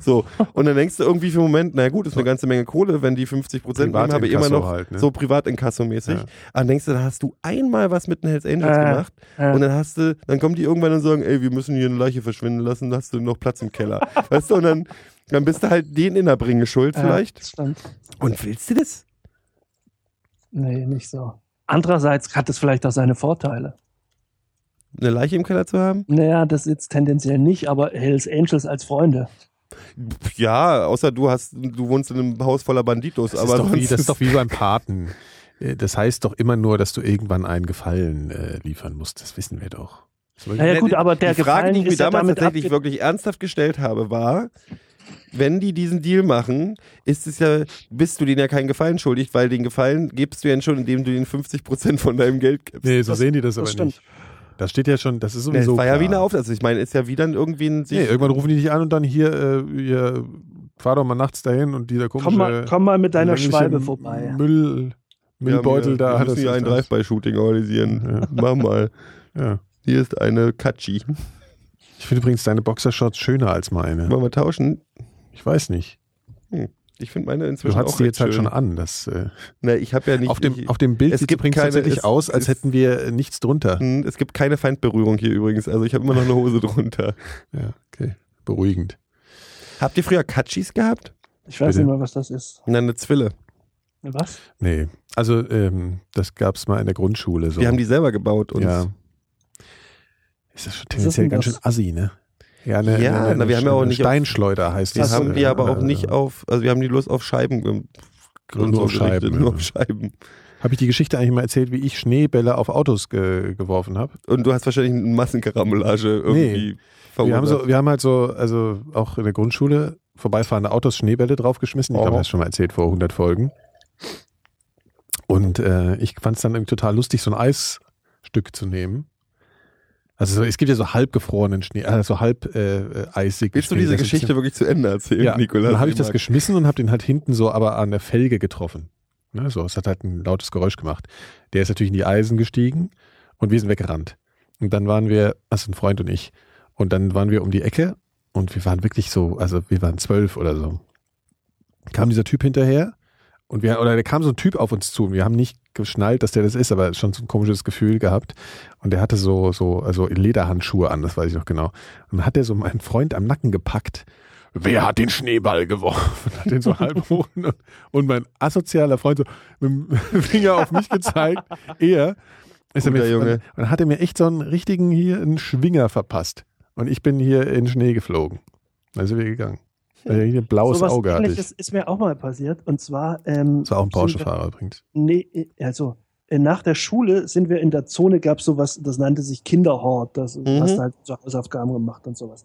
so. Und dann denkst du irgendwie für einen Moment, na gut, ist eine ganze Menge Kohle, wenn die 50 Prozent nehmen, habe ich immer noch Halt, ne? so Privatinkasso-mäßig. Ja. Ah, Dann denkst du, da hast du einmal was mit den Hells Angels Äh, gemacht Äh, und dann hast du, dann kommen die irgendwann und sagen, ey, wir müssen hier eine Leiche verschwinden lassen, dann hast du noch Platz im Keller. weißt du, und dann, dann bist du halt den Innerbringen schuld äh, vielleicht. das stimmt. Und willst du das? Nee, nicht so. Andererseits hat es vielleicht auch seine Vorteile. Eine Leiche im Keller zu haben? Naja, das jetzt tendenziell nicht, aber Hells Angels als Freunde. Pff, Ja, außer du hast, du wohnst in einem Haus voller Banditos, das, aber ist doch wie, sonst das ist- ist doch wie beim Paten. Äh, Das heißt doch immer nur, dass du irgendwann einen Gefallen äh, liefern musst. Das wissen wir doch. So, Naja, gut, aber der die Frage, Gefallen die ich mir ist ja damals damit tatsächlich abge- wirklich ernsthaft gestellt habe, war, wenn die diesen Deal machen, ist es ja, bist du denen ja keinen Gefallen schuldig, weil den Gefallen gibst du ja schon, indem du ihnen 50% von deinem Geld gibst. nee, so das- sehen die das, das aber stimmt. nicht. Das steht ja schon, das ist Das sowieso. war ja klar. wie eine Auf, also ich meine, ist ja wie dann irgendwie ein Nee, sich irgendwann rufen die dich an und dann hier, äh, hier fahr doch mal nachts dahin und dieser komische. Komm mal, komm mal mit deiner längliche Schwalbe vorbei. Müll, Müllbeutel wir, da. Wir das müssen hier ist ein das. Drive-By-Shooting organisieren. Ja. Mach mal. Ja. Hier ist eine Katschi. Ich finde übrigens deine Boxershorts schöner als meine. Wollen wir tauschen? Ich weiß nicht. Ich finde meine Du inzwischen auch hattest die recht jetzt halt schön. schon an. Das, äh, Na, ich habe ja nicht. auf, dem, ich, auf dem Bild es sieht gibt übrigens keine- tatsächlich es- aus, als es- hätten wir äh, nichts drunter. Hm, es gibt keine Feindberührung hier übrigens. Also ich habe immer noch eine Hose drunter. Ja, okay. Beruhigend. Habt ihr früher Katschis gehabt? Ich weiß Bitte. nicht mal, was das ist. Nein, eine Zwille. Was? Nee. Also, ähm, das gab es mal in der Grundschule. So. Wir haben die selber gebaut. Uns. ja. Ist das schon tendenziell denn ganz schön das? assi, ne? Ja, eine, Ja, eine, na, wir haben ja auch nicht auf- Steinschleuder heißt Die das. haben äh, wir aber auch äh, nicht auf, also wir haben die bloß auf Scheiben ge- Nur und so auf gerichtet, Scheiben, Nur ja. auf Scheiben. Habe ich die Geschichte eigentlich mal erzählt, wie ich Schneebälle auf Autos ge geworfen habe? Und du hast wahrscheinlich eine Massenkarambolage irgendwie Wir haben, verursacht. so, wir haben halt so, also auch in der Grundschule vorbeifahrende Autos Schneebälle draufgeschmissen. Ich glaube, Oh. das schon mal erzählt vor 100 Folgen. Und äh, ich fand es dann irgendwie total lustig, so ein Eisstück zu nehmen. Also so, es gibt ja so halbgefrorenen Schnee, also halb äh, äh, eisig. Willst du Schnee, diese das ist Geschichte wirklich zu Ende erzählen, ja, Nikolas? Dann habe ich das mag- geschmissen und habe den halt hinten so aber an der Felge getroffen. Ne, so, es hat halt ein lautes Geräusch gemacht. Der ist natürlich in die Eisen gestiegen und wir sind weggerannt. Und dann waren wir, also ein Freund und ich, und dann waren wir um die Ecke Und wir waren wirklich so, also wir waren zwölf oder so. Kam dieser Typ hinterher und wir, oder da kam so ein Typ auf uns zu und wir haben nicht geschnallt, dass der das ist, aber schon so ein komisches Gefühl gehabt. Und der hatte so, so, also Lederhandschuhe an, das weiß ich noch genau. Und dann hat der so meinen Freund am Nacken gepackt. Wer hat den Schneeball geworfen? Hat den so halb hoch. Und, und mein asozialer Freund so mit dem Finger auf mich gezeigt. Er ist er Guter mir, Junge. Und, und hat er mir echt so einen richtigen hier, einen Schwinger verpasst. Und ich bin hier in den Schnee geflogen. Dann sind wir gegangen. Hm. Weil ich ein blaues Sowas Auge hatte ich. Ähnliches ist mir auch mal passiert. Und zwar. Ähm, Das war auch ein sind wir- Porsche-Fahrer übrigens. Nee, äh, also äh, nach der Schule sind wir in der Zone, gab sowas, das nannte sich Kinderhort, das Mhm. hast du halt so Hausaufgaben gemacht und sowas.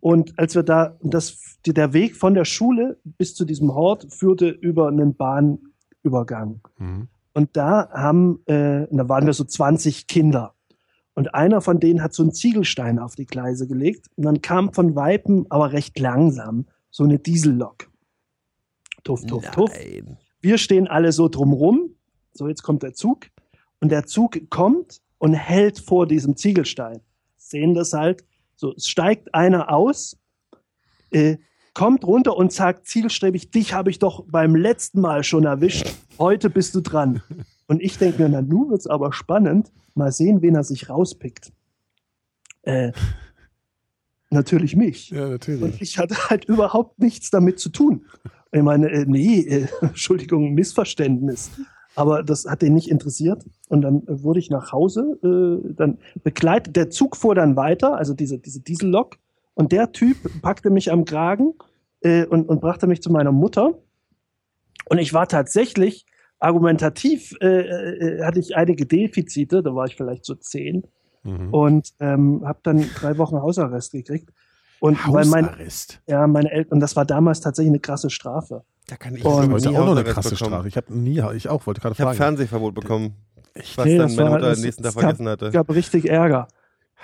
Und als wir da, und das, die- der Weg von der Schule bis zu diesem Hort führte über einen Bahnübergang. Mhm. Und da haben, äh, und da waren wir so 20 Kinder. Und einer von denen hat so einen Ziegelstein auf die Gleise gelegt. Und dann kam von Weipen, aber recht langsam, so eine Diesellok. Tuff, tuff, tuff. Nein. Wir stehen alle so drumrum. So, jetzt kommt der Zug. Und der Zug kommt und hält vor diesem Ziegelstein. Sehen das halt. So, es steigt einer aus, äh, kommt runter und sagt zielstrebig, dich habe ich doch beim letzten Mal schon erwischt. Heute bist du dran. Und ich denke mir, na, nun wird's aber spannend. Mal sehen, wen er sich rauspickt. Äh, natürlich mich. Ja, natürlich. Und ich hatte halt überhaupt nichts damit zu tun. Ich meine, äh, nee, äh, Entschuldigung, Missverständnis. Aber das hat den nicht interessiert. Und dann äh, wurde ich nach Hause, äh, dann begleitet, der Zug fuhr dann weiter, also diese, diese Diesellok. Und der Typ packte mich am Kragen äh, und, und brachte mich zu meiner Mutter. Und ich war tatsächlich argumentativ, äh, äh, hatte ich einige Defizite, da war ich vielleicht so zehn. Mhm. Und ähm, habe dann drei Wochen Hausarrest gekriegt. Und weil mein, Hausarrest. ja, meine Eltern, und das war damals tatsächlich eine krasse Strafe. Da kann ich Und- Aber nie ist ja auch noch eine Hausarrest krasse bekommen. Strafe. Ich habe nie, ich auch, wollte gerade Ich habe fragen. Fernsehverbot bekommen. Echt? Was Nee, dann das meine war Mutter halt- am nächsten Tag das vergessen hatte. Es gab richtig Ärger.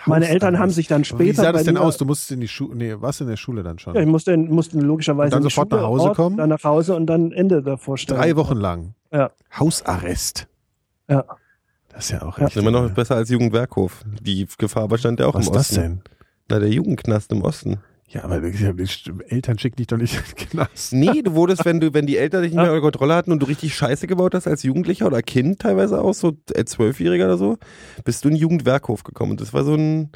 Meine Eltern haben sich dann später. Wie sah bei das denn mir- aus? Du musstest in die Schule, nee, warst in der Schule dann schon. Ja, ich musste, in- musste logischerweise Und dann in die sofort nach Hause Ort, kommen? Dann nach Hause und dann Ende davor stellen. Drei Wochen lang. Ja. Hausarrest. Ja. Das ist ja auch Ja. echt. Ist immer noch besser als Jugendwerkhof. Die Gefahr bestand ja auch Was im ist das Osten. denn? Na, der Jugendknast im Osten. Ja, aber wirklich, die St- Eltern schicken dich doch nicht in den Knast. Nee, du wurdest, wenn du, wenn die Eltern dich nicht mehr Ja. unter Kontrolle hatten und du richtig Scheiße gebaut hast als Jugendlicher oder Kind teilweise auch, so als Zwölfjähriger oder so, bist du in den Jugendwerkhof gekommen. Und das war so ein,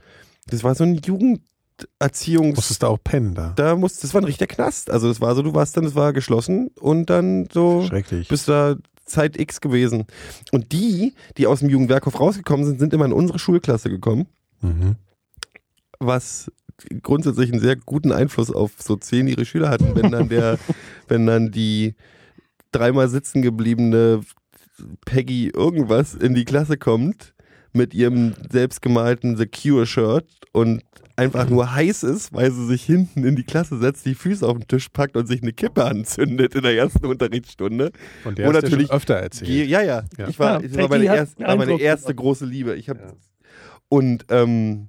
das war so ein Du Jugenderziehungs. musstest da auch pennen da. Da musst, das war ein richtiger Knast. Also das war so, du warst dann, das war geschlossen und dann so. Schrecklich. Bist da Zeit X gewesen. Und die, die aus dem Jugendwerkhof rausgekommen sind, sind immer in unsere Schulklasse gekommen, mhm. was grundsätzlich einen sehr guten Einfluss auf so zehnjährige Schüler hatten, wenn dann der, wenn dann die dreimal sitzen gebliebene Peggy irgendwas in die Klasse kommt mit ihrem selbstgemalten The Cure Shirt und einfach nur heiß ist, weil sie sich hinten in die Klasse setzt, die Füße auf den Tisch packt und sich eine Kippe anzündet in der ersten Unterrichtsstunde. Von der Wo hast du natürlich schon öfter Ge- erzählt. Ja, ja. Ja. Ich war, Ja, das Peggy war meine, hat erst, einen war meine Eindruck erste gemacht. große Liebe. Ich hab, Ja. Und ähm,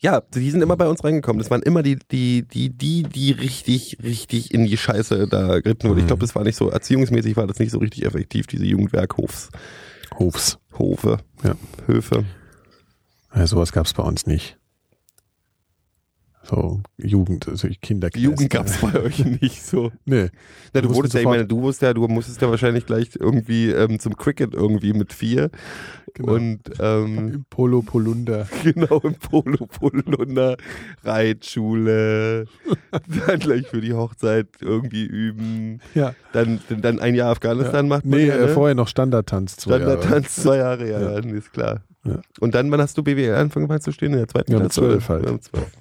ja, die sind immer bei uns reingekommen. Das waren immer die, die, die, die, die richtig, richtig in die Scheiße da geritten wurden. Ich Mhm. glaube, das war nicht so, erziehungsmäßig war das nicht so richtig effektiv, diese Jugendwerkhofs. Hofs. Hofe. Ja. Höfe. Ja, sowas gab es bei uns nicht. So, Jugend, also Kinder. Die Jugend gab es bei euch nicht so. Nee. Na, du mussten wurdest ja, ich sofort- meine, du wurdest ja, du musstest ja wahrscheinlich gleich irgendwie ähm, zum Cricket irgendwie mit vier. Genau. Und ähm, Im Polo Polunder. Genau, im Polo, Polunder, Reitschule, dann gleich für die Hochzeit irgendwie üben, Ja. dann, dann ein Jahr Afghanistan macht man Nee, ja, äh, ne? vorher noch Standardtanz. zwei Jahre. Standardtanz zwei Jahre, ja, Ja. dann ist klar. Ja. Und dann, wann hast du BWL angefangen beizustehen? In der zweiten Ja, mit Klasse? oder? zwölf halt. Ja, mit zwölf.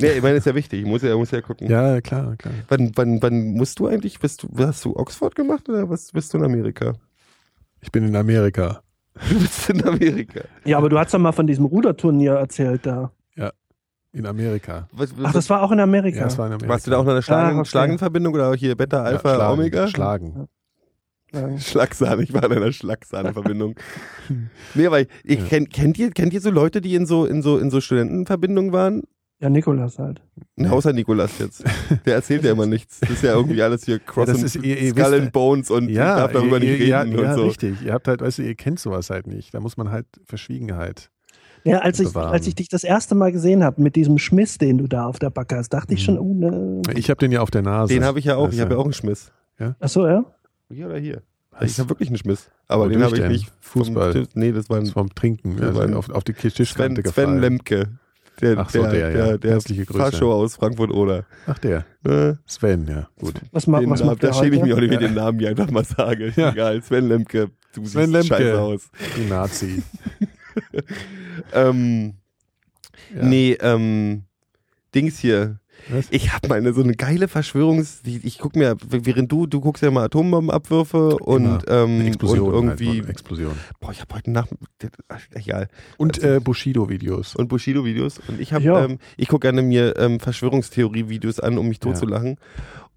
Nee, ich meine, ist ja wichtig, ich muss ja, muss ja gucken. Ja, klar, klar. Wann, wann, wann musst du eigentlich, bist du, hast du Oxford gemacht oder was, bist du in Amerika? Ich bin in Amerika. Du bist in Amerika. Ja, aber du hast doch mal von diesem Ruderturnier erzählt da. In Amerika. Was, Ach, das war auch in Amerika. Mhm. Ja, es war in Amerika. warst du da auch noch eine Schlagen, Ah, okay. Schlagenverbindung oder hier Beta, Alpha, ja, schlagen, Omega? Schlagen. Ja. Schlagsahne, ich war in einer Schlagsahneverbindung. nee, weil ich, Ja. kennt, kennt, ihr, kennt ihr so Leute, die in so, in so, in so Studentenverbindungen waren? ja, Nikolas halt. Nee. Außer Nikolas jetzt. Der erzählt ja immer nichts. Das ist ja irgendwie alles hier Cross Ja, das and ist- ihr- ihr Skull wisst- and Bones und darf darüber ihr, nicht ihr, reden ja, und ja, so. richtig. Ihr habt halt, weißt du, ihr kennt sowas halt nicht. Da muss man halt Verschwiegenheit. Ja, als ich, bewahren. als ich dich das erste Mal gesehen habe mit diesem Schmiss, den du da auf der Backe hast, dachte Mhm. ich schon, oh ne. Ich habe den ja auf der Nase. Den habe ich ja auch. Ich Also, habe ja auch einen Schmiss. Achso, ja? Hier oder hier? Was? Ich habe wirklich einen Schmiss. Aber Wodurch den habe ich denn? nicht. vom Fußball? Tisch- Nee, das war ein das vom Trinken Ja, also weil- auf, auf die Sven, Tischkante Sven gefallen. Lemke. Der, Ach so, der, ja. der, der Herzliche Grüße. Fahrshow aus Frankfurt-Oder. Ach der, Ne? Sven, ja gut. Was, ma Den was äh, Namen, macht da der schäme ich heute? mich auch nicht, wenn ich den Namen hier einfach mal sage. Ja. Egal, Sven Lemke, du Sven siehst Lemke. scheiße aus. Die Nazi. Ähm, Ja. Nee, ähm, Dings hier. Was? Ich habe meine so eine geile Verschwörungs. Ich, ich guck mir, während du, du guckst ja mal Atombombenabwürfe und, ähm, Explosion, und irgendwie. halt, Explosion. boah, ich habe heute Nacht. ach, Egal. Und Also äh, Bushido-Videos. und Bushido-Videos. Und ich habe, Ja. ähm, ich gucke gerne mir ähm, Verschwörungstheorie-Videos an, um mich totzulachen.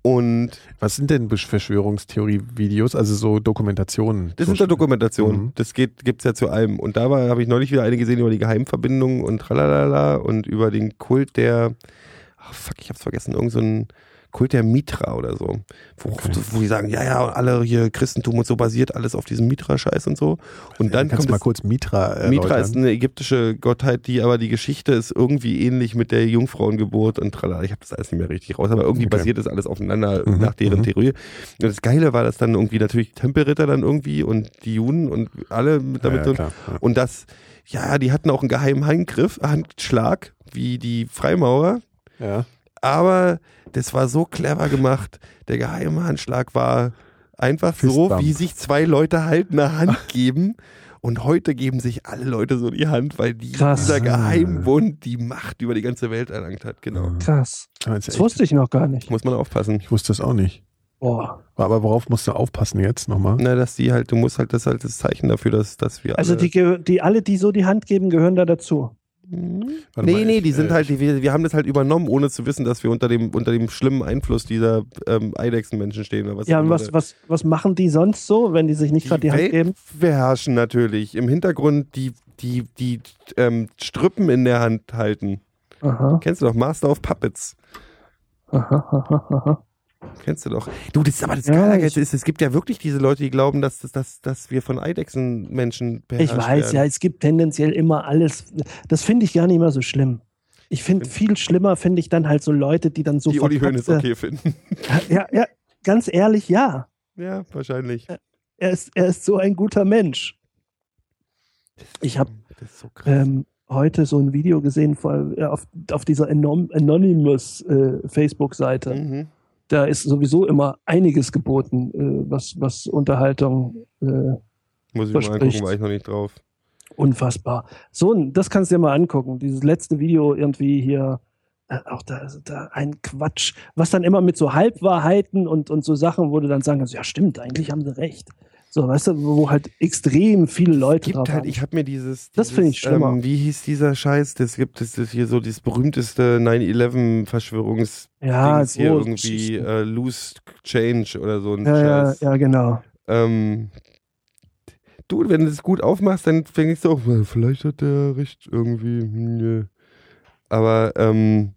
Und Was sind denn Besch- Verschwörungstheorie-Videos? Also so Dokumentationen. das so sind ja Dokumentationen. Mhm. Das geht, gibt's ja zu allem. Und dabei habe ich neulich wieder eine gesehen über die Geheimverbindungen und tralala und über den Kult der, ach fuck, ich hab's vergessen, irgend so ein Kult der Mitra oder so. Wo, wo die sagen, ja, ja, alle hier Christentum und so basiert alles auf diesem Mitra-Scheiß und so. Und dann Kannst kommt du mal das- kurz Mitra erläutern? Mitra ist eine ägyptische Gottheit, die aber die Geschichte ist irgendwie ähnlich mit der Jungfrauengeburt und tralala. Ich habe das alles nicht mehr richtig raus, aber irgendwie Okay. basiert das alles aufeinander Mhm, nach deren mhm. Theorie. Und das Geile war, dass dann irgendwie natürlich Tempelritter dann irgendwie und die Juden und alle mit damit ja, und, klar, ja. und das, ja, die hatten auch einen geheimen Handgriff, Handschlag, wie die Freimaurer, ja. aber das war so clever gemacht. Der geheime Handschlag war einfach so, Fistbump. wie sich zwei Leute halt eine Hand geben. Und heute geben sich alle Leute so die Hand, weil die, Krass. dieser Geheimbund die Macht über die ganze Welt erlangt hat. Genau. Krass. Aber jetzt Das echt, wusste ich noch gar nicht. Muss man aufpassen. ich wusste das auch nicht. Boah. Aber worauf musst du aufpassen jetzt nochmal? Na, dass die halt, du musst halt, das ist halt das Zeichen dafür, dass, dass wir Also alle, die, ge- die alle, die so die Hand geben, gehören da dazu. Warte Nee, mal, nee, ich- die sind äh, halt, die, wir, wir haben das halt übernommen, ohne zu wissen, dass wir unter dem, unter dem schlimmen Einfluss dieser ähm, Eidechsenmenschen stehen. Oder was Ja, auch und immer. was, was, was machen die sonst so, wenn die sich nicht gerade die Hand Welt geben? beherrschen natürlich. Im Hintergrund die, die, die ähm, Strippen in der Hand halten. Aha, Kennst du doch Master of Puppets. aha, aha, aha. Kennst du doch. Du, das ist aber das Ja, Geile ich- jetzt ist, es gibt ja wirklich diese Leute, die glauben, dass, dass, dass, dass wir von Eidechsenmenschen beherrscht Ich weiß, ja, werden. es gibt tendenziell immer alles. Das finde ich gar nicht mehr so schlimm. Ich finde viel schlimmer, finde ich dann halt so Leute, die dann so die Uli Hoeneß verkappte- okay finden. Ja, ja, ganz ehrlich, ja. ja, wahrscheinlich. Er ist, er ist so ein guter Mensch. Ich habe Das ist so krass. ähm, heute so ein Video gesehen vor, äh, auf, auf dieser Anom Anonymous äh, Facebook-Seite. mhm. Da ist sowieso immer einiges geboten, äh, was, was Unterhaltung äh, Muss ich mir mal angucken, verspricht. war ich noch nicht drauf. unfassbar. So, ein- das kannst du dir mal angucken. Dieses letzte Video irgendwie hier, äh, auch da, da ein Quatsch, was dann immer mit so Halbwahrheiten und, und so Sachen, wo du dann sagen kannst, ja stimmt, eigentlich haben sie recht. So, weißt du, wo halt extrem viele Leute gibt drauf halt, haben. ich habe mir dieses. Das dieses, finde ich schlimmer. Ähm, wie hieß dieser Scheiß? Das gibt es das hier so, dieses berühmteste 9-11-Verschwörungs- ja, Ah, Dings so hier irgendwie Geschichten. äh, Loose Change oder so ein ja, ja, Scheiß. ja, genau. Ähm, du, wenn du es gut aufmachst, dann denkst du auch, "Well, "Äh, vielleicht hat der recht irgendwie. hm, ne." Aber ähm,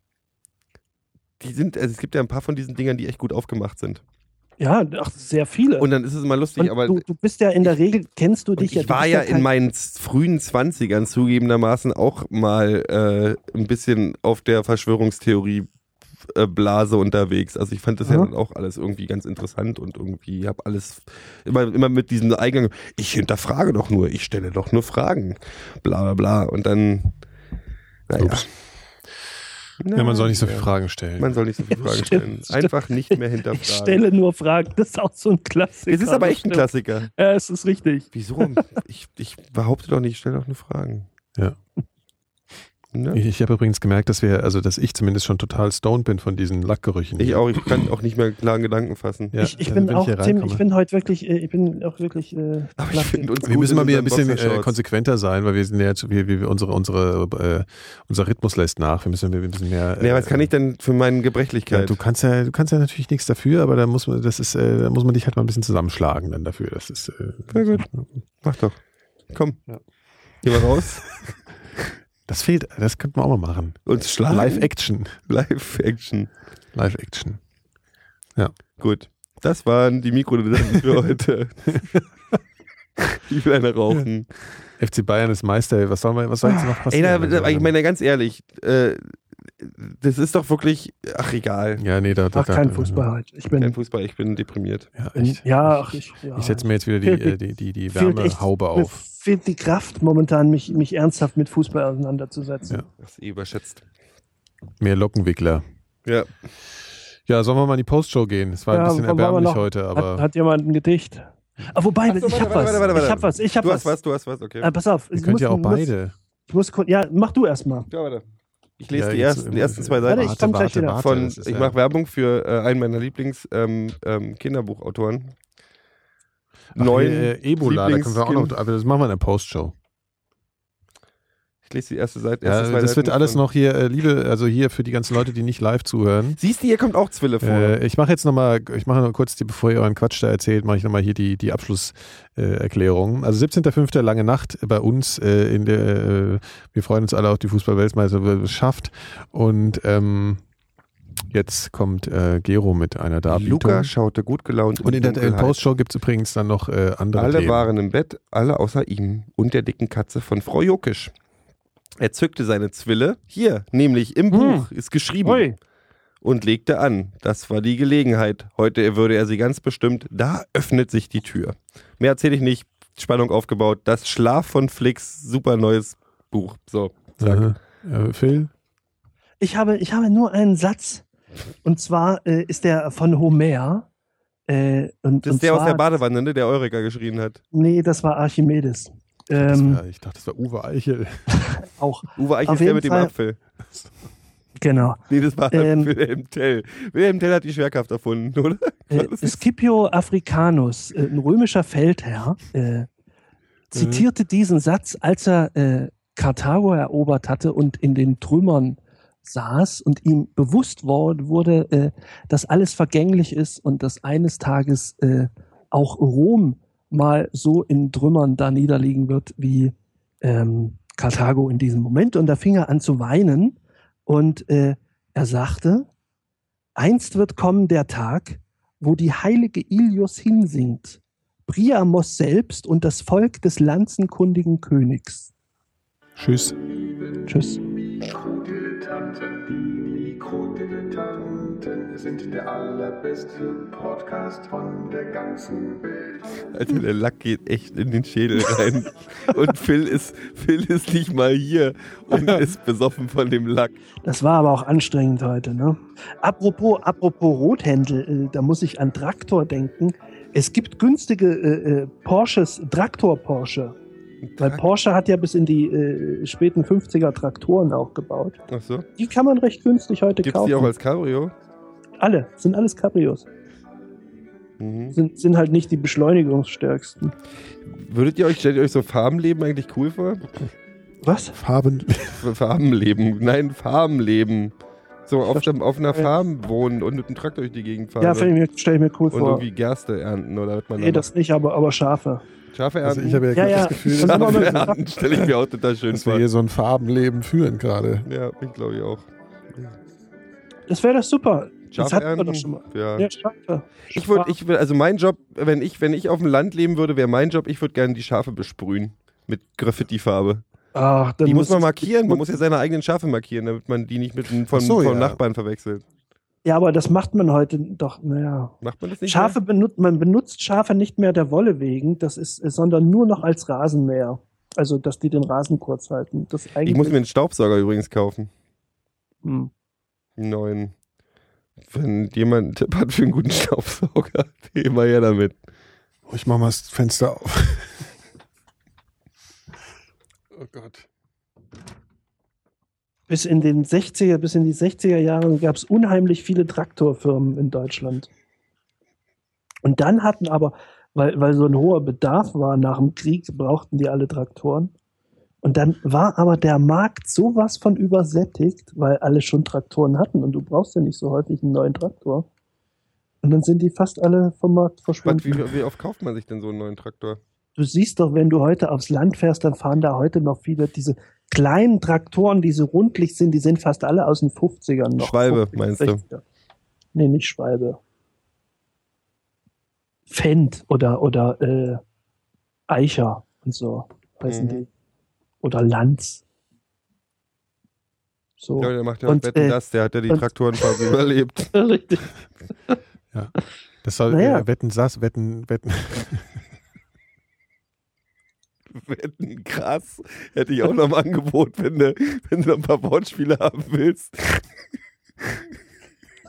die sind, also es gibt ja ein paar von diesen Dingern, die echt gut aufgemacht sind. Ja, ach, sehr viele. Und dann ist es immer lustig, Und aber du, du bist ja in der Regel, kennst du und dich ich ja. du war bist ja kein- in meinen z- frühen 20ern zugegebenermaßen auch mal äh, ein bisschen auf der Verschwörungstheorie äh, Blase unterwegs. Also ich fand das ja Mhm. dann auch alles irgendwie ganz interessant und irgendwie habe alles immer, immer mit diesem Eingang, ich hinterfrage doch nur, ich stelle doch nur Fragen. Bla bla bla. Und dann naja. Ups. Ja, man soll nicht so viele Ja. Fragen stellen. Man soll nicht so viele Fragen stimmt, stellen. stimmt. Einfach nicht mehr hinterfragen. Ich stelle nur Fragen. Das ist auch so ein Klassiker. es ist aber das echt ein stimmt. Klassiker. Ja, es ist richtig. Wieso? Ich, ich behaupte doch nicht, ich stelle doch nur Fragen. Ja. Ne? Ich, ich habe übrigens gemerkt, dass wir, also dass ich zumindest schon total stoned bin von diesen Lackgerüchen. Ich hier. auch, ich kann auch nicht mehr klaren Gedanken fassen. Ja, ich ich also bin wenn auch, hier Tim, ich reinkomme. bin heute wirklich, äh, ich bin auch wirklich. Äh, Aber ich platt. finde uns wir gut müssen in mal wieder ein unseren bisschen äh, Boxershorts. konsequenter sein, weil wir sind ja jetzt, wir, wir, unsere, unsere, äh, unser Rhythmus lässt nach. Wir müssen wir müssen mehr. Nee, äh, was kann ich denn für meine Ja, Gebrechlichkeit? du kannst ja, du kannst ja natürlich nichts dafür, aber da muss man, das ist, äh, da muss man dich halt mal ein bisschen zusammenschlagen dann dafür. Das ist äh, Na gut. Mach doch. Komm. Geh mal raus. Das fehlt, das könnten wir auch mal machen. Und schlagen. Live Action. Live-Action. Live Action. Gut. Das waren die Mikrodilettanten für heute. Ich will eine rauchen. FC Bayern ist Meister. Was soll, man, was soll jetzt noch Ey, passieren? da, Also, da, ich meine, ganz ehrlich, äh, das ist doch wirklich, ach egal. ja, nee, da, da, Ach, da, kein da- Fußball halt. Ich Kein bin. Fußball, ich bin deprimiert. Ja, echt. Ja, ach, ich. Ja. Ich setze mir jetzt wieder die, Fehlt mir- äh, die, die, die Fehlt echt- Wärmehaube Mir auf. fehlt die Kraft momentan, mich, mich ernsthaft mit Fußball auseinanderzusetzen. Ja. Das ist eh überschätzt. Mehr Lockenwickler. Ja. Ja, sollen wir mal in die Postshow gehen? Es war Ja, ein bisschen wollen wir erbärmlich noch- heute, aber Hat, hat jemand ein Gedicht? Ah, wobei, Ach so, ich warte, habe warte, was. warte, warte. Ich habe was. Ich habe Du was. hast was, du hast was, okay. Äh, pass auf. ihr ich könnt ja auch muss, beide. Ich muss, kurz- ja, mach du erst mal. Ja, warte. Ich lese ja, die, jetzt ersten, im- die ersten zwei Seiten Warte, ich komm gleich wieder. von, das ist ich ja- mache Werbung für äh, einen meiner ähm, Lieblings-Kinderbuchautoren. Ach, neuen hier, äh, Ebola, da können wir auch noch, Lieblingskind. aber das machen wir in der Postshow. ich lese die erste Seite. Ja, erste zwei das wird Seiten alles von- noch hier, äh, liebe, also hier für die ganzen Leute, die nicht live zuhören. Siehst du, hier kommt auch Zwille vor. Äh, ich mache jetzt nochmal, ich mache noch kurz, die, bevor ihr euren Quatsch da erzählt, mache ich nochmal hier die, die Abschlusserklärung. Also 17.05. lange Nacht bei uns äh, in der, äh, wir freuen uns alle auf die Fußball-Weltmeisterschaft schafft. Und ähm, jetzt kommt äh, Gero mit einer Darbietung. Luca schaute gut gelaunt Und in der äh, Dunkelheit. Postshow gibt es übrigens dann noch äh, andere Alle Themen. waren im Bett, alle außer ihm und der dicken Katze von Frau Jokisch. Er zückte seine Zwille, hier, nämlich im Buch, ist geschrieben, Hm. Ui. und legte an. Das war die Gelegenheit. Heute würde er sie ganz bestimmt, da öffnet sich die Tür. Mehr erzähle ich nicht, Spannung aufgebaut. Das Schlaf von Flix, super neues Buch. So, sag. Aha. Äh, Phil? Ich habe, ich habe nur einen Satz. Und zwar äh, ist der von Homer. Äh, und, Das und ist der zwar, aus der Badewanne, ne, der Eureka geschrien hat. Nee, das war Archimedes. Das Ähm, wär, ich dachte, das war Uwe Eichel. auch, Uwe Eich Auf ist der jeden mit dem Fall- Apfel. genau. Nee, das war Ähm. Wilhelm Tell. Wilhelm Tell hat die Schwerkraft erfunden, oder? Äh, Scipio Africanus, äh, ein römischer Feldherr, äh, zitierte diesen Satz, als er äh, Karthago erobert hatte und in den Trümmern saß und ihm bewusst wor- wurde, äh, dass alles vergänglich ist und dass eines Tages äh, auch Rom mal so in Trümmern da niederliegen wird wie ähm, Karthago in diesem Moment. Und da fing er an zu weinen und äh, er sagte, einst wird kommen der Tag, wo die heilige Ilios hinsingt, Priamos selbst und das Volk des lanzenkundigen Königs. Tschüss. Tschüss. Die Krudeletanten, die Krudeletanten sind der allerbeste Podcast von der ganzen Welt. Alter, Also der Lack geht echt in den Schädel rein. Und Phil ist, Phil ist nicht mal hier und ist besoffen von dem Lack. Das war aber auch anstrengend heute, ne? Apropos, apropos Rothändel, äh, da muss ich an Traktor denken. Es gibt günstige äh, äh, Porsches, Traktor-Porsche. Weil Porsche hat ja bis in die äh, späten 50er Traktoren auch gebaut. Achso. Die kann man recht günstig heute Gibt es kaufen. die auch als Cabrio? Alle, sind alles Cabrios. Mhm. Sind, sind halt nicht die beschleunigungsstärksten. Würdet ihr euch, stellt ihr euch so Farbenleben eigentlich cool vor? Was? Farben. F- Farbenleben, nein, Farbenleben. So auf, dem- auf einer Farm wohnen und mit dem Traktor durch die Gegend fahren. Ja, stelle ich mir cool und vor. irgendwie Gerste ernten oder was man Nee, das nicht, aber, aber Schafe. macht. Schafe Also ernten. ich habe ja, Ja, ja ja. das Gefühl, Also- dass, Schafe Schafe ernten stelle ich mir auch total schön dass wir vor. hier so ein Farbenleben führen gerade. Ja, ich glaube ich auch. Das wäre doch super. das Schafe hatten wir ernten. doch schon mal. Ja. Ja, Schafe. Ich würde, ich will, also mein Job, wenn ich, wenn ich auf dem Land leben würde, wäre mein Job, ich würde gerne die Schafe besprühen. Mit Graffiti-Farbe. Ach, dann Die muss man mal. markieren. Man muss ja seine eigenen Schafe markieren, damit man die nicht mit dem von, Ach so, vom ja. Nachbarn verwechselt. Ja, aber das macht man heute doch, naja. Macht man das nicht? Schafe benutzt, man benutzt Schafe nicht mehr der Wolle wegen, das ist, sondern nur noch als Rasenmäher. Also, dass die den Rasen kurz halten. Das mehr? eigentlich, Ich muss mir einen Staubsauger übrigens kaufen. Hm. Einen neuen. Wenn jemand einen Tipp hat für einen guten Staubsauger, immer her damit. Oh, ich mache mal das Fenster auf. Oh Gott. bis in den 60er, bis in die 60er Jahre gab es unheimlich viele Traktorfirmen in Deutschland. Und dann hatten aber, weil, weil so ein hoher Bedarf war nach dem Krieg, brauchten die alle Traktoren. Und dann war aber der Markt sowas von übersättigt, weil alle schon Traktoren hatten und du brauchst ja nicht so häufig einen neuen Traktor. Und dann sind die fast alle vom Markt Was, wie, verschwunden. wie oft kauft man sich denn so einen neuen Traktor? Du siehst doch, wenn du heute aufs Land fährst, dann fahren da heute noch viele diese kleinen Traktoren, die so rundlich sind, die sind fast alle aus den 50ern noch. Schwalbe, meinst du? 60er. Nee, nicht Schwalbe. Fendt oder, oder äh, Eicher und so heißen Mhm. die. Oder Lanz. So. Ja, der macht ja auch Und, Wetten, äh, das, der hat ja die und- Traktoren quasi überlebt. Richtig. Das soll Naja. äh, Wetten Sass, Wetten, Wetten. Wetten, krass. Hätte ich auch noch im Angebot, wenn du, wenn du noch ein paar Wortspiele haben willst.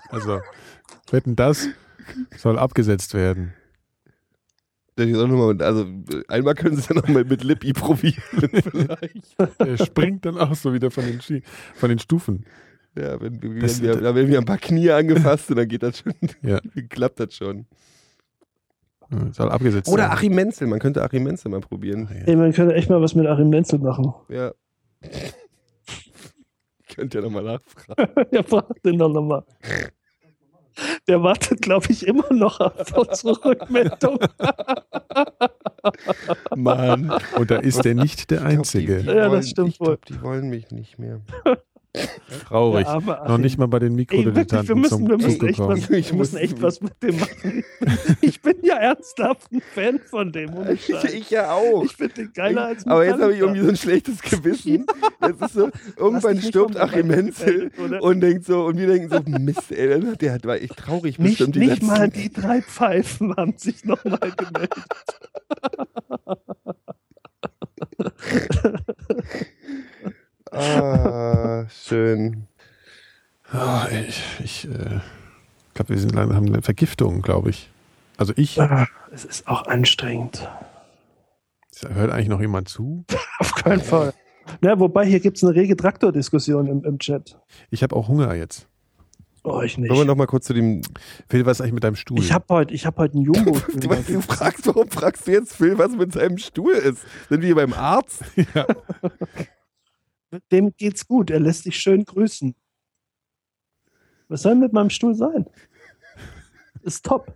Also Wetten das soll abgesetzt werden. Dann ist auch noch mal mit- Also äh, einmal können sie es ja nochmal mit Lippi probieren vielleicht. Der springt dann auch so wieder von den, Schi von den Stufen. Ja, wenn, wenn, Das- wir, da werden wir ein paar Knie angefasst und dann geht das schon, Ja. klappt das schon. Ja, Soll abgesetzt Oder werden. Achim Menzel, man könnte Achim Menzel mal probieren. Ey, man könnte echt mal was mit Achim Menzel machen. Ja. Könnt ihr nochmal nachfragen. Ja, fragt den doch nochmal. Der wartet, glaube ich, immer noch auf unsere Rückmeldung. Mann. Und da ist der nicht der Ich glaub, Einzige. Die, die Ja, das wollen, stimmt ich glaub, Die wollen mich nicht mehr. Traurig. Der arme Noch Achim. nicht mal bei den Ey, wirklich, wir Mikrodilettanten müssen, wir zum müssen Zug echt gekommen. was, wir Ich müssen muss- echt was mit dem machen. Ich bin ja ernsthaft ein Fan von dem. ohne Scheiß. Ich, ja auch. finde den geiler als Aber jetzt habe ich Metallica. irgendwie so ein schlechtes Gewissen. Jetzt ist so, Lass irgendwann dich nicht stirbt von Achim Metallica Menzel gefällt, oder? und denkt so, und wir denken so, Mist, ey, dann hat der hat war echt traurig nicht, bestimmt die nicht letzten- mal die drei Pfeifen haben sich nochmal gemeldet. Ah, schön. Ah, ich ich äh, glaube, wir sind, leider- haben eine Vergiftung, glaube ich. Also ich, Es ist auch anstrengend. hört eigentlich noch jemand zu? Auf keinen Fall. Na, wobei, hier gibt es eine rege Traktor-Diskussion im, im Chat. Ich habe auch Hunger jetzt. Oh, ich Wollen wir nicht. nochmal kurz zu dem. Phil, was ist eigentlich mit deinem Stuhl? Ich habe heute hab heut einen jumbo Du, weißt, du fragst, warum fragst du jetzt Phil, was mit seinem Stuhl ist? Sind wir hier beim Arzt? ja. Dem geht's gut. Er lässt sich schön grüßen. Was soll mit meinem Stuhl sein? Ist top.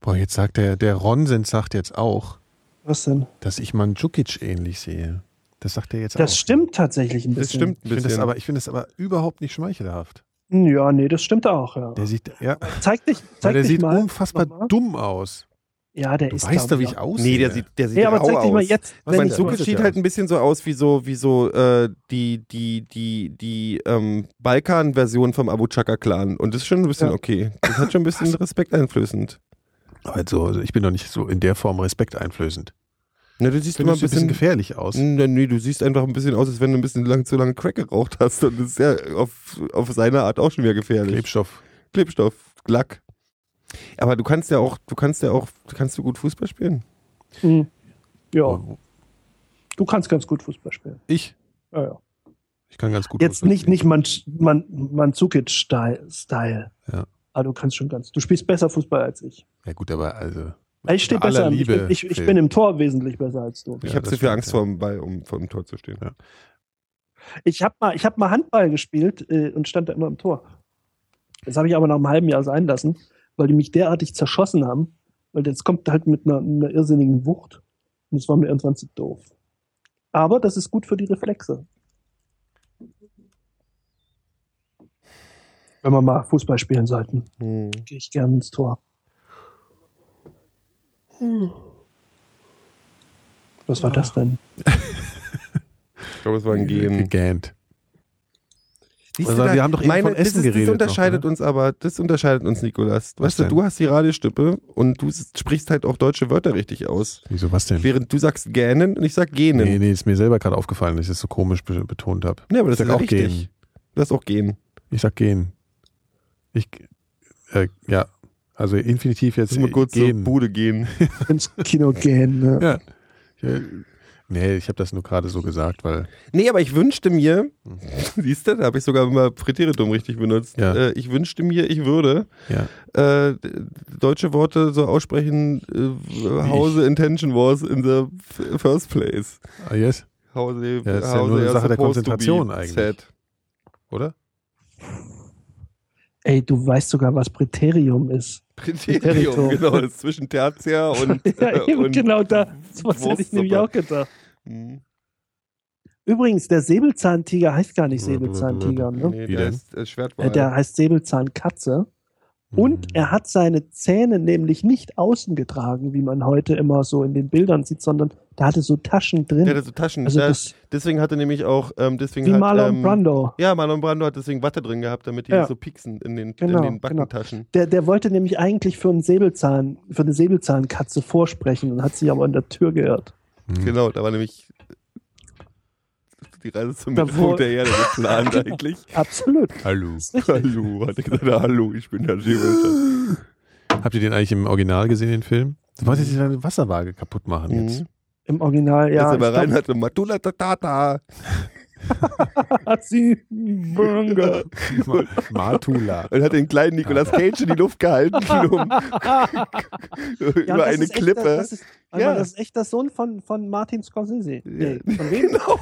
Boah, jetzt sagt der, der Ronsens sagt jetzt auch, Was denn? dass ich Mandzukic ähnlich sehe. Das sagt er jetzt auch. Das stimmt tatsächlich ein bisschen. Hm, Das stimmt Ich ein finde das, bisschen. aber- ich finde das aber überhaupt nicht schmeichelhaft. Ja, nee, das stimmt auch. Ja. Der sieht, ja, Zeig dich, weil zeig der dich sieht mal. unfassbar Nochmal. dumm aus. Ja, der Du ist weißt da doch, wie ich aussehe. Nee, der sieht, der sieht Ja, aber rau zeig dich mal aus. jetzt. Was wenn meinst Mein ich du? mal- Suche sieht sieht der halt aus. ein bisschen so aus wie so, wie so äh, die, die, die, die ähm, Balkan-Version vom Abu Chaka-Clan. Und das ist schon ein bisschen Ja. okay. Das hat schon ein bisschen Respekt einflößend. Also, also ich bin doch nicht so in der Form respekteinflößend. Na, Ne, du siehst Ich finde immer ein ein bisschen bisschen. gefährlich aus. Na, nee, du siehst einfach ein bisschen aus, als wenn du ein bisschen lang, zu lange Crack geraucht hast. Und das ist ja auf, auf seine Art auch schon wieder gefährlich. Klebstoff. Klebstoff, Lack. Aber du kannst ja auch, du kannst ja auch, kannst du gut Fußball spielen? Hm. Ja, Oh. du kannst ganz gut Fußball spielen. Ich, Ja, ja. ich kann ganz gut. Jetzt Fußball nicht, spielen. nicht Man- Man- Mandzukic-Style. Style. Ja. Aber du kannst schon ganz. Du spielst besser Fußball als ich. Ja gut, aber also. Ich stehe Bei besser. aller im- ich, Liebe, bin, ich, ich Phil. bin im Tor wesentlich besser als du. Ich Ja, habe das zu viel stimmt, Angst ja. vor dem Ball, um vor dem Tor zu stehen. Ich habe mal, ich hab mal Handball gespielt äh, und stand da immer im Tor. Das habe ich aber nach einem halben Jahr sein lassen, weil die mich derartig zerschossen haben. Weil das kommt halt mit einer, einer irrsinnigen Wucht. Und das war mir irgendwann zu doof. Aber das ist gut für die Reflexe. Wenn wir mal Fußball spielen sollten, Hm. gehe ich gerne ins Tor. Was war das denn? Ich glaube, es war ein Gehen. Gegähnt. Siehst Also, du wir haben doch eben von das Essen ist, geredet Das unterscheidet noch, ne? uns aber, das unterscheidet uns, Nikolas. Was Weißt du, denn? du hast die Radiostippe und du s- sprichst halt auch deutsche Wörter richtig aus. Wieso was denn? Während du sagst gähnen und ich sag gähnen. Nee, nee, ist mir selber gerade aufgefallen, dass ich das so komisch be betont habe. Nee, aber das Ich ist sag auch auch richtig. gehen. Du hast auch gehen. Ich sag gehen. Ich äh, ja, also Infinitiv jetzt Lass mal kurz zur gehen. Bude Äh, gehen. Ins Kino gehen. Ne? ja. ja. Nee, ich habe das nur gerade so gesagt, weil Nee, aber ich wünschte mir, siehst du, da habe ich sogar immer Präteritum richtig benutzt. Ja. Äh, ich wünschte mir, ich würde ja, äh, d- deutsche Worte so aussprechen, äh, Hause Intention was in the f- first place. ah, yes, How they, Ja, ist ja how nur they eine are Sache der supposed to be Konzentration eigentlich. said. oder? Ey, du weißt sogar, was Präterium ist. Präteritum, Präteritum. genau, das ist zwischen Tertia und, Ja, äh, eben und genau da. Was hätte ich nämlich Wurstsuppe. auch gedacht. Hm. Übrigens, der Säbelzahntiger heißt gar nicht Säbelzahntiger, ne? Nee, Wie der denn? ist äh, Äh, Schwertwahl. Der heißt Säbelzahnkatze. Mhm. Und Hm. er hat seine Zähne nämlich nicht außen getragen, wie man heute immer so in den Bildern sieht, sondern da hatte so Taschen drin. Der hatte so Taschen. also da- das, deswegen hatte nämlich auch, ähm, deswegen wie hat, Marlon ähm, Brando. Ja, Marlon Brando hat deswegen Watte drin gehabt, damit die Ja. nicht so pieksen in den, Genau, in den Backentaschen. Der, der wollte nämlich eigentlich für einen Säbelzahn, für eine Säbelzahnkatze vorsprechen und hat sich aber an der Tür gehört. Mhm. Genau, da war nämlich die Reise zum Da Mittelpunkt wurde- der Erde geplant Genau. eigentlich. Absolut. Hallo. Hallo, hat er gesagt, hallo, ich bin der Seewölfer. Habt ihr den eigentlich im Original gesehen, den Film? Du wolltest jetzt deine Wasserwaage kaputt machen jetzt. Mhm. Im Original, Ja, ja. Dass er mal ich rein hatte, Matula Tatata. glaub, hat sie Bunga. Ma- Matula. Und hat den kleinen Nicolas Cage in die Luft gehalten, um, Ja, über das eine ist echt Klippe. Das, das, ist, Ja. ja. das ist echt das Sohn von, von Martin Scorsese. Nee, von wem? genau.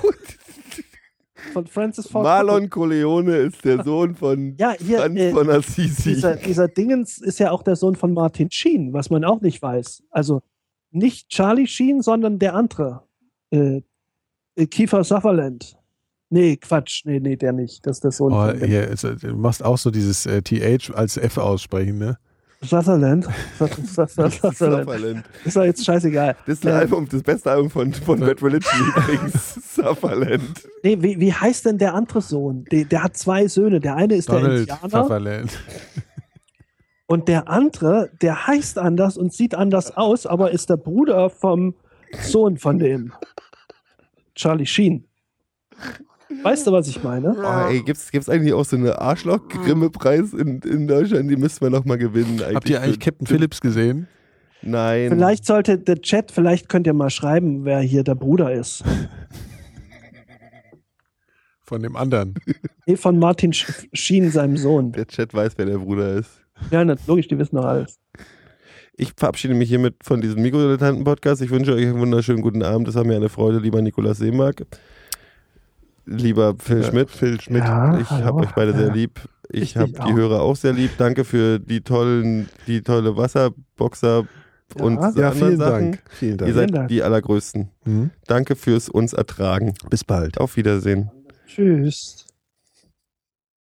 Von Francis Ford. Marlon Corleone ist der Sohn von Ja, hier, Franz äh, von Assisi. dieser, dieser Dingens ist ja auch der Sohn von Martin Sheen, was man auch nicht weiß. Also nicht Charlie Sheen, sondern der andere. Äh, äh, Kiefer Sutherland. Nee, Quatsch. Nee, nee, der nicht. Das ist der Sohn Oh, von hier, ist, äh, du machst auch so dieses äh, TH als F aussprechen, ne? Sutherland. Sutherland. Sutherland. Ist doch jetzt scheißegal. Das ist ein Äh, Album, das beste Album von, von Red Religion übrigens. Sutherland. Nee, wie, wie heißt denn der andere Sohn? Der, der hat zwei Söhne. Der eine ist Donald der Indianer Sutherland. und der andere, der heißt anders und sieht anders aus, aber ist der Bruder vom Sohn von dem. Charlie Sheen. Weißt du, was ich meine? Oh, ey, gibt's, gibt's eigentlich auch so eine Arschloch-Grimme-Preis in, in Deutschland? Die müssen wir nochmal gewinnen. Eigentlich. Habt ihr eigentlich Captain Phillips gesehen? Nein. Vielleicht sollte der Chat, vielleicht könnt ihr mal schreiben, wer hier der Bruder ist. Von dem anderen. Nee, von Martin Sch- Sheen, seinem Sohn. Der Chat weiß, wer der Bruder ist. Ja, na, logisch, die wissen doch alles. Ich verabschiede mich hiermit von diesem Mikrodilettanten-Podcast. Ich wünsche euch einen wunderschönen guten Abend. Es war mir eine Freude, lieber Nikolas Seemark. Lieber Phil Schmidt. Phil Schmidt. Ja, ich hallo. habe euch beide sehr lieb. Ich Ich habe dich die auch. Hörer auch sehr lieb. Danke für die tollen, die tolle Wasserboxer und Ja, Also anderen Sachen. Vielen Ihr Dank. seid Vielen Dank. die Allergrößten. Mhm. Danke fürs uns ertragen. Bis bald. Auf Wiedersehen. Tschüss.